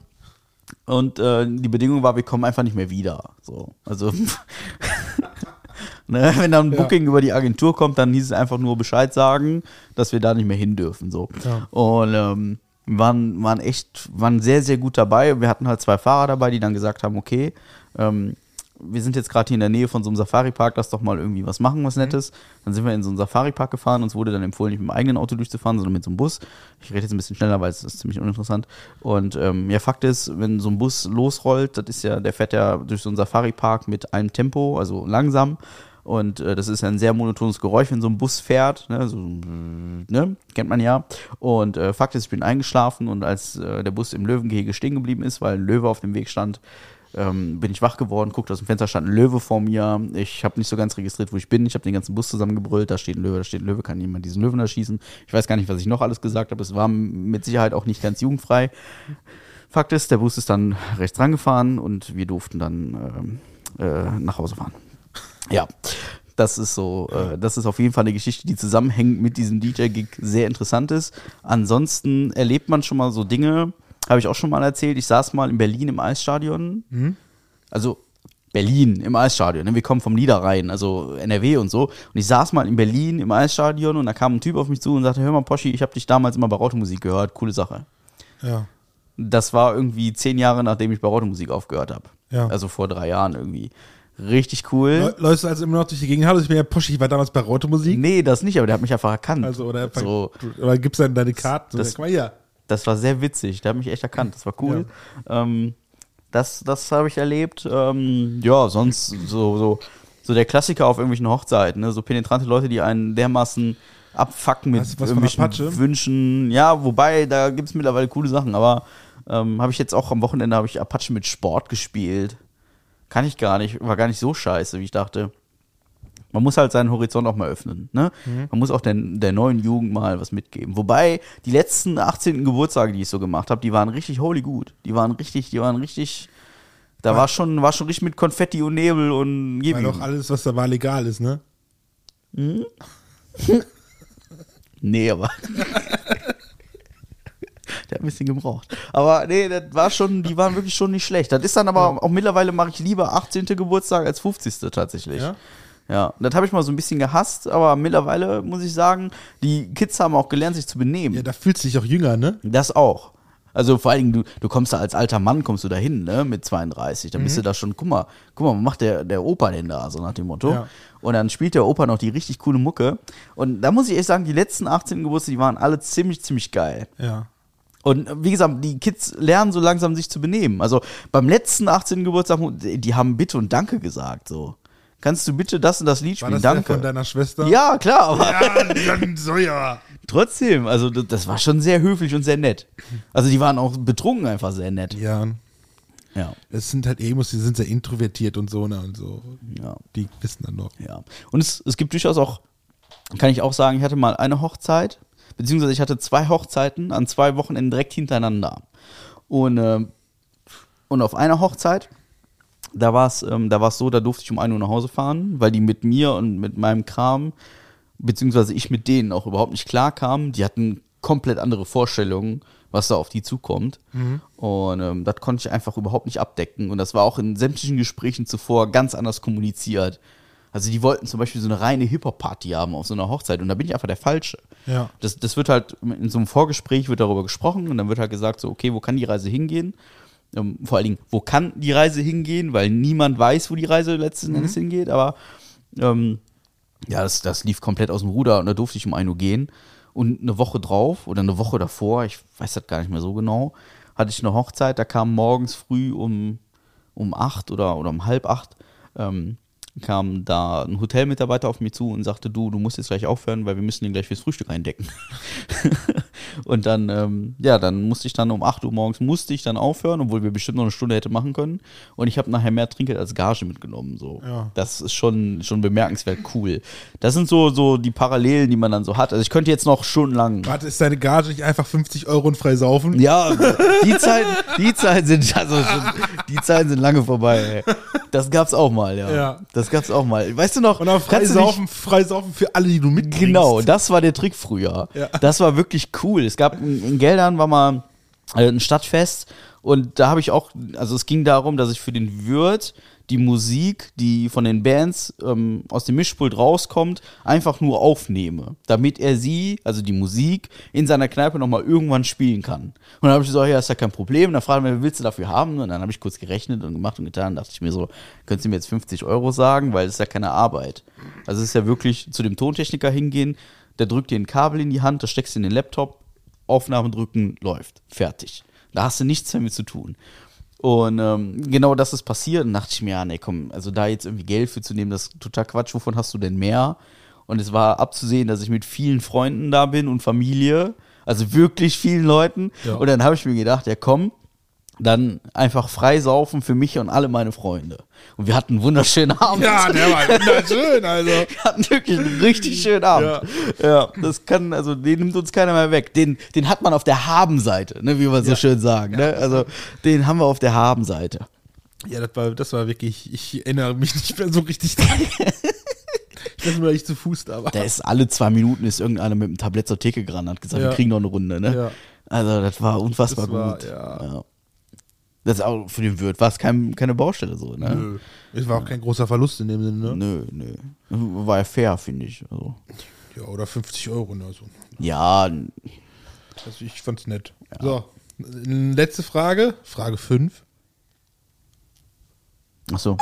Speaker 1: Und äh, die Bedingung war, wir kommen einfach nicht mehr wieder. So, also ne, wenn dann ein
Speaker 2: Ja.
Speaker 1: Booking über die Agentur kommt, dann hieß es einfach nur Bescheid sagen, dass wir da nicht mehr hin dürfen. So
Speaker 2: Ja.
Speaker 1: und ähm, waren waren echt waren sehr sehr gut dabei. Wir hatten halt zwei Fahrer dabei, die dann gesagt haben, okay. Ähm, wir sind jetzt gerade hier in der Nähe von so einem Safari-Park, lass doch mal irgendwie was machen, was
Speaker 2: Mhm.
Speaker 1: Nettes. Dann sind wir in so einen Safari-Park gefahren, uns wurde dann empfohlen, nicht mit dem eigenen Auto durchzufahren, sondern mit so einem Bus. Ich rede jetzt ein bisschen schneller, weil es ist ziemlich uninteressant. Und ähm, ja, Fakt ist, wenn so ein Bus losrollt, das ist ja, der fährt ja durch so einen Safari-Park mit einem Tempo, also langsam. Und äh, das ist ein sehr monotones Geräusch, wenn so ein Bus fährt. Ne? So, ne? Kennt man ja. Und äh, Fakt ist, ich bin eingeschlafen und als äh, der Bus im Löwengehege stehen geblieben ist, weil ein Löwe auf dem Weg stand, ähm, bin ich wach geworden, guckte aus dem Fenster, stand ein Löwe vor mir. Ich habe nicht so ganz registriert, wo ich bin. Ich habe den ganzen Bus zusammengebrüllt. Da steht ein Löwe, da steht ein Löwe, kann jemand diesen Löwen erschießen? Ich weiß gar nicht, was ich noch alles gesagt habe. Es war m- mit Sicherheit auch nicht ganz jugendfrei. Fakt ist, der Bus ist dann rechts rangefahren und wir durften dann ähm, äh, nach Hause fahren. Ja, das ist so, äh, das ist auf jeden Fall eine Geschichte, die zusammenhängend mit diesem DJ-Gig sehr interessant ist. Ansonsten erlebt man schon mal so Dinge, habe ich auch schon mal erzählt. Ich saß mal in Berlin im Eisstadion. Also Berlin im Eisstadion. Ne? Wir kommen vom Niederrhein, also NRW und so. Und ich saß mal in Berlin im Eisstadion und da kam ein Typ auf mich zu und sagte: Hör mal, Poschi, ich habe dich damals immer bei Rautemusik gehört. Coole Sache.
Speaker 2: Ja.
Speaker 1: Das war irgendwie zehn Jahre, nachdem ich bei Rautemusik aufgehört habe.
Speaker 2: Ja.
Speaker 1: Also vor drei Jahren irgendwie. Richtig cool.
Speaker 2: Lä- Läufst du also immer noch durch die Gegend? Hallo, ich bin ja Poschi, ich war damals bei Raute Musik.
Speaker 1: Nee, das nicht, aber der hat mich einfach erkannt.
Speaker 2: Also, oder, einfach-
Speaker 1: so,
Speaker 2: oder gibst dann deine Karten? So,
Speaker 1: Das-
Speaker 2: sag mal, ja.
Speaker 1: das war sehr witzig, der hat mich echt erkannt, das war cool. Ähm, das das habe ich erlebt. Ähm, ja, sonst so, so, so der Klassiker auf irgendwelchen Hochzeiten, ne? so penetrante Leute, die einen dermaßen abfacken mit
Speaker 2: Hast du was von
Speaker 1: irgendwelchen
Speaker 2: Apache?
Speaker 1: Wünschen. Ja, wobei, da gibt es mittlerweile coole Sachen, aber ähm, habe ich jetzt auch am Wochenende habe ich Apache mit Sport gespielt. Kann ich gar nicht, war gar nicht so scheiße, wie ich dachte. Man muss halt seinen Horizont auch mal öffnen. Ne? Man muss auch der, der neuen Jugend mal was mitgeben. Wobei die letzten 18. Geburtstage, die ich so gemacht habe, die waren richtig holy gut. Die waren richtig, die waren richtig. Da war schon, war schon richtig mit Konfetti und Nebel und gib
Speaker 2: Weil
Speaker 1: ihm.
Speaker 2: auch alles, was da war, legal ist, ne?
Speaker 1: Nee, aber. Der hat ein bisschen gebraucht. Aber nee, das war schon, die waren wirklich schon nicht schlecht. Das ist dann aber auch mittlerweile mache ich lieber 18. Geburtstag als 50. tatsächlich.
Speaker 2: Ja?
Speaker 1: Ja, das habe ich mal so ein bisschen gehasst, aber mittlerweile muss ich sagen, die Kids haben auch gelernt, sich zu benehmen.
Speaker 2: Ja, da fühlst du dich auch jünger, ne?
Speaker 1: Das auch. Also vor allen Dingen, du, du kommst da als alter Mann, kommst du da hin, ne, mit 32. Dann
Speaker 2: Mhm.
Speaker 1: bist du da schon, guck mal, guck mal, was macht der, der Opa denn da, so nach dem Motto.
Speaker 2: Ja.
Speaker 1: Und dann spielt der Opa noch die richtig coole Mucke. Und da muss ich echt sagen, die letzten 18 Geburtstage, die waren alle ziemlich, ziemlich geil.
Speaker 2: Ja.
Speaker 1: Und wie gesagt, die Kids lernen so langsam sich zu benehmen. Also beim letzten 18. Geburtstag, die die haben Bitte und Danke gesagt, so. Kannst du bitte das und das Lied
Speaker 2: War
Speaker 1: spielen?
Speaker 2: das der
Speaker 1: Danke.
Speaker 2: von deiner Schwester?
Speaker 1: ja, klar, aber
Speaker 2: Ja, dann so ja.
Speaker 1: trotzdem, also das das war schon sehr höflich und sehr nett. Also die waren auch betrunken einfach sehr nett.
Speaker 2: Ja.
Speaker 1: Ja,
Speaker 2: Es sind halt Emos, die sind sehr introvertiert und so, ne? Und so.
Speaker 1: ja,
Speaker 2: Die wissen dann noch.
Speaker 1: ja. Und es, es gibt durchaus auch, kann ich auch sagen, ich hatte mal eine Hochzeit, beziehungsweise ich hatte zwei Hochzeiten an zwei Wochenenden direkt hintereinander. Und, ähm, und auf einer Hochzeit, da war es ähm, da war's so, da durfte ich um 1 Uhr nach Hause fahren, weil die mit mir und mit meinem Kram, beziehungsweise ich mit denen auch überhaupt nicht klar kam. Die hatten komplett andere Vorstellungen, was da auf die zukommt. Und ähm, das konnte ich einfach überhaupt nicht abdecken. Und das war auch in sämtlichen Gesprächen zuvor ganz anders kommuniziert. Also die wollten zum Beispiel so eine reine Hip-Hop-Party haben auf so einer Hochzeit und da bin ich einfach der Falsche.
Speaker 2: Ja.
Speaker 1: Das, das wird halt, in so einem Vorgespräch wird darüber gesprochen und dann wird halt gesagt, so, okay, wo kann die Reise hingehen? Ähm, vor allen Dingen, wo kann die Reise hingehen? Weil niemand weiß, wo die Reise letzten Endes hingeht, aber ähm, ja, das, das lief komplett aus dem Ruder und da durfte ich um 1 Uhr gehen. Und eine Woche drauf oder eine Woche davor, ich weiß das gar nicht mehr so genau, hatte ich eine Hochzeit, da kam morgens früh um, um 8 oder, oder um halb 8 ähm, kam da ein Hotelmitarbeiter auf mich zu und sagte, du, du musst jetzt gleich aufhören, weil wir müssen ihn gleich fürs Frühstück eindecken. und dann, ähm, ja, dann musste ich dann um 8 Uhr morgens, musste ich dann aufhören, obwohl wir bestimmt noch eine Stunde hätte machen können. Und ich habe nachher mehr Trinkgeld als Gage mitgenommen. So.
Speaker 2: Ja.
Speaker 1: Das ist schon, schon bemerkenswert cool. Das sind so, so die Parallelen, die man dann so hat. Also ich könnte jetzt noch stundenlang
Speaker 2: Warte, ist deine Gage nicht einfach 50 Euro und frei saufen?
Speaker 1: ja, die Zeiten, die Zeiten sind also schon, die Zeiten sind lange vorbei. Ey. Das gab's auch mal, ja.
Speaker 2: Ja.
Speaker 1: Das gab's auch mal. Weißt du noch?
Speaker 2: Und dann frei
Speaker 1: kannst du dich-
Speaker 2: saufen, frei saufen für alle, die du mitbringst.
Speaker 1: Genau, das war der Trick früher.
Speaker 2: Ja.
Speaker 1: Das war wirklich cool. Es gab in in Geldern war mal äh, ein Stadtfest und da habe ich auch, also es ging darum, dass ich für den Wirt die Musik, die von den Bands ähm, aus dem Mischpult rauskommt, einfach nur aufnehme, damit er sie, also die Musik, in seiner Kneipe nochmal irgendwann spielen kann. Und dann habe ich gesagt, ja, ist ja kein Problem. Dann fragen wir, willst du dafür haben? Und dann habe ich kurz gerechnet und gemacht und getan. Dann dachte ich mir so, könntest du mir jetzt 50 Euro sagen, weil es ist ja keine Arbeit. Also es ist ja wirklich zu dem Tontechniker hingehen, der drückt dir ein Kabel in die Hand, das steckst du in den Laptop, Aufnahme drücken, läuft, fertig. Da hast du nichts mehr mit zu tun. Und ähm, genau das ist passiert. Und dachte ich mir, ja, nee, komm, also da jetzt irgendwie Geld für zu nehmen, das ist total Quatsch. Wovon hast du denn mehr? Und es war abzusehen, dass ich mit vielen Freunden da bin und Familie, also wirklich vielen Leuten.
Speaker 2: Ja.
Speaker 1: Und dann habe ich mir gedacht, ja, komm, dann einfach frei saufen für mich und alle meine Freunde. Und wir hatten einen wunderschönen Abend.
Speaker 2: Ja, ne? der war wunderschön, also.
Speaker 1: Wir hatten wirklich einen richtig schönen Abend. Ja. das kann, also den nimmt uns keiner mehr weg. Den, den hat man auf der Habenseite, ne, wie wir so schön sagen. Ne? Also den haben wir auf der Habenseite.
Speaker 2: Ja, das war, das war wirklich, ich erinnere mich nicht mehr so richtig dran. ich weiß nur, dass ich zu Fuß da war.
Speaker 1: Da ist alle zwei Minuten ist irgendeiner mit dem Tablett zur Theke gerannt und hat gesagt,
Speaker 2: Ja.
Speaker 1: wir kriegen noch eine Runde. Ne?
Speaker 2: Ja.
Speaker 1: Also das war unfassbar
Speaker 2: Das war,
Speaker 1: gut.
Speaker 2: ja.
Speaker 1: Das ist auch für den Wirt war es kein, keine Baustelle so. Ne?
Speaker 2: Nö. Es war auch kein großer Verlust in dem Sinne, ne?
Speaker 1: Nö, nö. War ja fair, finde ich. Also,
Speaker 2: Ja, oder 50 Euro, ne? So.
Speaker 1: ja,
Speaker 2: Also ich fand's nett. So, letzte Frage, Frage 5.
Speaker 1: ach so.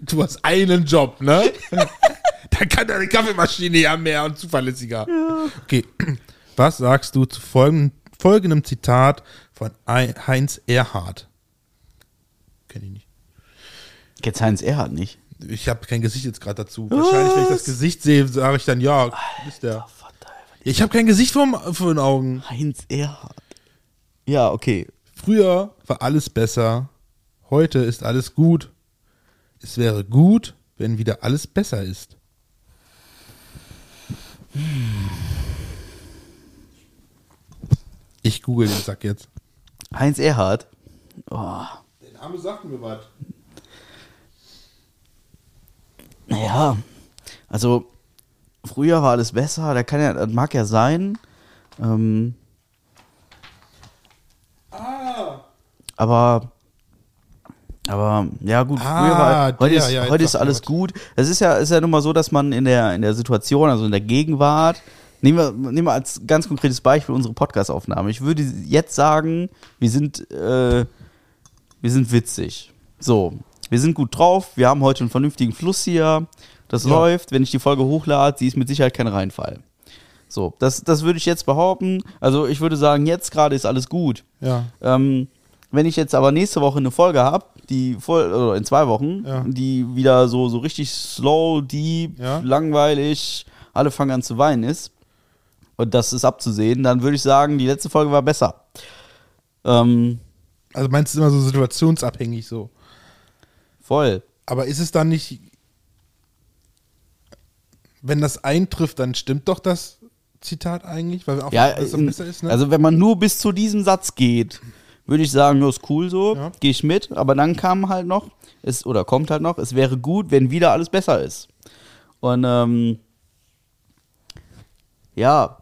Speaker 2: Du hast einen Job, ne? Dann kann deine Kaffeemaschine ja mehr und zuverlässiger. Okay, was sagst du zu folgendem, folgendem Zitat von Ei- Heinz Erhardt? Kenn ich nicht.
Speaker 1: Kennst Heinz Erhard nicht?
Speaker 2: Ich habe kein Gesicht jetzt gerade dazu. Wahrscheinlich, wenn ich das Gesicht sehe, sage ich dann, ja, ist der. Ich habe kein Gesicht vor, vor den Augen.
Speaker 1: Heinz Erhard. Ja, okay.
Speaker 2: Früher war alles besser. Heute ist alles gut. Es wäre gut, wenn wieder alles besser ist. Ich google den Sack jetzt.
Speaker 1: Heinz Erhard. Oh.
Speaker 2: Der Name sagt mir was.
Speaker 1: Naja, also früher war alles besser, da kann ja, das mag ja sein. Ähm, Aber, aber, ja gut, früher
Speaker 2: Ah,
Speaker 1: war, heute,
Speaker 2: der,
Speaker 1: ist,
Speaker 2: ja, jetzt
Speaker 1: heute ist
Speaker 2: sagt mir
Speaker 1: alles
Speaker 2: was.
Speaker 1: gut. Es ist ja, ist ja nun mal so, dass man in der, in der Situation, also in der Gegenwart, nehmen wir, nehmen wir als ganz konkretes Beispiel unsere Podcast-Aufnahme. Ich würde jetzt sagen, wir sind, äh, wir sind witzig. So, wir sind gut drauf, wir haben heute einen vernünftigen Fluss hier, das
Speaker 2: Ja.
Speaker 1: läuft, wenn ich die Folge hochlade, sie ist mit Sicherheit kein Reinfall. So, das, das würde ich jetzt behaupten. Also ich würde sagen, jetzt gerade ist alles gut.
Speaker 2: Ja.
Speaker 1: Ähm, wenn ich jetzt aber nächste Woche eine Folge habe, die voll, oder in zwei Wochen,
Speaker 2: Ja.
Speaker 1: die wieder so, so richtig slow, deep,
Speaker 2: Ja.
Speaker 1: langweilig, alle fangen an zu weinen ist, und das ist abzusehen, dann würde ich sagen, die letzte Folge war besser. Ähm,
Speaker 2: Also meinst du immer so situationsabhängig so.
Speaker 1: voll.
Speaker 2: Aber ist es dann nicht. Wenn das eintrifft, dann stimmt doch das Zitat eigentlich, weil auch
Speaker 1: Ja,
Speaker 2: alles dann
Speaker 1: in,
Speaker 2: besser ist, ne?
Speaker 1: also wenn man nur bis zu diesem Satz geht, würde ich sagen, das ist cool so,
Speaker 2: Ja.
Speaker 1: gehe ich mit. Aber dann kam halt noch, es, oder kommt halt noch, es wäre gut, wenn wieder alles besser ist. Und ähm, ja,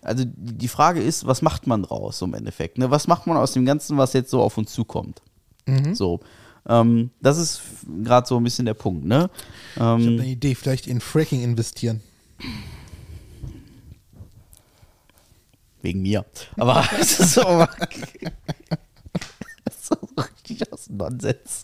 Speaker 1: also die die Frage ist, was macht man draus so im Endeffekt? Ne? Was macht man aus dem Ganzen, was jetzt so auf uns zukommt?
Speaker 2: Mhm.
Speaker 1: So, ähm, das ist gerade so ein bisschen der Punkt. Ne? Ähm,
Speaker 2: ich habe eine Idee, vielleicht in Fracking investieren.
Speaker 1: Wegen mir. Aber es ist so, das ist so richtig aus dem Nonsens.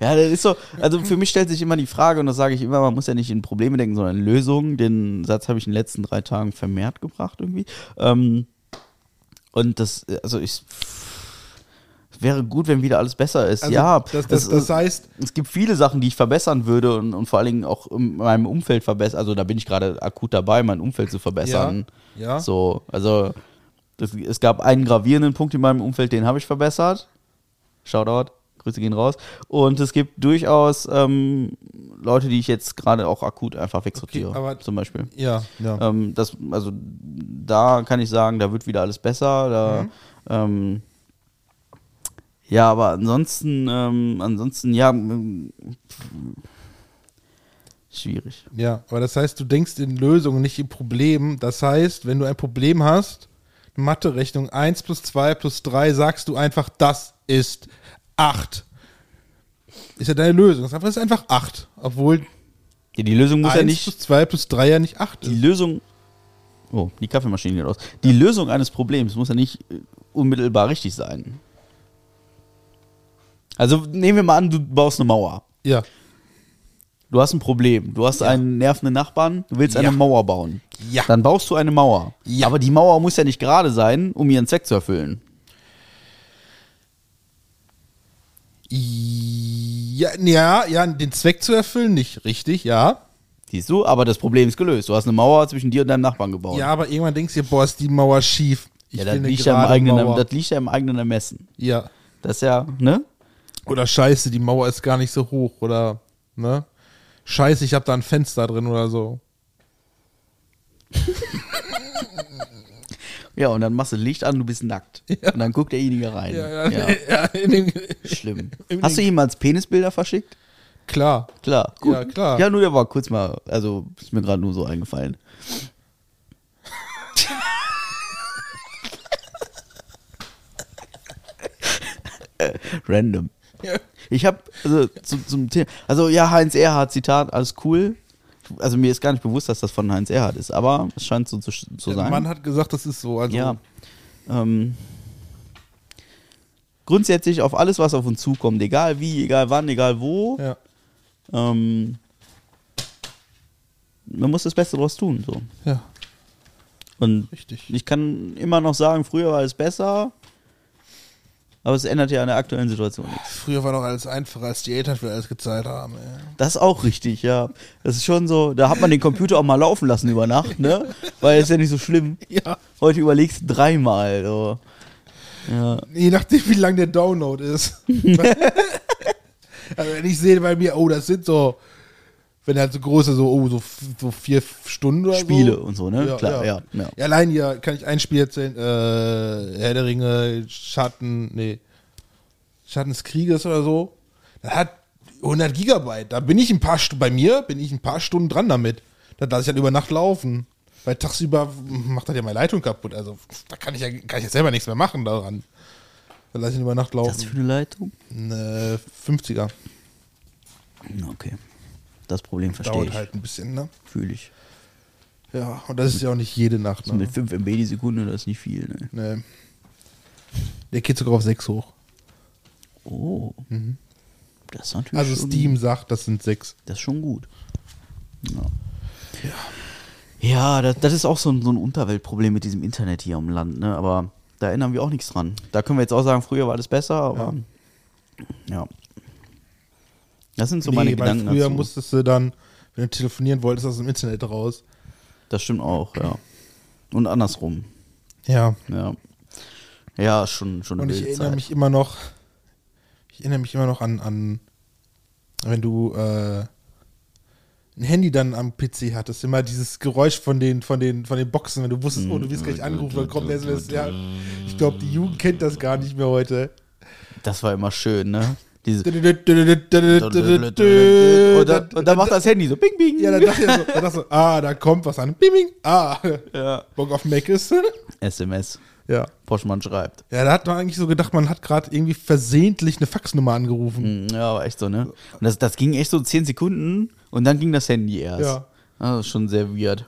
Speaker 1: Ja, das ist so, also für mich stellt sich immer die Frage, und das sage ich immer, man muss ja nicht in Probleme denken, sondern in Lösungen. Den Satz habe ich in den letzten drei Tagen vermehrt gebracht irgendwie. Ähm, Und das, also ich. Wäre gut, wenn wieder alles besser ist.
Speaker 2: Also,
Speaker 1: ja,
Speaker 2: das- das-
Speaker 1: es-
Speaker 2: das heißt-
Speaker 1: es gibt viele Sachen, die ich verbessern würde und, und vor allen Dingen auch in meinem Umfeld verbessern. Also da bin ich gerade akut dabei, mein Umfeld zu verbessern.
Speaker 2: Ja, ja.
Speaker 1: So, also das, es gab einen gravierenden Punkt in meinem Umfeld, den habe ich verbessert. Shoutout, Grüße gehen raus. Und es gibt durchaus ähm, Leute, die ich jetzt gerade auch akut einfach wegsortiere,
Speaker 2: Okay, aber-
Speaker 1: zum Beispiel.
Speaker 2: Ja, ja.
Speaker 1: Ähm, das, also da kann ich sagen, da wird wieder alles besser. Da, ähm, ja, aber ansonsten, ähm, ansonsten, ja, ähm, schwierig.
Speaker 2: Ja, aber das heißt, du denkst in Lösungen, nicht in Problemen. Das heißt, wenn du ein Problem hast, eine Mathe-Rechnung 1 plus 2 plus 3, sagst du einfach, das ist 8. Ist ja deine Lösung. Das ist einfach 8. Obwohl
Speaker 1: Ja, die Lösung muss
Speaker 2: 1
Speaker 1: ja
Speaker 2: plus
Speaker 1: nicht.
Speaker 2: 2 plus 3 ja nicht 8
Speaker 1: Die
Speaker 2: ist.
Speaker 1: Lösung. Oh, die Kaffeemaschine geht aus. Die Lösung eines Problems muss ja nicht äh, unmittelbar richtig sein. Also nehmen wir mal an, du baust eine Mauer.
Speaker 2: Ja.
Speaker 1: Du hast ein Problem. Du hast einen nervenden Nachbarn. Du willst eine
Speaker 2: Ja.
Speaker 1: Mauer bauen.
Speaker 2: Ja.
Speaker 1: Dann baust du eine Mauer.
Speaker 2: Ja.
Speaker 1: Aber die Mauer muss ja nicht gerade sein, um ihren Zweck zu erfüllen.
Speaker 2: Ja, ja, ja, den Zweck zu erfüllen, nicht richtig, ja.
Speaker 1: Siehst du? Aber das Problem ist gelöst. Du hast eine Mauer zwischen dir und deinem Nachbarn gebaut.
Speaker 2: Ja, aber irgendwann denkst du dir, boah, ist die Mauer schief. Ich
Speaker 1: Ja,
Speaker 2: will
Speaker 1: das,
Speaker 2: eine
Speaker 1: liegt ja im
Speaker 2: gerade
Speaker 1: eigenen, Erm-
Speaker 2: Mauer.
Speaker 1: das liegt ja im eigenen Ermessen.
Speaker 2: Ja.
Speaker 1: Das ist ja, ne?
Speaker 2: Oder scheiße, die Mauer ist gar nicht so hoch oder ne? Scheiße, ich habe da ein Fenster drin oder so.
Speaker 1: Ja, und dann machst du Licht an, du bist nackt. Und dann guckt derjenige rein. Ja.
Speaker 2: in dem,
Speaker 1: Schlimm.
Speaker 2: Im
Speaker 1: Hast du jemals Penisbilder verschickt?
Speaker 2: klar.
Speaker 1: Klar. Gut.
Speaker 2: Ja, klar.
Speaker 1: Ja, nur der war kurz mal, also ist mir gerade nur so eingefallen. Äh, Random.
Speaker 2: Ja.
Speaker 1: Ich habe also zu, zum Thema, also ja, Heinz Erhardt, Zitat, alles cool. Also mir ist gar nicht bewusst, dass das von Heinz Erhardt ist, aber es scheint so zu, zu
Speaker 2: Der
Speaker 1: sein.
Speaker 2: Mann hat gesagt, das ist so. Also,
Speaker 1: Ja. Ähm, grundsätzlich auf alles, was auf uns zukommt, egal wie, egal wann, egal wo,
Speaker 2: ja.
Speaker 1: ähm, man muss das Beste draus tun. So.
Speaker 2: Ja,
Speaker 1: Und
Speaker 2: richtig.
Speaker 1: ich kann immer noch sagen, früher war es besser, aber es ändert ja an der aktuellen Situation nichts.
Speaker 2: Früher war noch alles einfacher, als die Eltern für alles gezahlt haben. Ey.
Speaker 1: Das ist auch richtig, ja. Das ist schon so, da hat man den Computer auch mal laufen lassen über Nacht, ne? Weil ist ja nicht so schlimm.
Speaker 2: Ja.
Speaker 1: Heute überlegst du dreimal. So. Ja.
Speaker 2: Je nachdem, wie lang der Download ist. also wenn ich sehe bei mir, oh, das sind so, wenn halt so große, so, oh, so, f- so vier Stunden oder
Speaker 1: Spiele
Speaker 2: so.
Speaker 1: und so, ne? Klar, ja, ja.
Speaker 2: Allein hier kann ich ein Spiel erzählen, äh, Herr der Ringe, Schatten, nee, Schatten des Krieges oder so. Das hat 100 Gigabyte. Da bin ich ein paar Stunden, bei mir bin ich ein paar Stunden dran damit. Da lasse ich halt über Nacht laufen. Weil tagsüber macht das ja meine Leitung kaputt. Also da kann ich ja, kann ich ja selber nichts mehr machen daran. Da lasse ich ihn über Nacht
Speaker 1: Was
Speaker 2: laufen.
Speaker 1: für eine Leitung?
Speaker 2: Ne, 50er.
Speaker 1: Okay. Das Problem verstehe
Speaker 2: Dauert
Speaker 1: ich.
Speaker 2: halt ein bisschen, ne?
Speaker 1: Fühle ich.
Speaker 2: Ja, und das ist ja auch nicht jede Nacht,
Speaker 1: Mit
Speaker 2: ne?
Speaker 1: 5 MB die Sekunde, das ist nicht viel, ne?
Speaker 2: Nee. Der geht sogar auf 6 hoch.
Speaker 1: Oh. Das ist natürlich.
Speaker 2: Mhm. Also
Speaker 1: schon-
Speaker 2: Steam sagt, das sind sechs.
Speaker 1: Das ist schon gut. Ja. Ja, das, das ist auch so ein, so ein Unterweltproblem mit diesem Internet hier im Land, ne? Aber da ändern wir auch nichts dran. Da können wir jetzt auch sagen, früher war alles besser, aber. Ja. Das sind so meine
Speaker 2: Nee, weil
Speaker 1: Gedanken.
Speaker 2: früher
Speaker 1: dazu.
Speaker 2: musstest du dann, wenn du telefonieren wolltest, aus dem Internet raus.
Speaker 1: das stimmt auch, ja. Und andersrum,
Speaker 2: Ja.
Speaker 1: ja. Ja, schon, schon
Speaker 2: Und
Speaker 1: eine
Speaker 2: ich
Speaker 1: wilde
Speaker 2: erinnere
Speaker 1: Zeit.
Speaker 2: mich immer noch, ich erinnere mich immer noch an, an wenn du äh, ein Handy dann am PC hattest, immer dieses Geräusch von den, von den, von den Boxen, wenn du wusstest, oh, du wirst gleich angerufen, dann kommt der SMS. Ja, ich glaube, die Jugend kennt das gar nicht mehr heute.
Speaker 1: Das war immer schön, ne? Diese und, da, und dann
Speaker 2: Und
Speaker 1: macht das Handy so bing bing.
Speaker 2: Ja, dann dachte ich so, dann dachte ich so, ah, da kommt was an. Bing, bing, ah.
Speaker 1: Ja.
Speaker 2: Bock auf Mac ist.
Speaker 1: SMS.
Speaker 2: Ja.
Speaker 1: Poschmann schreibt.
Speaker 2: Ja, da hat man eigentlich so gedacht, man hat gerade irgendwie versehentlich eine Faxnummer angerufen.
Speaker 1: Hm, Ja, war echt so, ne? Und das, das ging echt so 10 Sekunden und dann ging das Handy erst.
Speaker 2: Ja.
Speaker 1: Ah, Das ist schon sehr weird.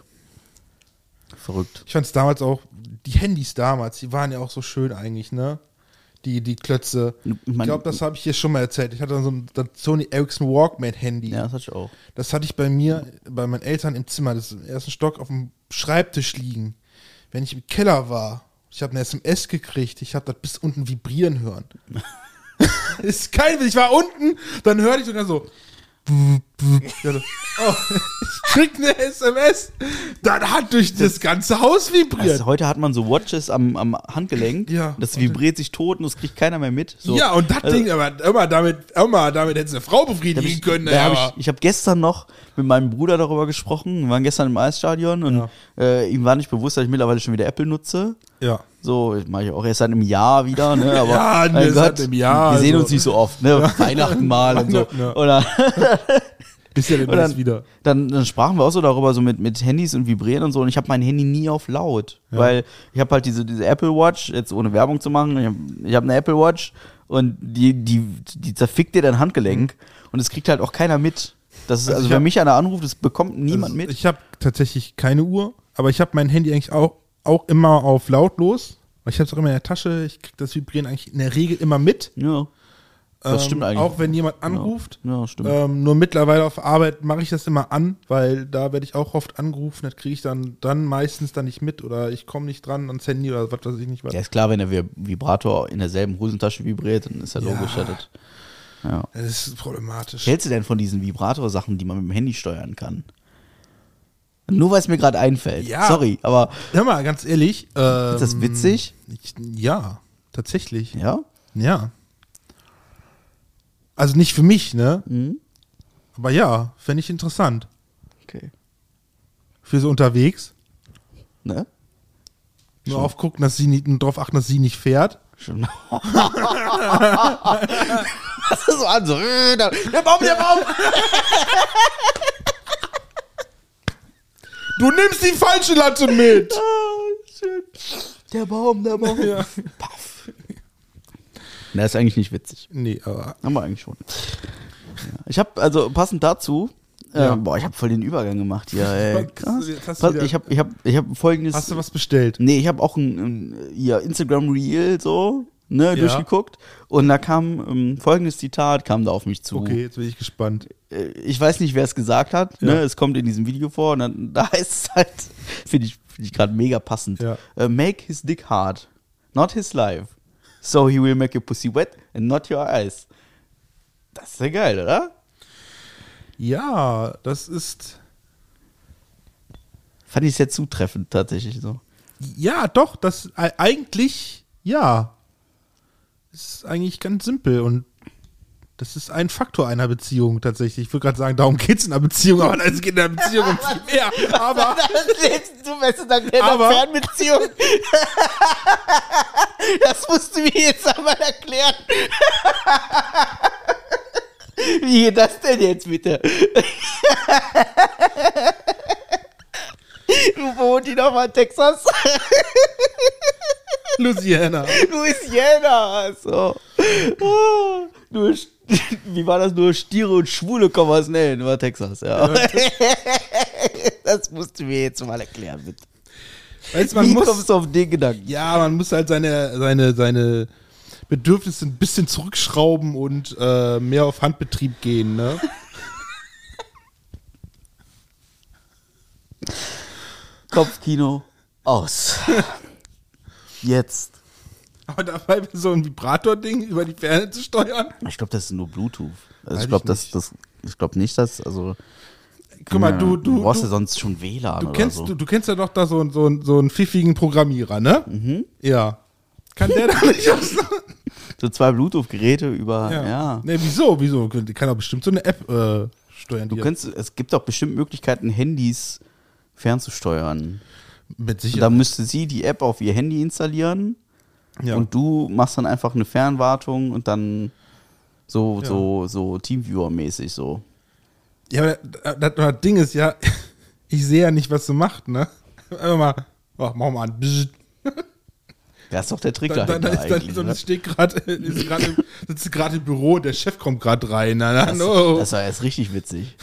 Speaker 1: Verrückt.
Speaker 2: Ich fand's damals auch, die Handys damals, die waren ja auch so schön eigentlich, ne? Die, die Klötze.
Speaker 1: Ich
Speaker 2: Ich
Speaker 1: mein-
Speaker 2: glaube, das habe ich hier schon mal erzählt. Ich hatte dann so ein das Sony Ericsson Walkman Handy.
Speaker 1: Ja, das hatte ich auch.
Speaker 2: Das hatte ich bei mir, bei meinen Eltern im Zimmer, das ist im ersten Stock auf dem Schreibtisch liegen. Wenn ich im Keller war, Ich habe eine SMS gekriegt. Ich habe das bis unten vibrieren hören. ist kein Witz. Ich war unten, dann hörte ich sogar so. Ja, so, oh, ich krieg eine SMS. Dann hat durch das ganze Haus vibriert.
Speaker 1: Also heute hat man so Watches am, am Handgelenk.
Speaker 2: Ja.
Speaker 1: Das vibriert sich tot und das kriegt keiner mehr mit. So. Also
Speaker 2: Ja, und das Ding, aber immer damit, immer damit hätte eine Frau
Speaker 1: Da hab
Speaker 2: befriedigen
Speaker 1: ich,
Speaker 2: können.
Speaker 1: da hab
Speaker 2: aber-
Speaker 1: ich ich habe gestern noch mit meinem Bruder darüber gesprochen. Wir waren gestern im Eisstadion und äh, ihm war nicht bewusst, dass ich mittlerweile schon wieder Apple nutze.
Speaker 2: ja.
Speaker 1: So, mache ich auch erst seit einem Jahr wieder, ne? Aber
Speaker 2: Ja,
Speaker 1: mein
Speaker 2: ne,
Speaker 1: Gott,
Speaker 2: seit einem Jahr,
Speaker 1: wir sehen
Speaker 2: also.
Speaker 1: uns nicht so oft, ne? Weihnachten mal und so.
Speaker 2: Ja.
Speaker 1: Oder,
Speaker 2: Ist ja denn
Speaker 1: oder
Speaker 2: das
Speaker 1: dann,
Speaker 2: wieder.
Speaker 1: Dann, dann sprachen wir auch so darüber, so mit, mit Handys und Vibrieren und so. Und ich habe mein Handy nie auf laut, weil ich habe halt diese, diese Apple Watch, jetzt ohne Werbung zu machen, ich habe ich hab eine Apple Watch und die, die, die zerfickt dir dein Handgelenk und es kriegt halt auch keiner mit. Das ist, also,
Speaker 2: Mhm. ich
Speaker 1: wenn
Speaker 2: hab-
Speaker 1: mich einer anruft, das bekommt niemand
Speaker 2: Also,
Speaker 1: mit.
Speaker 2: Ich habe tatsächlich keine Uhr, aber ich habe mein Handy eigentlich auch, auch immer auf lautlos. Weil Ich habe es auch immer in der Tasche. Ich kriege das Vibrieren eigentlich in der Regel immer mit.
Speaker 1: ja, das
Speaker 2: Ähm,
Speaker 1: stimmt eigentlich. Genau.
Speaker 2: Auch wenn jemand anruft.
Speaker 1: Ja, ja, stimmt.
Speaker 2: Ähm, nur mittlerweile auf Arbeit mache ich das immer an, weil da werde ich auch oft angerufen. Das kriege ich dann, dann meistens dann nicht mit oder ich komme nicht dran ans Handy oder was weiß ich nicht was.
Speaker 1: Ja, ist klar, wenn der Vi- Vibrator in derselben Hosentasche vibriert, dann ist ja logisch. dass das-
Speaker 2: Das ist problematisch.
Speaker 1: Was hältst du denn von diesen Vibrator-Sachen, die man mit dem Handy steuern kann? Nur weil es mir gerade einfällt.
Speaker 2: Ja.
Speaker 1: Sorry, aber
Speaker 2: Hör mal, ganz ehrlich. Ähm,
Speaker 1: ist das witzig?
Speaker 2: Ich, ja, tatsächlich.
Speaker 1: Ja.
Speaker 2: Ja. Also nicht für mich, ne?
Speaker 1: Mhm.
Speaker 2: Aber ja, fände ich interessant.
Speaker 1: Okay.
Speaker 2: Für so unterwegs.
Speaker 1: Ne?
Speaker 2: Nur aufgucken, dass sie nicht, nur drauf achten, dass sie nicht fährt.
Speaker 1: Schon. das ist so an, so. äh, da- Der Baum, der Baum!
Speaker 2: Du nimmst die falsche Latte mit!
Speaker 1: Der Baum, der Baum.
Speaker 2: Ja.
Speaker 1: Paff. Na, ist eigentlich nicht witzig.
Speaker 2: nee, aber.
Speaker 1: Haben wir eigentlich schon. Ja. Ich habe, also passend dazu, äh,
Speaker 2: Ja.
Speaker 1: boah, ich habe voll den Übergang gemacht hier. Ey.
Speaker 2: Jetzt hast du- jetzt hast du
Speaker 1: Pass-
Speaker 2: wieder-
Speaker 1: Ich habe ich hab, ich hab folgendes.
Speaker 2: Hast du was bestellt?
Speaker 1: Nee, ich habe auch ein, ein ihr Instagram Reel so ne, durchgeguckt und da kam ähm, folgendes Zitat kam da auf mich zu.
Speaker 2: Okay, jetzt bin ich gespannt.
Speaker 1: Äh, Ich weiß nicht, wer es gesagt hat. Ne,
Speaker 2: Ja.
Speaker 1: es kommt in diesem Video vor und dann, da heißt es halt, finde ich, find ich gerade mega passend.
Speaker 2: Ja.
Speaker 1: Äh, make his dick hard, not his life, so he will make your pussy wet and not your eyes. Das ist ja geil, oder?
Speaker 2: Ja, das ist.
Speaker 1: Fand ich sehr zutreffend tatsächlich so.
Speaker 2: Ja, doch, das e- eigentlich, ja. Ist eigentlich ganz simpel und das ist ein Faktor einer Beziehung tatsächlich. Ich würde gerade sagen, darum geht es in einer Beziehung, aber es geht in einer Beziehung um viel mehr. Aber
Speaker 1: Das lebst du besser dank der
Speaker 2: Aber-
Speaker 1: Fernbeziehung. Das musst du mir jetzt einmal erklären. Wie geht das denn jetzt bitte? Wo wohnt die nochmal? Texas?
Speaker 2: Louisiana.
Speaker 1: Louisiana. So. Ah, Nur, Sch- wie war das? Nur Stiere und Schwule kommen aus Nellen. War Texas, ja. Das musst du mir jetzt mal erklären, bitte.
Speaker 2: Weißt, du, man
Speaker 1: Wie
Speaker 2: muss,
Speaker 1: kommst du auf den Gedanken?
Speaker 2: ja, man muss halt seine, seine, seine Bedürfnisse ein bisschen zurückschrauben und äh, mehr auf Handbetrieb gehen, ne?
Speaker 1: Kopfkino aus. Jetzt.
Speaker 2: Aber dabei so ein Vibrator-Ding über die Ferne zu steuern.
Speaker 1: Ich glaube, das ist nur Bluetooth. Also
Speaker 2: Weiß
Speaker 1: ich glaube,
Speaker 2: ich
Speaker 1: das, das, ich glaube nicht, dass, also.
Speaker 2: Guck mal, du,
Speaker 1: du
Speaker 2: du,
Speaker 1: brauchst ja
Speaker 2: du,
Speaker 1: sonst schon WLAN
Speaker 2: Du
Speaker 1: oder
Speaker 2: kennst,
Speaker 1: so.
Speaker 2: du, du kennst ja doch da so, einen- so, einen- so einen pfiffigen Programmierer, ne? Mhm. Ja. Kann der da nicht aus?
Speaker 1: so zwei Bluetooth-Geräte über, ja.
Speaker 2: Ne, wieso? Wieso? Die kann doch bestimmt so eine App äh, steuern.
Speaker 1: Du kennst, es gibt doch bestimmt Möglichkeiten, Handys fernzusteuern.
Speaker 2: mit
Speaker 1: Und dann
Speaker 2: Sicherheit.
Speaker 1: müsste sie die App auf ihr Handy installieren
Speaker 2: Ja.
Speaker 1: und du machst dann einfach eine Fernwartung und dann so, so, so Teamviewer-mäßig so.
Speaker 2: ja, aber das, das, das Ding ist ja, ich sehe ja nicht, was du machst, ne? Einfach mal, oh, mach mal an. Bzzzt.
Speaker 1: Das ist doch der Trick
Speaker 2: Dann, dann,
Speaker 1: dahinter
Speaker 2: dann ist dann
Speaker 1: eigentlich, ne?
Speaker 2: so,
Speaker 1: oder?
Speaker 2: das steht gerade, ist gerade im- sitzt gerade im Büro und der Chef kommt gerade rein. Na, na,
Speaker 1: Das,
Speaker 2: no.
Speaker 1: das war erst richtig witzig.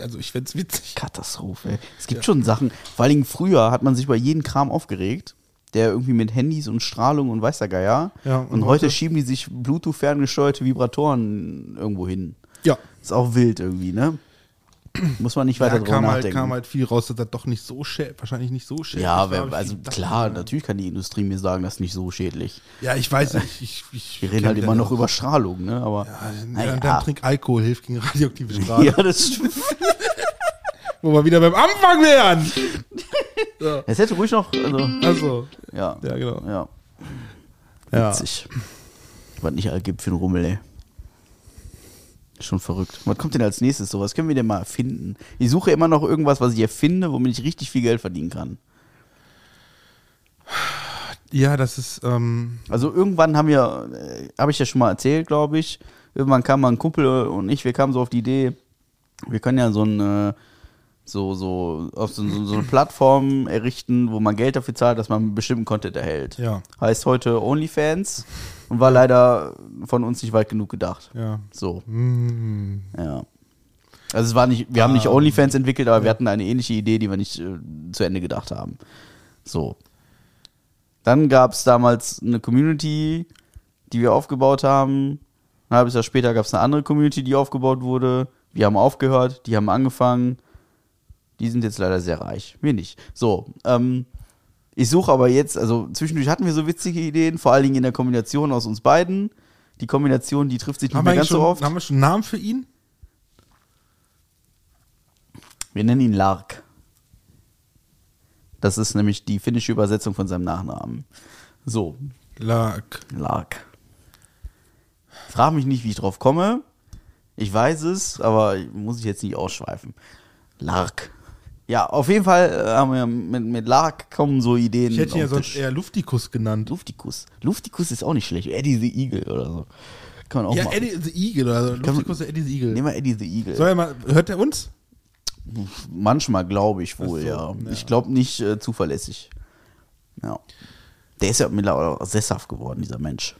Speaker 2: also ich find's witzig.
Speaker 1: Katastrophe. Ey. Es gibt schon Sachen, vor allen Dingen früher hat man sich über jeden Kram aufgeregt, der irgendwie mit Handys und Strahlung und weiß der Geier.
Speaker 2: Ja,
Speaker 1: und,
Speaker 2: und
Speaker 1: heute,
Speaker 2: heute?
Speaker 1: schieben die sich Bluetooth-ferngesteuerte Vibratoren irgendwo hin.
Speaker 2: Ja.
Speaker 1: Ist auch wild irgendwie, ne? Muss man nicht weiter
Speaker 2: ja,
Speaker 1: drüber
Speaker 2: kam halt,
Speaker 1: nachdenken.
Speaker 2: kam halt viel raus, dass das doch nicht so schä wahrscheinlich nicht so schädlich
Speaker 1: ja,
Speaker 2: war,
Speaker 1: wer,
Speaker 2: aber
Speaker 1: also
Speaker 2: ich dachte,
Speaker 1: klar, natürlich kann die Industrie mir sagen, das ist nicht so schädlich.
Speaker 2: Ja, ich weiß nicht. Ich, ich,
Speaker 1: Äh, Wir
Speaker 2: ich
Speaker 1: reden halt
Speaker 2: kenn
Speaker 1: immer
Speaker 2: den
Speaker 1: noch
Speaker 2: auch.
Speaker 1: über Strahlung, ne? Aber
Speaker 2: Ja, dann,
Speaker 1: naja.
Speaker 2: dann trink Alkohol, hilft gegen radioaktive Strahlung.
Speaker 1: ja, das stimmt.
Speaker 2: Wo wir wieder beim Anfang wären.
Speaker 1: Es hätte ruhig noch, also,
Speaker 2: Also,
Speaker 1: ja.
Speaker 2: Ja, genau.
Speaker 1: Ja,
Speaker 2: ja.
Speaker 1: witzig. Was nicht all gibt für einen Rummel, ey. Schon verrückt. Was kommt denn als nächstes? So, was können wir denn mal erfinden? Ich suche immer noch irgendwas, was ich erfinde, womit ich richtig viel Geld verdienen kann.
Speaker 2: ja, das ist, ähm,
Speaker 1: Also irgendwann haben wir, äh, habe ich ja schon mal erzählt, glaube ich, irgendwann kam mal ein Kumpel und ich, wir kamen so auf die Idee, wir können ja so ein, äh, so, so, auf so, so, so eine Plattform errichten, wo man Geld dafür zahlt, dass man bestimmten Content erhält.
Speaker 2: Ja.
Speaker 1: Heißt heute OnlyFans und war leider von uns nicht weit genug gedacht.
Speaker 2: ja. Mm.
Speaker 1: So. Ja. Also es war nicht, wir haben nicht
Speaker 2: Ah.
Speaker 1: OnlyFans entwickelt, aber wir hatten eine ähnliche Idee, die wir nicht äh, zu Ende gedacht haben. So. Dann gab es damals eine Community, die wir aufgebaut haben. Ein halbes Jahr später gab es eine andere Community, die aufgebaut wurde. Wir haben aufgehört, die haben angefangen. Die sind jetzt leider sehr reich. Wir nicht. So, ähm, ich suche aber jetzt, also zwischendurch hatten wir so witzige Ideen, vor allen Dingen in der Kombination aus uns beiden. Die Kombination, die trifft sich nicht
Speaker 2: Haben wir,
Speaker 1: mehr
Speaker 2: eigentlich
Speaker 1: ganz
Speaker 2: schon,
Speaker 1: so oft.
Speaker 2: haben wir schon einen Namen für ihn?
Speaker 1: Wir nennen ihn Lark. Das ist nämlich die finnische Übersetzung von seinem Nachnamen. So,
Speaker 2: Lark.
Speaker 1: Lark. Frag mich nicht, wie ich drauf komme. Ich weiß es, aber muss ich jetzt nicht ausschweifen. Lark. Ja, auf jeden Fall äh, haben wir mit, mit Lark kommen so Ideen.
Speaker 2: Ich hätte ihn ja
Speaker 1: auf den
Speaker 2: sonst
Speaker 1: Tisch.
Speaker 2: eher Luftikus genannt.
Speaker 1: Luftikus. Luftikus ist auch nicht schlecht. Eddie the Eagle oder so. Kann man auch
Speaker 2: Ja,
Speaker 1: mal.
Speaker 2: Eddie the Eagle. Also
Speaker 1: man-
Speaker 2: Luftikus der Eddie the Eagle.
Speaker 1: Nehmen wir Eddie the Eagle.
Speaker 2: Soll er mal, hört er uns?
Speaker 1: Manchmal glaube ich wohl, ja.
Speaker 2: Ach so, ja.
Speaker 1: Ich glaube nicht äh, zuverlässig. Ja. Der ist ja mittlerweile auch sesshaft geworden, dieser Mensch.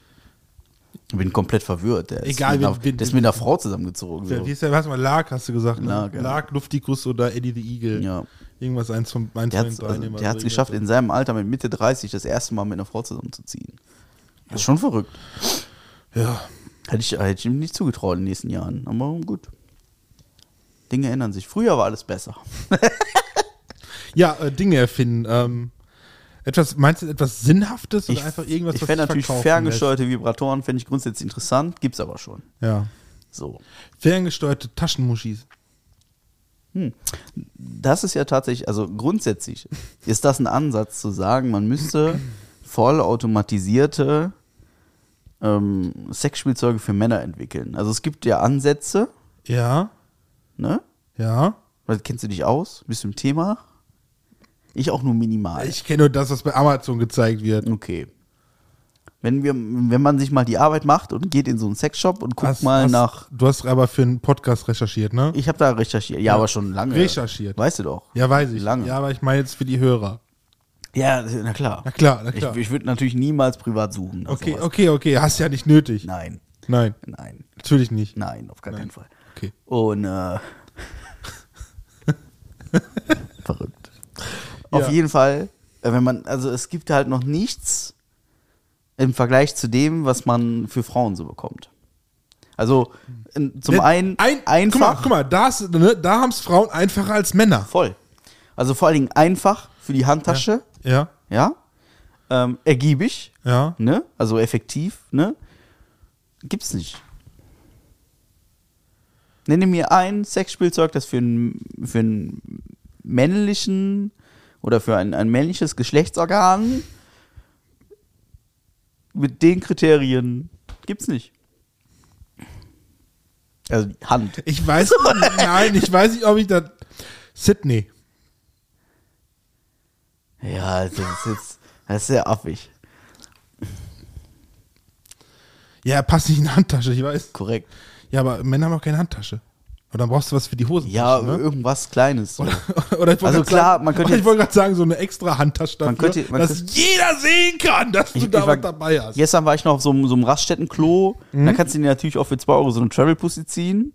Speaker 1: Ich bin komplett verwirrt. Der ist,
Speaker 2: Egal,
Speaker 1: mit,
Speaker 2: wir-
Speaker 1: einer,
Speaker 2: wir-
Speaker 1: der ist mit einer Frau zusammengezogen.
Speaker 2: Wer-
Speaker 1: So.
Speaker 2: Wie ist der, was mal, Lark hast du gesagt, ne?
Speaker 1: Lark,
Speaker 2: Lark,
Speaker 1: ja.
Speaker 2: Luftikus oder Eddie the Eagle.
Speaker 1: Ja.
Speaker 2: Irgendwas, eins von, eins
Speaker 1: Der hat
Speaker 2: von
Speaker 1: es
Speaker 2: den drei
Speaker 1: also,
Speaker 2: nehmen wir
Speaker 1: der hat's
Speaker 2: so.
Speaker 1: geschafft, in seinem Alter mit Mitte 30 das erste Mal mit einer Frau zusammenzuziehen. Das ist schon verrückt.
Speaker 2: Ja.
Speaker 1: Hätte ich, hätte ich ihm nicht zugetraut in den nächsten Jahren. Aber gut. Dinge ändern sich. Früher war alles besser.
Speaker 2: Ja, äh, Dinge erfinden. Ähm, etwas, meinst du etwas Sinnhaftes oder einfach irgendwas,
Speaker 1: ich
Speaker 2: was
Speaker 1: fände
Speaker 2: sich
Speaker 1: natürlich
Speaker 2: verkaufen
Speaker 1: ferngesteuerte Vibratoren, fände ich grundsätzlich interessant. Gibt's aber schon.
Speaker 2: lässt? Ja.
Speaker 1: So.
Speaker 2: Ferngesteuerte Taschenmuschis.
Speaker 1: Hm. Das ist ja tatsächlich, also grundsätzlich ist das ein Ansatz zu sagen, man müsste vollautomatisierte ähm, Sexspielzeuge für Männer entwickeln. Also es gibt ja Ansätze,
Speaker 2: Ja,
Speaker 1: ne?
Speaker 2: ja.
Speaker 1: Weil, Kennst du dich aus? Bist du im Thema? Ich auch nur minimal.
Speaker 2: Ich kenne nur das, was bei Amazon gezeigt wird.
Speaker 1: okay. Wenn, wir, wenn man sich mal die Arbeit macht und geht in so einen Sexshop und guckt
Speaker 2: Hast-
Speaker 1: mal
Speaker 2: hast,
Speaker 1: nach.
Speaker 2: Du hast aber für einen Podcast recherchiert, ne?
Speaker 1: Ich habe da recherchiert. Ja, aber schon lange.
Speaker 2: Recherchiert.
Speaker 1: Weißt du doch.
Speaker 2: ja, weiß ich.
Speaker 1: Lange.
Speaker 2: Ja, aber ich meine jetzt für die Hörer.
Speaker 1: Ja, na klar.
Speaker 2: Na klar, na klar.
Speaker 1: Ich, ich würde natürlich niemals privat suchen. nach
Speaker 2: okay,
Speaker 1: sowas.
Speaker 2: okay, okay. Hast ja nicht nötig.
Speaker 1: Nein,
Speaker 2: Nein,
Speaker 1: nein,
Speaker 2: natürlich nicht.
Speaker 1: nein, auf gar keinen Fall.
Speaker 2: Okay.
Speaker 1: Und äh, verrückt. Auf
Speaker 2: Ja.
Speaker 1: jeden Fall, äh, wenn man, also es gibt halt noch nichts im Vergleich zu dem, was man für Frauen so bekommt. Also in- zum
Speaker 2: Ne,
Speaker 1: einen einfach
Speaker 2: Guck mal, guck mal da, ist- ne, da haben es Frauen einfacher als Männer.
Speaker 1: voll. Also vor allen Dingen einfach für die Handtasche,
Speaker 2: Ja,
Speaker 1: ja, ähm, ergiebig,
Speaker 2: ja.
Speaker 1: ne? Also effektiv, ne? Gibt's nicht. Nenne mir ein Sexspielzeug, das für einen, für einen männlichen oder für ein, ein männliches Geschlechtsorgan mit den Kriterien gibt's nicht. Also die Hand.
Speaker 2: Ich weiß, nein, ich weiß nicht, ob ich das. Sydney.
Speaker 1: Ja, das ist jetzt, das ist sehr affig.
Speaker 2: Ja, passt nicht in die Handtasche, ich weiß.
Speaker 1: Korrekt.
Speaker 2: Ja, aber Männer haben auch keine Handtasche. Und dann brauchst du was für die Hosen.
Speaker 1: Ja,
Speaker 2: ne?
Speaker 1: irgendwas Kleines. So.
Speaker 2: Oder ich wollte
Speaker 1: Also
Speaker 2: grad
Speaker 1: klar,
Speaker 2: sagen,
Speaker 1: man könnte
Speaker 2: oder Ich
Speaker 1: jetzt-
Speaker 2: wollte gerade sagen, so eine extra Handtasche dafür,
Speaker 1: Man könnte- man
Speaker 2: dass
Speaker 1: könnte-
Speaker 2: jeder sehen kann, dass du
Speaker 1: Ich, ich
Speaker 2: da
Speaker 1: war,
Speaker 2: was dabei hast. Mhm.
Speaker 1: Gestern war ich noch auf so einem, so einem Raststättenklo. Da kannst du dir natürlich auch für 2 Euro so eine Travel-Pussy ziehen.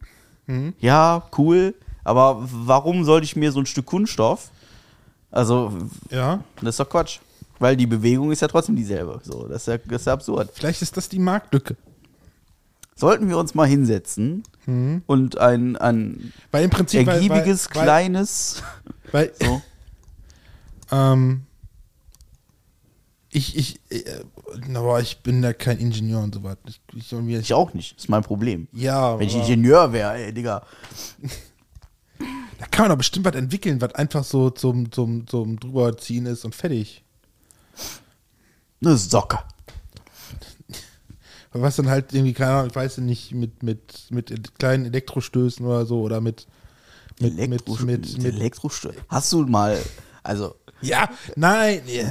Speaker 2: Mhm.
Speaker 1: Ja, cool. Aber warum sollte ich mir so ein Stück Kunststoff? Also,
Speaker 2: Ja,
Speaker 1: das ist doch Quatsch. Weil die Bewegung ist ja trotzdem dieselbe. So, das ist ja, das ist ja absurd.
Speaker 2: vielleicht ist das die Marktlücke.
Speaker 1: sollten wir uns mal hinsetzen und ein, ein
Speaker 2: Weil im Prinzip. Mhm. weil-
Speaker 1: ergiebiges,
Speaker 2: weil, weil,
Speaker 1: kleines.
Speaker 2: weil,
Speaker 1: So.
Speaker 2: Ähm, ich, ich, äh, na, aber ich bin da kein Ingenieur und so was. Ich, ich, soll mir-
Speaker 1: Ich auch nicht, ist mein Problem.
Speaker 2: ja,
Speaker 1: Wenn ich
Speaker 2: aber-
Speaker 1: Ingenieur wäre, ey, Digga.
Speaker 2: da kann man doch bestimmt was entwickeln, was einfach so zum, zum, zum drüberziehen ist und fertig.
Speaker 1: Eine Socke.
Speaker 2: Was dann halt irgendwie, keine Ahnung, ich weiß nicht, mit, mit, mit kleinen Elektrostößen oder so oder mit. mit,
Speaker 1: Elektro-
Speaker 2: mit, mit, mit
Speaker 1: Elektrostö- Hast du mal, also,
Speaker 2: ja, nein. ja.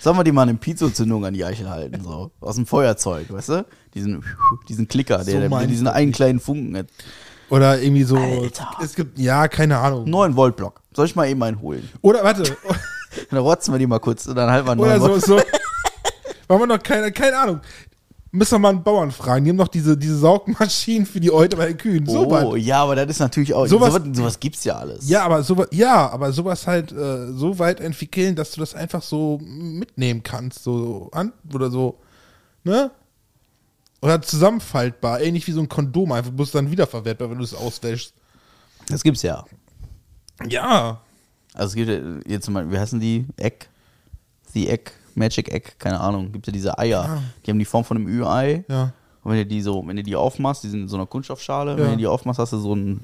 Speaker 1: sollen wir dir mal eine Pizzozündung an die Eichel halten, so, aus dem Feuerzeug, weißt du? Diesen, diesen Klicker,
Speaker 2: So
Speaker 1: der, der
Speaker 2: meinst
Speaker 1: diesen
Speaker 2: du
Speaker 1: einen kleinen Funken hat.
Speaker 2: Oder irgendwie so.
Speaker 1: Alter.
Speaker 2: Es gibt, ja, keine Ahnung.
Speaker 1: 9 Volt Block. Soll ich mal eben einen holen?
Speaker 2: Oder warte.
Speaker 1: Dann rotzen wir die mal kurz und dann halten wir einen
Speaker 2: Oder
Speaker 1: 9
Speaker 2: Oh so,
Speaker 1: Volt.
Speaker 2: so. Weil man noch keine, keine Ahnung. Müssen wir mal einen Bauern fragen. Die haben noch diese, diese Saugmaschinen für die Eute bei den Kühen. So
Speaker 1: oh,
Speaker 2: weit.
Speaker 1: ja, aber das ist natürlich auch,
Speaker 2: Sowas-
Speaker 1: sowas, sowas, sowas gibt's ja alles.
Speaker 2: Ja, aber sowas, ja, aber sowas halt äh, so weit entwickeln, dass du das einfach so mitnehmen kannst. So an oder so. Ne? Oder zusammenfaltbar, ähnlich wie so ein Kondom, einfach bloß dann wiederverwertbar, wenn du es auswäschst.
Speaker 1: Das gibt's ja.
Speaker 2: Ja.
Speaker 1: Also es gibt ja jetzt zum Beispiel, wie heißen die? Egg? Die Egg, Magic Egg, keine Ahnung. Gibt ja diese Eier. Die haben die Form von einem Ü-Ei.
Speaker 2: Ah. Ja.
Speaker 1: Und wenn du die so, wenn du die aufmachst, die sind in so einer Kunststoffschale,
Speaker 2: Ja.
Speaker 1: wenn du die aufmachst, hast du so ein,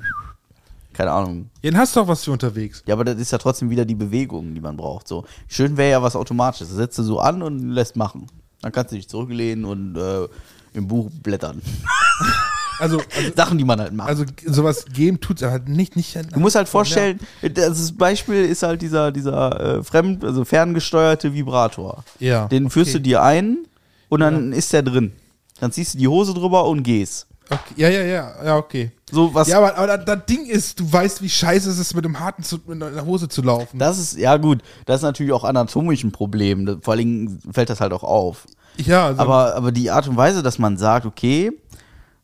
Speaker 1: keine Ahnung.
Speaker 2: Dann hast du doch was für unterwegs.
Speaker 1: Ja, aber das ist ja trotzdem wieder die Bewegung, die man braucht. So schön wäre ja was Automatisches. Das setzt du so an und lässt machen. Dann kannst du dich zurücklehnen und äh, im Buch blättern.
Speaker 2: Also, also,
Speaker 1: Sachen, die man halt macht.
Speaker 2: also sowas geben tut's aber nicht, nicht.
Speaker 1: Du musst halt vorstellen, das Beispiel ist halt dieser, dieser äh, fremd, also ferngesteuerte Vibrator.
Speaker 2: Ja,
Speaker 1: Den führst
Speaker 2: okay.
Speaker 1: du dir ein und dann ist der drin. Dann ziehst du die Hose drüber und gehst.
Speaker 2: Okay, ja, ja, ja, ja, okay.
Speaker 1: So was.
Speaker 2: ja, aber, aber das, das Ding ist, du weißt, wie scheiße es ist, mit dem harten zu, mit einer Hose zu laufen.
Speaker 1: Das ist, ja gut, das ist natürlich auch anatomisch ein Problem. Das- Vor allen Dingen fällt das halt auch auf.
Speaker 2: ja, also,
Speaker 1: Aber, aber die Art und Weise, dass man sagt, okay,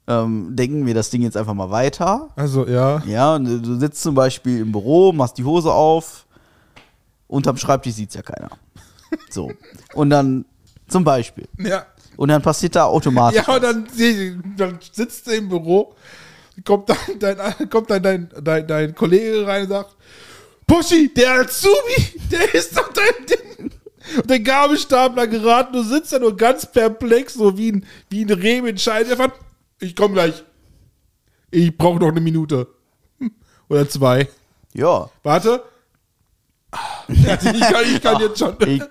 Speaker 1: ähm, denken wir das Ding jetzt einfach mal weiter.
Speaker 2: also ja.
Speaker 1: Ja, und du sitzt zum Beispiel im Büro, machst die Hose auf, unterm Schreibtisch sieht's ja keiner. So. Und dann, zum Beispiel.
Speaker 2: Ja,
Speaker 1: Und dann passiert da automatisch.
Speaker 2: ja und dann, seh- dann sitzt du im Büro, kommt dann dein, kommt dann dein, dein, dein Kollege rein und sagt, Puschi, der Azubi, der ist doch dein Ding. Und der Gabelstapler geraten, du sitzt da nur ganz perplex, so wie ein, wie ein Reh mit Scheiße. Einfach, ich komm gleich. Ich brauche noch eine Minute. Oder zwei.
Speaker 1: ja.
Speaker 2: Warte. Ich kann, ich kann jetzt schon.
Speaker 1: Ich-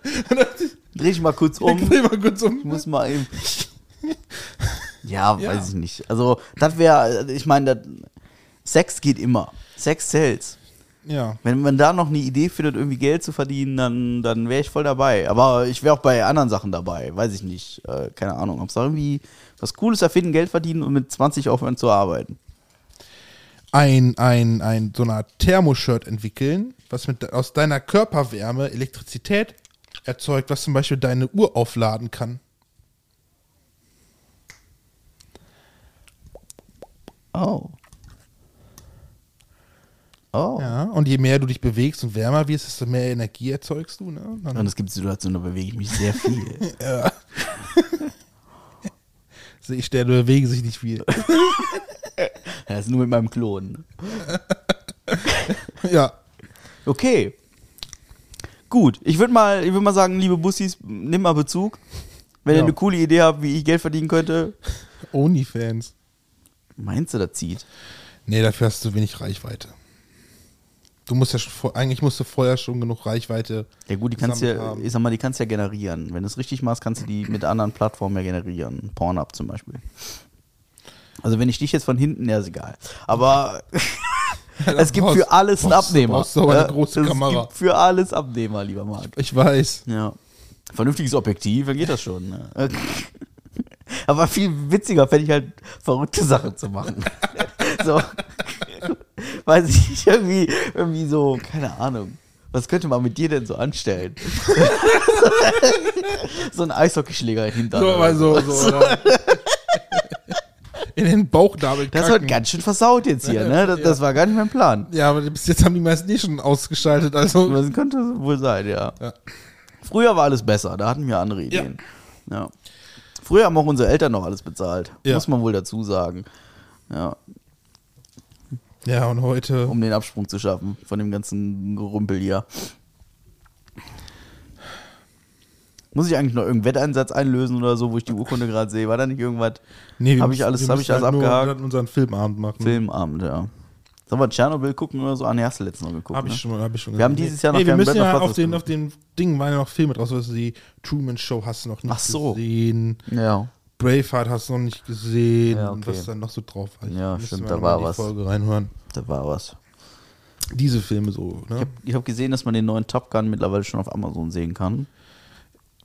Speaker 1: Dreh dich mal kurz um.
Speaker 2: Ich dreh mal kurz um.
Speaker 1: muss mal eben. Ja,
Speaker 2: Ja.
Speaker 1: weiß ich nicht. Also, das wäre, ich meine, das- Sex geht immer. Sex zählt.
Speaker 2: Ja.
Speaker 1: Wenn man da noch eine Idee findet, irgendwie Geld zu verdienen, dann, dann wäre ich voll dabei. Aber ich wäre auch bei anderen Sachen dabei. Weiß ich nicht. Äh, keine Ahnung. Ob es da irgendwie was Cooles erfinden, Geld verdienen und mit 20 aufhören zu arbeiten.
Speaker 2: Ein, ein, ein, so eine Art Thermoshirt entwickeln, was mit, aus deiner Körperwärme Elektrizität erzeugt, was zum Beispiel deine Uhr aufladen kann.
Speaker 1: Oh. Oh.
Speaker 2: Ja. Und je mehr du dich bewegst und wärmer wirst, desto mehr Energie erzeugst du, ne? Dann
Speaker 1: Und es gibt Situationen, da bewege ich mich sehr viel.
Speaker 2: sehe ich, der bewegen sich nicht viel.
Speaker 1: das ist nur mit meinem Klon.
Speaker 2: ja.
Speaker 1: Okay. Gut, ich würde mal, ich würd mal sagen, liebe Bussis, nimm mal Bezug. Wenn
Speaker 2: Ja.
Speaker 1: ihr eine coole Idee habt, wie ich Geld verdienen könnte.
Speaker 2: Onlyfans.
Speaker 1: Meinst du, das zieht?
Speaker 2: Nee, dafür hast du wenig Reichweite. Du musst ja schon, vor- eigentlich musst du vorher schon genug Reichweite.
Speaker 1: Ja gut, die kannst
Speaker 2: gesammelt
Speaker 1: ja,
Speaker 2: haben.
Speaker 1: ich sag mal, die kannst ja generieren. Wenn du es richtig machst, kannst du die mit anderen Plattformen ja generieren. Pornhub zum Beispiel. Also wenn ich dich jetzt von hinten, ja ist egal. Aber es gibt
Speaker 2: brauchst-
Speaker 1: für alles einen
Speaker 2: brauchst-
Speaker 1: Abnehmer.
Speaker 2: brauchst du aber eine
Speaker 1: Ja,
Speaker 2: große Kamera.
Speaker 1: Es gibt für alles Abnehmer, lieber Marc.
Speaker 2: Ich weiß.
Speaker 1: Ja. Vernünftiges Objektiv, dann geht das schon. Ne? Aber viel witziger fände ich halt, verrückte Sachen zu machen. so. Weiß ich nicht, irgendwie, irgendwie so, keine Ahnung. Was könnte man mit dir denn so anstellen? so ein Eishockeyschläger hinter.
Speaker 2: So, mal so, so. oder? In den Bauchnabel
Speaker 1: das
Speaker 2: kacken.
Speaker 1: wird ganz schön versaut jetzt hier, ne? Das, das war gar nicht mein Plan.
Speaker 2: Ja, aber bis jetzt haben die meisten eh schon ausgeschaltet, also.
Speaker 1: Das könnte wohl sein, ja.
Speaker 2: Ja.
Speaker 1: Früher war alles besser, da hatten wir andere Ideen. Ja. Früher haben auch unsere Eltern noch alles bezahlt.
Speaker 2: Ja.
Speaker 1: Muss man wohl dazu sagen. Ja,
Speaker 2: Ja, und heute.
Speaker 1: um den Absprung zu schaffen von dem ganzen Gerümpel hier. Muss ich eigentlich noch irgendeinen Wetteinsatz einlösen oder so, wo ich die Urkunde gerade sehe? War da nicht irgendwas?
Speaker 2: wir
Speaker 1: Habe ich
Speaker 2: müssen-
Speaker 1: alles-
Speaker 2: wir
Speaker 1: hab
Speaker 2: müssen
Speaker 1: ich alles
Speaker 2: halt nur Hm.
Speaker 1: abgehakt?
Speaker 2: dann unseren Filmabend machen.
Speaker 1: Filmabend, ja. Sollen wir Tschernobyl gucken oder so? Ah, ne, hast du letztens noch geguckt.
Speaker 2: Habe
Speaker 1: ne?
Speaker 2: ich schon, hab ich schon
Speaker 1: Wir haben
Speaker 2: gesehen.
Speaker 1: dieses Jahr noch
Speaker 2: nee, wir
Speaker 1: keinen
Speaker 2: müssen ja
Speaker 1: Better Platz
Speaker 2: auf den, auf den Dingen waren ja noch Filme draus, also die Truman Show hast du noch nicht
Speaker 1: Ach so.
Speaker 2: gesehen,
Speaker 1: Ja.
Speaker 2: Braveheart hast du noch nicht gesehen,
Speaker 1: Ja,
Speaker 2: und
Speaker 1: okay.
Speaker 2: was dann noch so drauf war.
Speaker 1: Ja,
Speaker 2: Müssen
Speaker 1: stimmt,
Speaker 2: wir
Speaker 1: da
Speaker 2: noch
Speaker 1: war
Speaker 2: mal die
Speaker 1: was.
Speaker 2: Folge reinhören.
Speaker 1: Da war was.
Speaker 2: Diese Filme so, ne?
Speaker 1: Ich habe gesehen, dass man den neuen Top Gun mittlerweile schon auf Amazon sehen kann.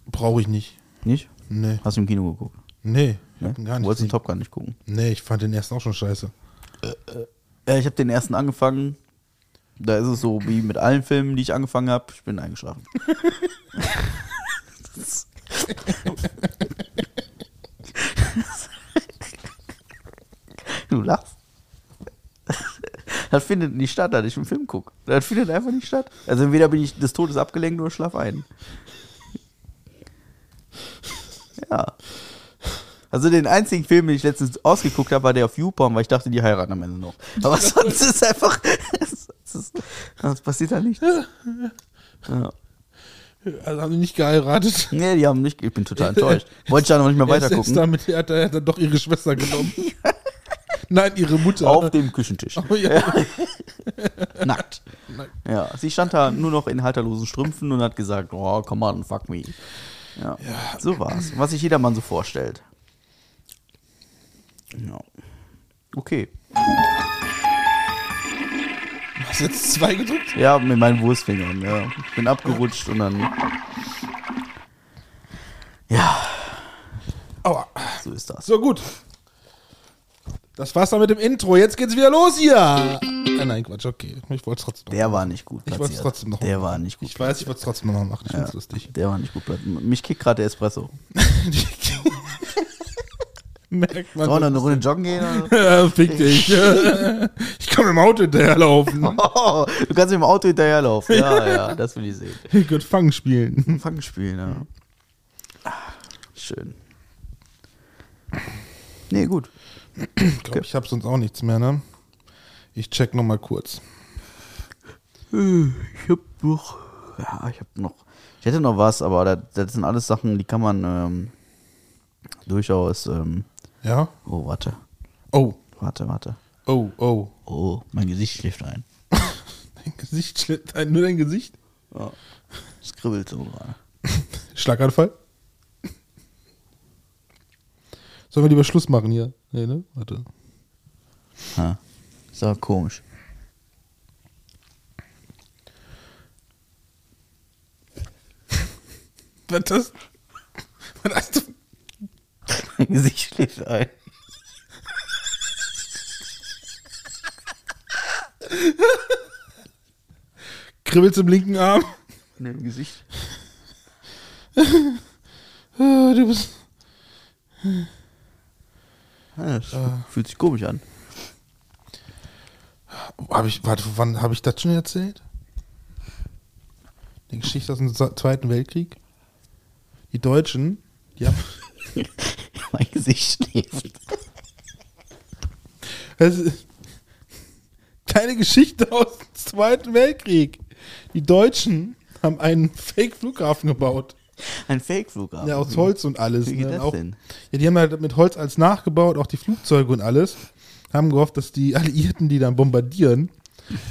Speaker 2: Brauche ich nicht.
Speaker 1: Nicht?
Speaker 2: Nee.
Speaker 1: Hast du im Kino geguckt?
Speaker 2: Nee, ich
Speaker 1: Ne?
Speaker 2: hab ihn gar
Speaker 1: du wolltest
Speaker 2: nicht.
Speaker 1: den
Speaker 2: gesehen.
Speaker 1: Top Gun nicht gucken.
Speaker 2: Nee, ich fand den ersten auch schon scheiße.
Speaker 1: Ja, ich habe den ersten angefangen. Da ist es so wie mit allen Filmen, die ich angefangen habe. Ich bin eingeschlafen. du lachst. Das findet nicht statt, dass ich einen Film gucke. Das findet einfach nicht statt. Also entweder bin ich des Todes abgelenkt oder schlaf ein. Ja. Also den einzigen Film, den ich letztens ausgeguckt habe, war der auf YouPorn, weil ich dachte, die heiraten am Ende noch. Aber sonst ist einfach, das, ist, das passiert da nicht. Ja.
Speaker 2: Also haben die nicht geheiratet.
Speaker 1: Nee, die haben nicht, ich bin total enttäuscht. Wollte ich da noch nicht mehr
Speaker 2: Er ist jetzt
Speaker 1: weitergucken.
Speaker 2: Damit er hat, er hat dann doch ihre Schwester genommen. Nein, ihre Mutter.
Speaker 1: Auf dem Küchentisch.
Speaker 2: Oh, ja.
Speaker 1: Nackt. Ja, sie stand da nur noch in halterlosen Strümpfen und hat gesagt, oh, come on, fuck me. Ja, so war's. Was sich jedermann so vorstellt. Ja. Okay.
Speaker 2: Hast du jetzt zwei gedrückt?
Speaker 1: Ja, mit meinen Wurstfingern, ja. Bin abgerutscht und dann. Ja,
Speaker 2: Aua.
Speaker 1: so ist das.
Speaker 2: So, gut. Das war's dann mit dem Intro. Jetzt geht's wieder los hier. Ah, nein, Quatsch, okay. Ich wollte es trotzdem noch
Speaker 1: Der war nicht gut
Speaker 2: Ich
Speaker 1: platziert.
Speaker 2: wollte es trotzdem noch
Speaker 1: Der
Speaker 2: machen.
Speaker 1: war nicht gut.
Speaker 2: Ich weiß, ich wollte es trotzdem noch mal machen. Ich find's lustig.
Speaker 1: Der war nicht gut platziert. Mich kickt gerade der Espresso.
Speaker 2: Merkt man.
Speaker 1: Sollen wir noch eine Runde joggen gehen? oder so?
Speaker 2: Äh, fick dich. ich kann mit dem Auto hinterherlaufen.
Speaker 1: Oh, du kannst mit dem Auto hinterherlaufen. Ja, ja, das will ich sehen.
Speaker 2: Ihr könnt Fangen spielen.
Speaker 1: Fangspiel, ja. Ah, Schön. Nee, gut.
Speaker 2: Ich glaube, ich habe sonst auch nichts mehr, ne? Ich check noch mal kurz.
Speaker 1: Ich hab noch. Ja, ich hab noch. Ich hätte noch was, aber das, das sind alles Sachen, die kann man ähm, durchaus. Ähm,
Speaker 2: Ja?
Speaker 1: oh, warte.
Speaker 2: Oh,
Speaker 1: Warte, warte.
Speaker 2: oh, oh.
Speaker 1: Oh, mein Gesicht schläft ein.
Speaker 2: Dein Gesicht, schläft ein. nur dein Gesicht?
Speaker 1: Es kribbelt so gerade.
Speaker 2: Schlaganfall? Sollen wir lieber Schluss machen hier? Nee, ne? Warte.
Speaker 1: Ha. Ist aber komisch.
Speaker 2: Was das? Was das?
Speaker 1: Mein Gesicht schläft ein.
Speaker 2: Kribbelst im linken Arm?
Speaker 1: Nee, im Gesicht.
Speaker 2: Ah, Du bist.
Speaker 1: Ja, das Fühlt sich komisch an.
Speaker 2: Hab ich, warte, wann habe ich das schon erzählt? Die Geschichte aus dem Sa- Zweiten Weltkrieg? Die Deutschen, die haben.
Speaker 1: mein Gesicht schläft.
Speaker 2: Das ist keine Geschichte aus dem Zweiten Weltkrieg. Die Deutschen haben einen Fake-Flughafen gebaut.
Speaker 1: Ein Fake-Flughafen.
Speaker 2: Ja, aus Holz und alles.
Speaker 1: Wie geht
Speaker 2: ne?
Speaker 1: das
Speaker 2: auch,
Speaker 1: denn?
Speaker 2: Ja, die haben halt mit Holz alles nachgebaut, auch die Flugzeuge und alles. Haben gehofft, dass die Alliierten die dann bombardieren.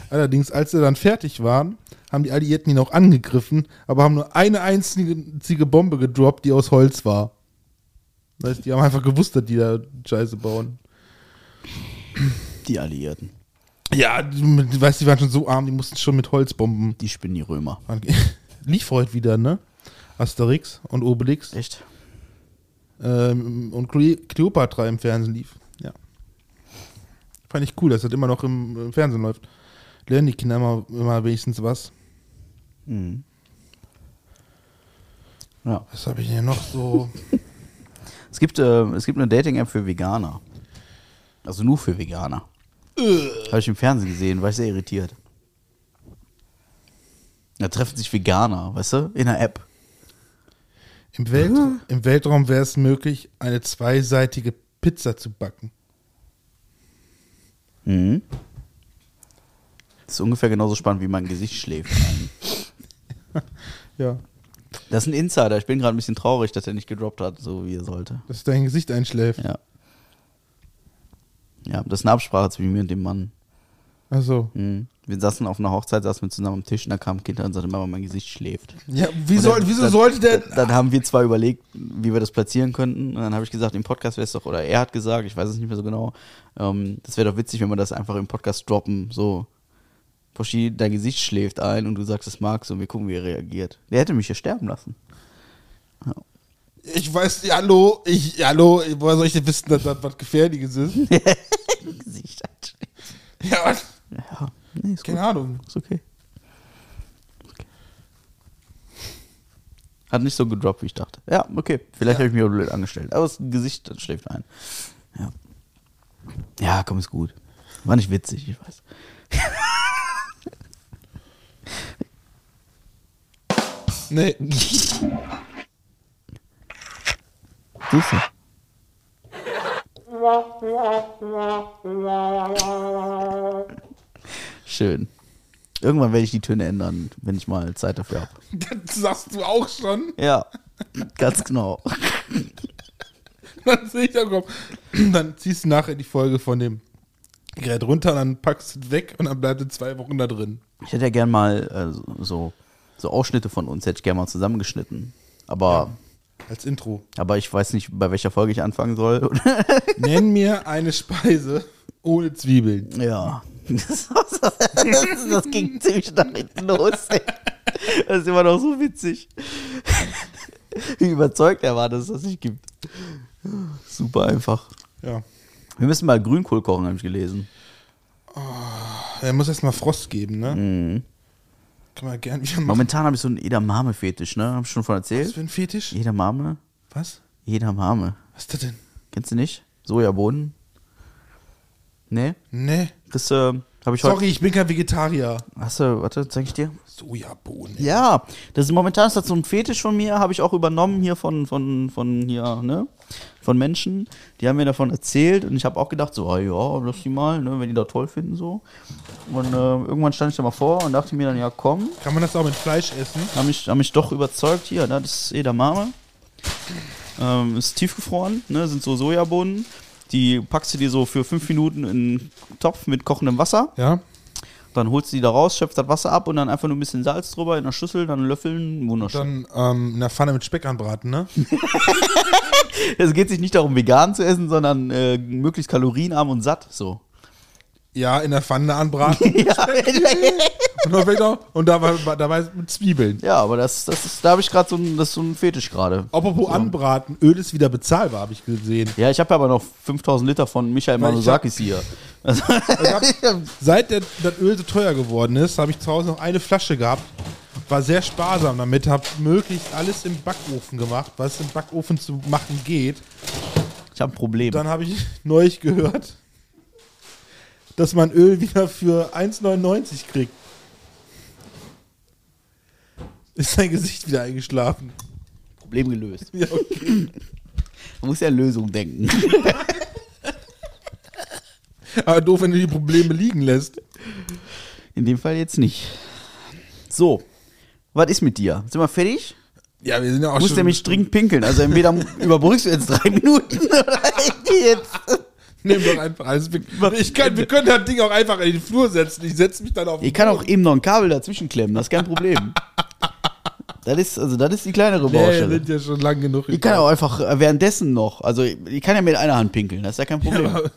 Speaker 2: Allerdings, als sie dann fertig waren, haben die Alliierten ihn auch angegriffen, aber haben nur eine einzige Bombe gedroppt, die aus Holz war. Das heißt, die haben einfach gewusst, dass die da Scheiße bauen.
Speaker 1: Die Alliierten.
Speaker 2: Ja, du weißt, die waren schon so arm, die mussten schon mit Holzbomben.
Speaker 1: Die spinnen die Römer.
Speaker 2: angehen. Lief heute wieder, ne? Asterix und Obelix
Speaker 1: Echt?
Speaker 2: ähm, und Cle Cleopatra im Fernsehen lief. Ja. Fand ich cool, dass das immer noch im, im Fernsehen läuft. Lernen die Kinder immer, immer wenigstens was.
Speaker 1: Mhm. Ja.
Speaker 2: Was habe ich denn noch so?
Speaker 1: Es gibt, äh, es gibt eine Dating-App für Veganer. Also nur für Veganer. Habe ich im Fernsehen gesehen, war ich sehr irritiert. Da treffen sich Veganer, weißt du, in einer App.
Speaker 2: Im, Welt Im Weltraum wäre es möglich, eine zweiseitige Pizza zu backen.
Speaker 1: Mhm. Das ist ungefähr genauso spannend, wie mein Gesicht schläft.
Speaker 2: Ja.
Speaker 1: Das ist ein Insider. Ich bin gerade ein bisschen traurig, dass er nicht gedroppt hat, so wie er sollte.
Speaker 2: Dass dein Gesicht einschläft.
Speaker 1: Ja. Ja, das ist eine Absprache zwischen mir und dem Mann.
Speaker 2: Also.
Speaker 1: Mhm. Wir saßen auf einer Hochzeit, saßen wir zusammen am Tisch und da kam ein Kind an und sagte, Mama, mein Gesicht schläft.
Speaker 2: Ja, wie soll,
Speaker 1: dann-
Speaker 2: wieso
Speaker 1: dann-
Speaker 2: sollte der.
Speaker 1: Dann haben wir zwei überlegt, wie wir das platzieren könnten. Und dann habe ich gesagt, im Podcast wäre es doch, oder er hat gesagt, ich weiß es nicht mehr so genau, ähm, das wäre doch witzig, wenn wir das einfach im Podcast droppen. So, Poschi, dein Gesicht schläft ein und du sagst, es magst und wir gucken, wie er reagiert. Der hätte mich ja sterben lassen.
Speaker 2: Ich weiß, hallo, ich, hallo, woher soll ich denn wissen, dass das was Gefährliches ist?
Speaker 1: Gesicht einschläft.
Speaker 2: ja, was?
Speaker 1: Ja, nee, ist gut.
Speaker 2: keine Ahnung.
Speaker 1: Ist okay. okay. Hat nicht so gedroppt, wie ich dachte. Ja, okay. Vielleicht habe ich mich auch blöd angestellt. Aber das Gesicht das schläft ein. Ja. ja, komm, ist gut. War nicht witzig, ich weiß.
Speaker 2: Nee.
Speaker 1: Siehst du? Schön. Irgendwann werde ich die Töne ändern, wenn ich mal Zeit dafür habe.
Speaker 2: Das sagst du auch schon.
Speaker 1: Ja, ganz genau.
Speaker 2: Dann sehe ich da komm. Dann ziehst du nachher die Folge von dem Gerät runter und dann packst du es weg und dann bleibt es zwei Wochen da drin.
Speaker 1: Ich hätte ja gern mal äh, so, so Ausschnitte von uns, hätte ich gern mal zusammengeschnitten. Aber,
Speaker 2: Als Intro.
Speaker 1: aber ich weiß nicht, bei welcher Folge ich anfangen soll.
Speaker 2: Nenn mir eine Speise ohne Zwiebeln.
Speaker 1: ja. Das, das ging ziemlich nach hinten los. ey. Das ist immer noch so witzig. Wie überzeugt er war, dass es das nicht gibt. Super einfach.
Speaker 2: Ja.
Speaker 1: Wir müssen mal Grünkohl kochen, habe ich gelesen.
Speaker 2: Er muss erstmal Frost geben, ne? Kann man gern wieder machen.
Speaker 1: Momentan habe ich so einen Edamame-Fetisch, ne? Habe ich schon von
Speaker 2: Was
Speaker 1: erzählt?
Speaker 2: für ein Fetisch?
Speaker 1: Edamame?
Speaker 2: Was?
Speaker 1: Edamame.
Speaker 2: Was ist das denn?
Speaker 1: Kennst du nicht? Sojabohnen? Nee?
Speaker 2: Nee.
Speaker 1: Das äh, habe ich heute.
Speaker 2: Sorry, ich bin kein Vegetarier.
Speaker 1: Hast du, warte, zeig ich dir.
Speaker 2: Sojabohnen. ey.
Speaker 1: Ja, das ist momentan ist das so ein Fetisch von mir, habe ich auch übernommen hier von, von, von hier, ne? Von Menschen. Die haben mir davon erzählt und ich habe auch gedacht, so, ah, ja, lass die mal, ne, wenn die das toll finden, so. Und äh, irgendwann stand ich da mal vor und dachte mir dann, ja, komm,
Speaker 2: Kann man das auch mit Fleisch essen?
Speaker 1: haben mich, haben mich doch überzeugt. Hier, ne, das ist Edamame. Ähm, ist tiefgefroren, ne, sind so Sojabohnen. Die packst du dir so für fünf Minuten in einen Topf mit kochendem Wasser.
Speaker 2: Ja.
Speaker 1: Dann holst du die da raus, schöpfst das Wasser ab und dann einfach nur ein bisschen Salz drüber in einer Schüssel, dann löffeln, wunderschön.
Speaker 2: Dann ähm, in der Pfanne mit Speck anbraten, ne?
Speaker 1: Es geht sich nicht darum, vegan zu essen, sondern äh, möglichst kalorienarm und satt, so.
Speaker 2: Ja, in der Pfanne anbraten.
Speaker 1: Ja,
Speaker 2: und, dann vielleicht auch, und dabei, dabei mit Zwiebeln.
Speaker 1: ja aber das, das ist, da habe ich gerade so, ein- das ist so ein Fetisch gerade.
Speaker 2: Apropos anbraten, Öl ist wieder bezahlbar, habe ich gesehen.
Speaker 1: Ja, ich habe aber noch 5000 Liter von Michael
Speaker 2: Weil ich hab-
Speaker 1: Manusakis hier.
Speaker 2: Ich Also hab, seit der, das Öl so teuer geworden ist, habe ich zu Hause noch eine Flasche gehabt. War sehr sparsam damit, habe möglichst alles im Backofen gemacht, was im Backofen zu machen geht.
Speaker 1: Ich habe ein Problem.
Speaker 2: Dann habe ich neulich gehört, dass man Öl wieder für 1,99 kriegt. Ist dein Gesicht wieder eingeschlafen?
Speaker 1: Problem gelöst.
Speaker 2: Ja, okay.
Speaker 1: Man muss ja an Lösungen denken.
Speaker 2: Aber doof, wenn du die Probleme liegen lässt.
Speaker 1: In dem Fall jetzt nicht. So, was ist mit dir? Sind wir fertig?
Speaker 2: Ja, wir sind ja auch
Speaker 1: Du musst nämlich dringend pinkeln. Also entweder überbrückst du jetzt drei Minuten oder jetzt.
Speaker 2: Nehmen doch einfach alles weg. Ich kann, wir können das Ding auch einfach in den Flur setzen. Ich setze mich dann auf. den
Speaker 1: Ich kann
Speaker 2: Flur.
Speaker 1: auch eben noch ein Kabel dazwischen klemmen, das ist kein Problem. Das ist, also das ist die kleinere
Speaker 2: Nee, wir
Speaker 1: Baustelle.
Speaker 2: sind ja schon lang genug.
Speaker 1: ich kann auch einfach äh, währenddessen noch, also ich ich kann ja mit einer Hand pinkeln, das ist ja kein Problem.
Speaker 2: Ja, aber-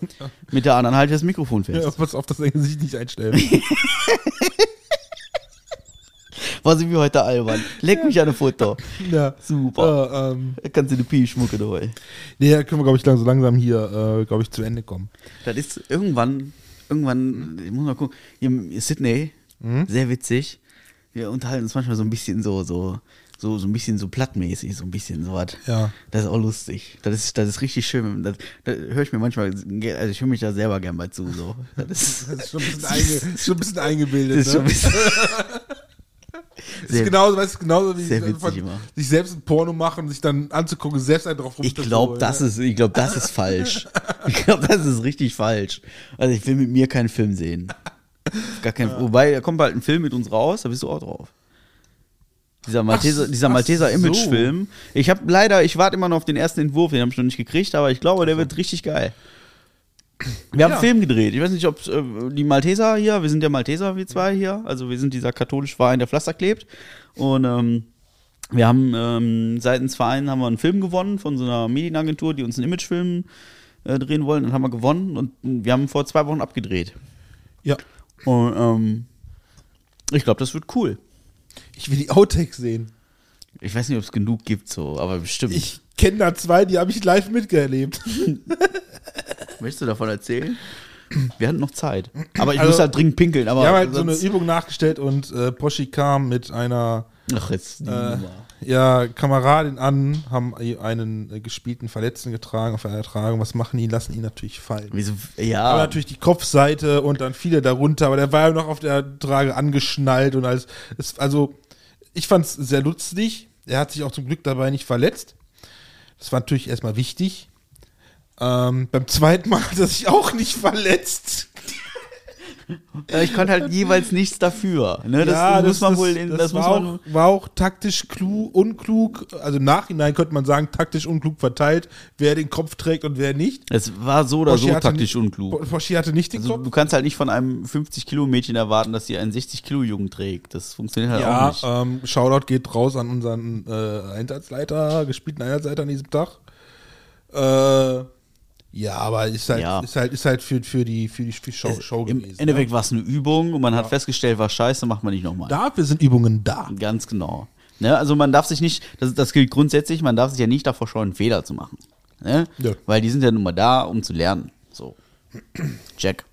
Speaker 1: Mit der anderen halte ich das Mikrofon
Speaker 2: Ja,
Speaker 1: fest.
Speaker 2: pass auf, dass dein Gesicht nicht einschläft.
Speaker 1: Was sind wir heute albern? Leck mich an den Futter.
Speaker 2: ja.
Speaker 1: Super.
Speaker 2: Äh, ähm,
Speaker 1: Da kannst du die Pie schmucke dabei.
Speaker 2: nee, da können wir, glaube ich, lang, so langsam hier, äh, glaube ich, zu Ende kommen.
Speaker 1: Das ist irgendwann, irgendwann, ich muss mal gucken, hier in Sydney, sehr witzig. Wir unterhalten uns manchmal so ein bisschen so, so, so, so ein bisschen so plattmäßig, so ein bisschen so was.
Speaker 2: Ja.
Speaker 1: Das ist auch lustig. Das ist, das ist richtig schön. Das, das höre ich mir manchmal, ge- also ich höre mich da selber gern bei zu. So. Das ist,
Speaker 2: Das ist schon ein bisschen, einge, schon ein bisschen eingebildet.
Speaker 1: ne? das ist schon ein
Speaker 2: ne?
Speaker 1: bisschen.
Speaker 2: ist genauso, weißt du, genauso wie
Speaker 1: sehr witzig
Speaker 2: einfach
Speaker 1: immer.
Speaker 2: sich selbst ein Porno machen und sich dann anzugucken, selbst einen drauf ne?
Speaker 1: Ich glaube, das ist, ich glaube, das ist falsch. Ich glaube, das ist richtig falsch. Also ich will mit mir keinen Film sehen. Gar kein, Wobei, da kommt bald ein Film mit uns raus, da bist du auch drauf. Dieser Malteser, dieser
Speaker 2: ach
Speaker 1: Malteser
Speaker 2: so.
Speaker 1: Imagefilm. Ich habe leider, ich warte immer noch auf den ersten Entwurf, den habe ich noch nicht gekriegt, aber ich glaube, der wird richtig geil. Wir haben
Speaker 2: Ja.
Speaker 1: einen Film gedreht. Ich weiß nicht, ob äh, die Malteser hier, wir sind ja Malteser, wir zwei hier. Also wir sind dieser katholische Verein, der Pflaster klebt. Und ähm, wir haben ähm, seitens Verein haben wir einen Film gewonnen von so einer Medienagentur, die uns einen Imagefilm äh, drehen wollen. Dann haben wir gewonnen und wir haben vor zwei Wochen abgedreht.
Speaker 2: Ja.
Speaker 1: Und ähm, ich glaube, das wird cool.
Speaker 2: Ich will die Outtakes sehen.
Speaker 1: Ich weiß nicht, ob es genug gibt, so, aber bestimmt.
Speaker 2: Ich kenne da zwei, die habe ich live mitgelebt.
Speaker 1: Möchtest du davon erzählen? Wir hatten noch Zeit. Aber ich
Speaker 2: Also,
Speaker 1: muss halt dringend pinkeln. Aber
Speaker 2: Wir haben halt so eine
Speaker 1: sonst-
Speaker 2: Übung nachgestellt und äh, Poschi kam mit einer
Speaker 1: Ach, jetzt die
Speaker 2: äh,
Speaker 1: Nummer.
Speaker 2: ja, Kameradin an, haben einen äh, gespielten Verletzten getragen auf einer Tragung. Was machen die? Lassen ihn natürlich fallen.
Speaker 1: Wieso?
Speaker 2: Aber
Speaker 1: Ja.
Speaker 2: natürlich die Kopfseite und dann viele darunter, aber der war ja noch auf der Trage angeschnallt und alles. Es, also, ich fand es sehr lustig. Er hat sich auch zum Glück dabei nicht verletzt. Das war natürlich erstmal wichtig. Ähm, beim zweiten Mal hat er sich auch nicht verletzt.
Speaker 1: Äh, Ich konnte halt jeweils nichts dafür. Ne? Das muss man wohl. in-
Speaker 2: das,
Speaker 1: Das muss
Speaker 2: war,
Speaker 1: man.
Speaker 2: auch, war auch taktisch klug, unklug. Also im Nachhinein könnte man sagen, taktisch unklug verteilt, wer den Kopf trägt und wer nicht.
Speaker 1: Es war so oder
Speaker 2: Porsche
Speaker 1: so
Speaker 2: hatte
Speaker 1: taktisch
Speaker 2: nicht-
Speaker 1: unklug.
Speaker 2: Po- Porsche hatte nicht den
Speaker 1: Also,
Speaker 2: Kopf.
Speaker 1: du kannst halt nicht von einem 50-Kilo-Mädchen erwarten, dass sie einen 60-Kilo-Jungen trägt. Das funktioniert halt auch
Speaker 2: Ja,
Speaker 1: nicht.
Speaker 2: ähm, Shoutout geht raus an unseren äh, Einsatzleiter, gespielten Einsatzleiter an diesem Tag. Äh, ja, aber ist halt,
Speaker 1: Ja.
Speaker 2: Ist halt, ist halt für, für die, für die für die Show, Show
Speaker 1: Im
Speaker 2: gewesen.
Speaker 1: Endeffekt
Speaker 2: ja.
Speaker 1: war es eine Übung und man hat festgestellt, war scheiße, macht man nicht nochmal.
Speaker 2: Dafür sind Übungen da.
Speaker 1: Ganz genau. Ne? Also man darf sich nicht, das, das gilt grundsätzlich, man darf sich ja nicht davor scheuen, Fehler zu machen. Ne?
Speaker 2: Ja.
Speaker 1: Weil die sind ja nun mal da, um zu lernen. So. Check.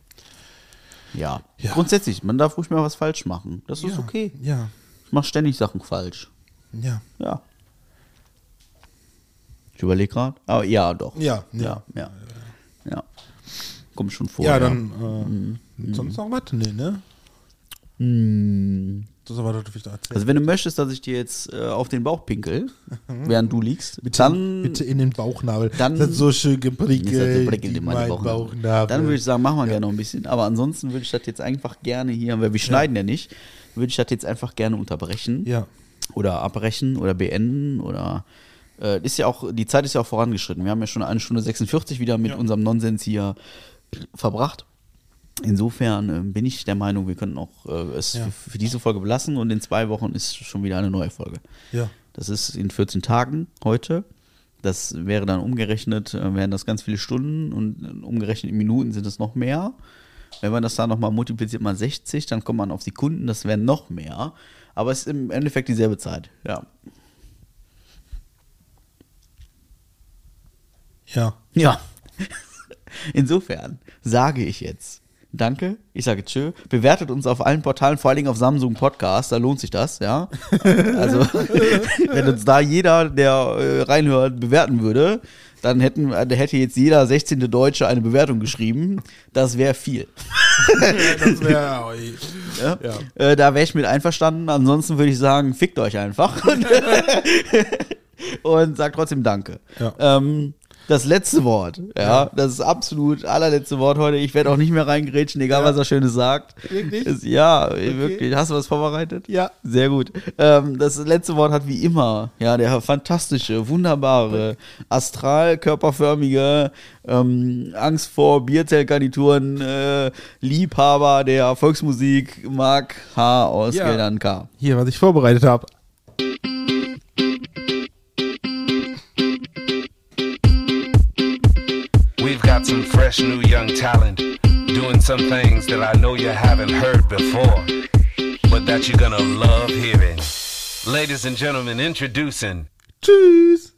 Speaker 1: Ja.
Speaker 2: Ja.
Speaker 1: Grundsätzlich, man darf ruhig mal was falsch machen. Das ist
Speaker 2: ja,
Speaker 1: okay.
Speaker 2: Ja,
Speaker 1: Ich mache ständig Sachen falsch.
Speaker 2: ja.
Speaker 1: Ja. Ich überlege gerade. Aber ja, doch.
Speaker 2: Ja,
Speaker 1: Ja,
Speaker 2: ja.
Speaker 1: ja. Ja. Kommt schon vor.
Speaker 2: Ja, dann äh,
Speaker 1: Mhm.
Speaker 2: sonst noch was? Nee, ne? Das aber das ich da erzählen.
Speaker 1: Mhm. Also wenn du möchtest, dass ich dir jetzt äh, auf den Bauch pinkel, während du liegst, dann
Speaker 2: Mhm. Bitte in den Bauchnabel.
Speaker 1: dann-
Speaker 2: das hat so schön geprickelt.
Speaker 1: Ist das so prickelt
Speaker 2: in
Speaker 1: halt in meine
Speaker 2: meinen
Speaker 1: Bauchnabel.
Speaker 2: äh, Bauchnabel.
Speaker 1: Dann würde ich sagen, machen wir gerne noch ein bisschen. Aber ansonsten würde ich das jetzt einfach gerne hier, weil wir schneiden ja, nicht, würde ich das jetzt einfach gerne unterbrechen
Speaker 2: Ja.
Speaker 1: oder abbrechen oder beenden oder äh, ist ja auch, die Zeit ist ja auch vorangeschritten. Wir haben ja schon eine Stunde 46 wieder mit
Speaker 2: Ja.
Speaker 1: unserem Nonsens hier verbracht. Insofern äh, bin ich der Meinung, wir könnten auch äh, es
Speaker 2: Ja.
Speaker 1: für, für diese Folge belassen und in zwei Wochen ist schon wieder eine neue Folge.
Speaker 2: Ja.
Speaker 1: Das ist in 14 Tagen heute. Das wäre dann umgerechnet, äh, wären das ganz viele Stunden und äh, umgerechnet in Minuten sind es noch mehr. Wenn man das dann nochmal multipliziert mal 60, dann kommt man auf Sekunden, das wären noch mehr. Aber es ist im Endeffekt dieselbe Zeit, ja.
Speaker 2: Ja.
Speaker 1: Ja. Insofern sage ich jetzt Danke, ich sage Tschö. Bewertet uns auf allen Portalen, vor allen Dingen auf Samsung Podcast, da lohnt sich das, ja. Also, wenn uns da jeder, der äh, reinhört, bewerten würde, dann hätten, da hätte jetzt jeder 16. Deutsche eine Bewertung geschrieben. Das wäre viel.
Speaker 2: Das wäre.
Speaker 1: Ja?
Speaker 2: Ja.
Speaker 1: Äh, da wäre ich mit einverstanden. Ansonsten würde ich sagen, fickt euch einfach. Und, und sagt trotzdem Danke.
Speaker 2: Ja.
Speaker 1: Ähm, das letzte Wort, ja, das ist absolut allerletzte Wort heute. Ich werde auch nicht mehr reingrätschen, egal
Speaker 2: Ja.
Speaker 1: was er Schönes sagt.
Speaker 2: Wirklich?
Speaker 1: Es- ja, wirklich. Hast du was vorbereitet?
Speaker 2: Ja.
Speaker 1: Sehr gut. Ähm, das letzte Wort hat wie immer, ja, der fantastische, wunderbare, astral, körperförmige, ähm, Angst vor Bierzellgarnituren, äh, Liebhaber der Volksmusik, Mark H. aus
Speaker 2: Ja.
Speaker 1: Geldern K.
Speaker 2: Hier, was ich vorbereitet habe.
Speaker 3: We've got some fresh new young talent doing some things that I know you haven't heard before, but that you're gonna love hearing. Ladies and gentlemen, introducing
Speaker 2: Tschüss.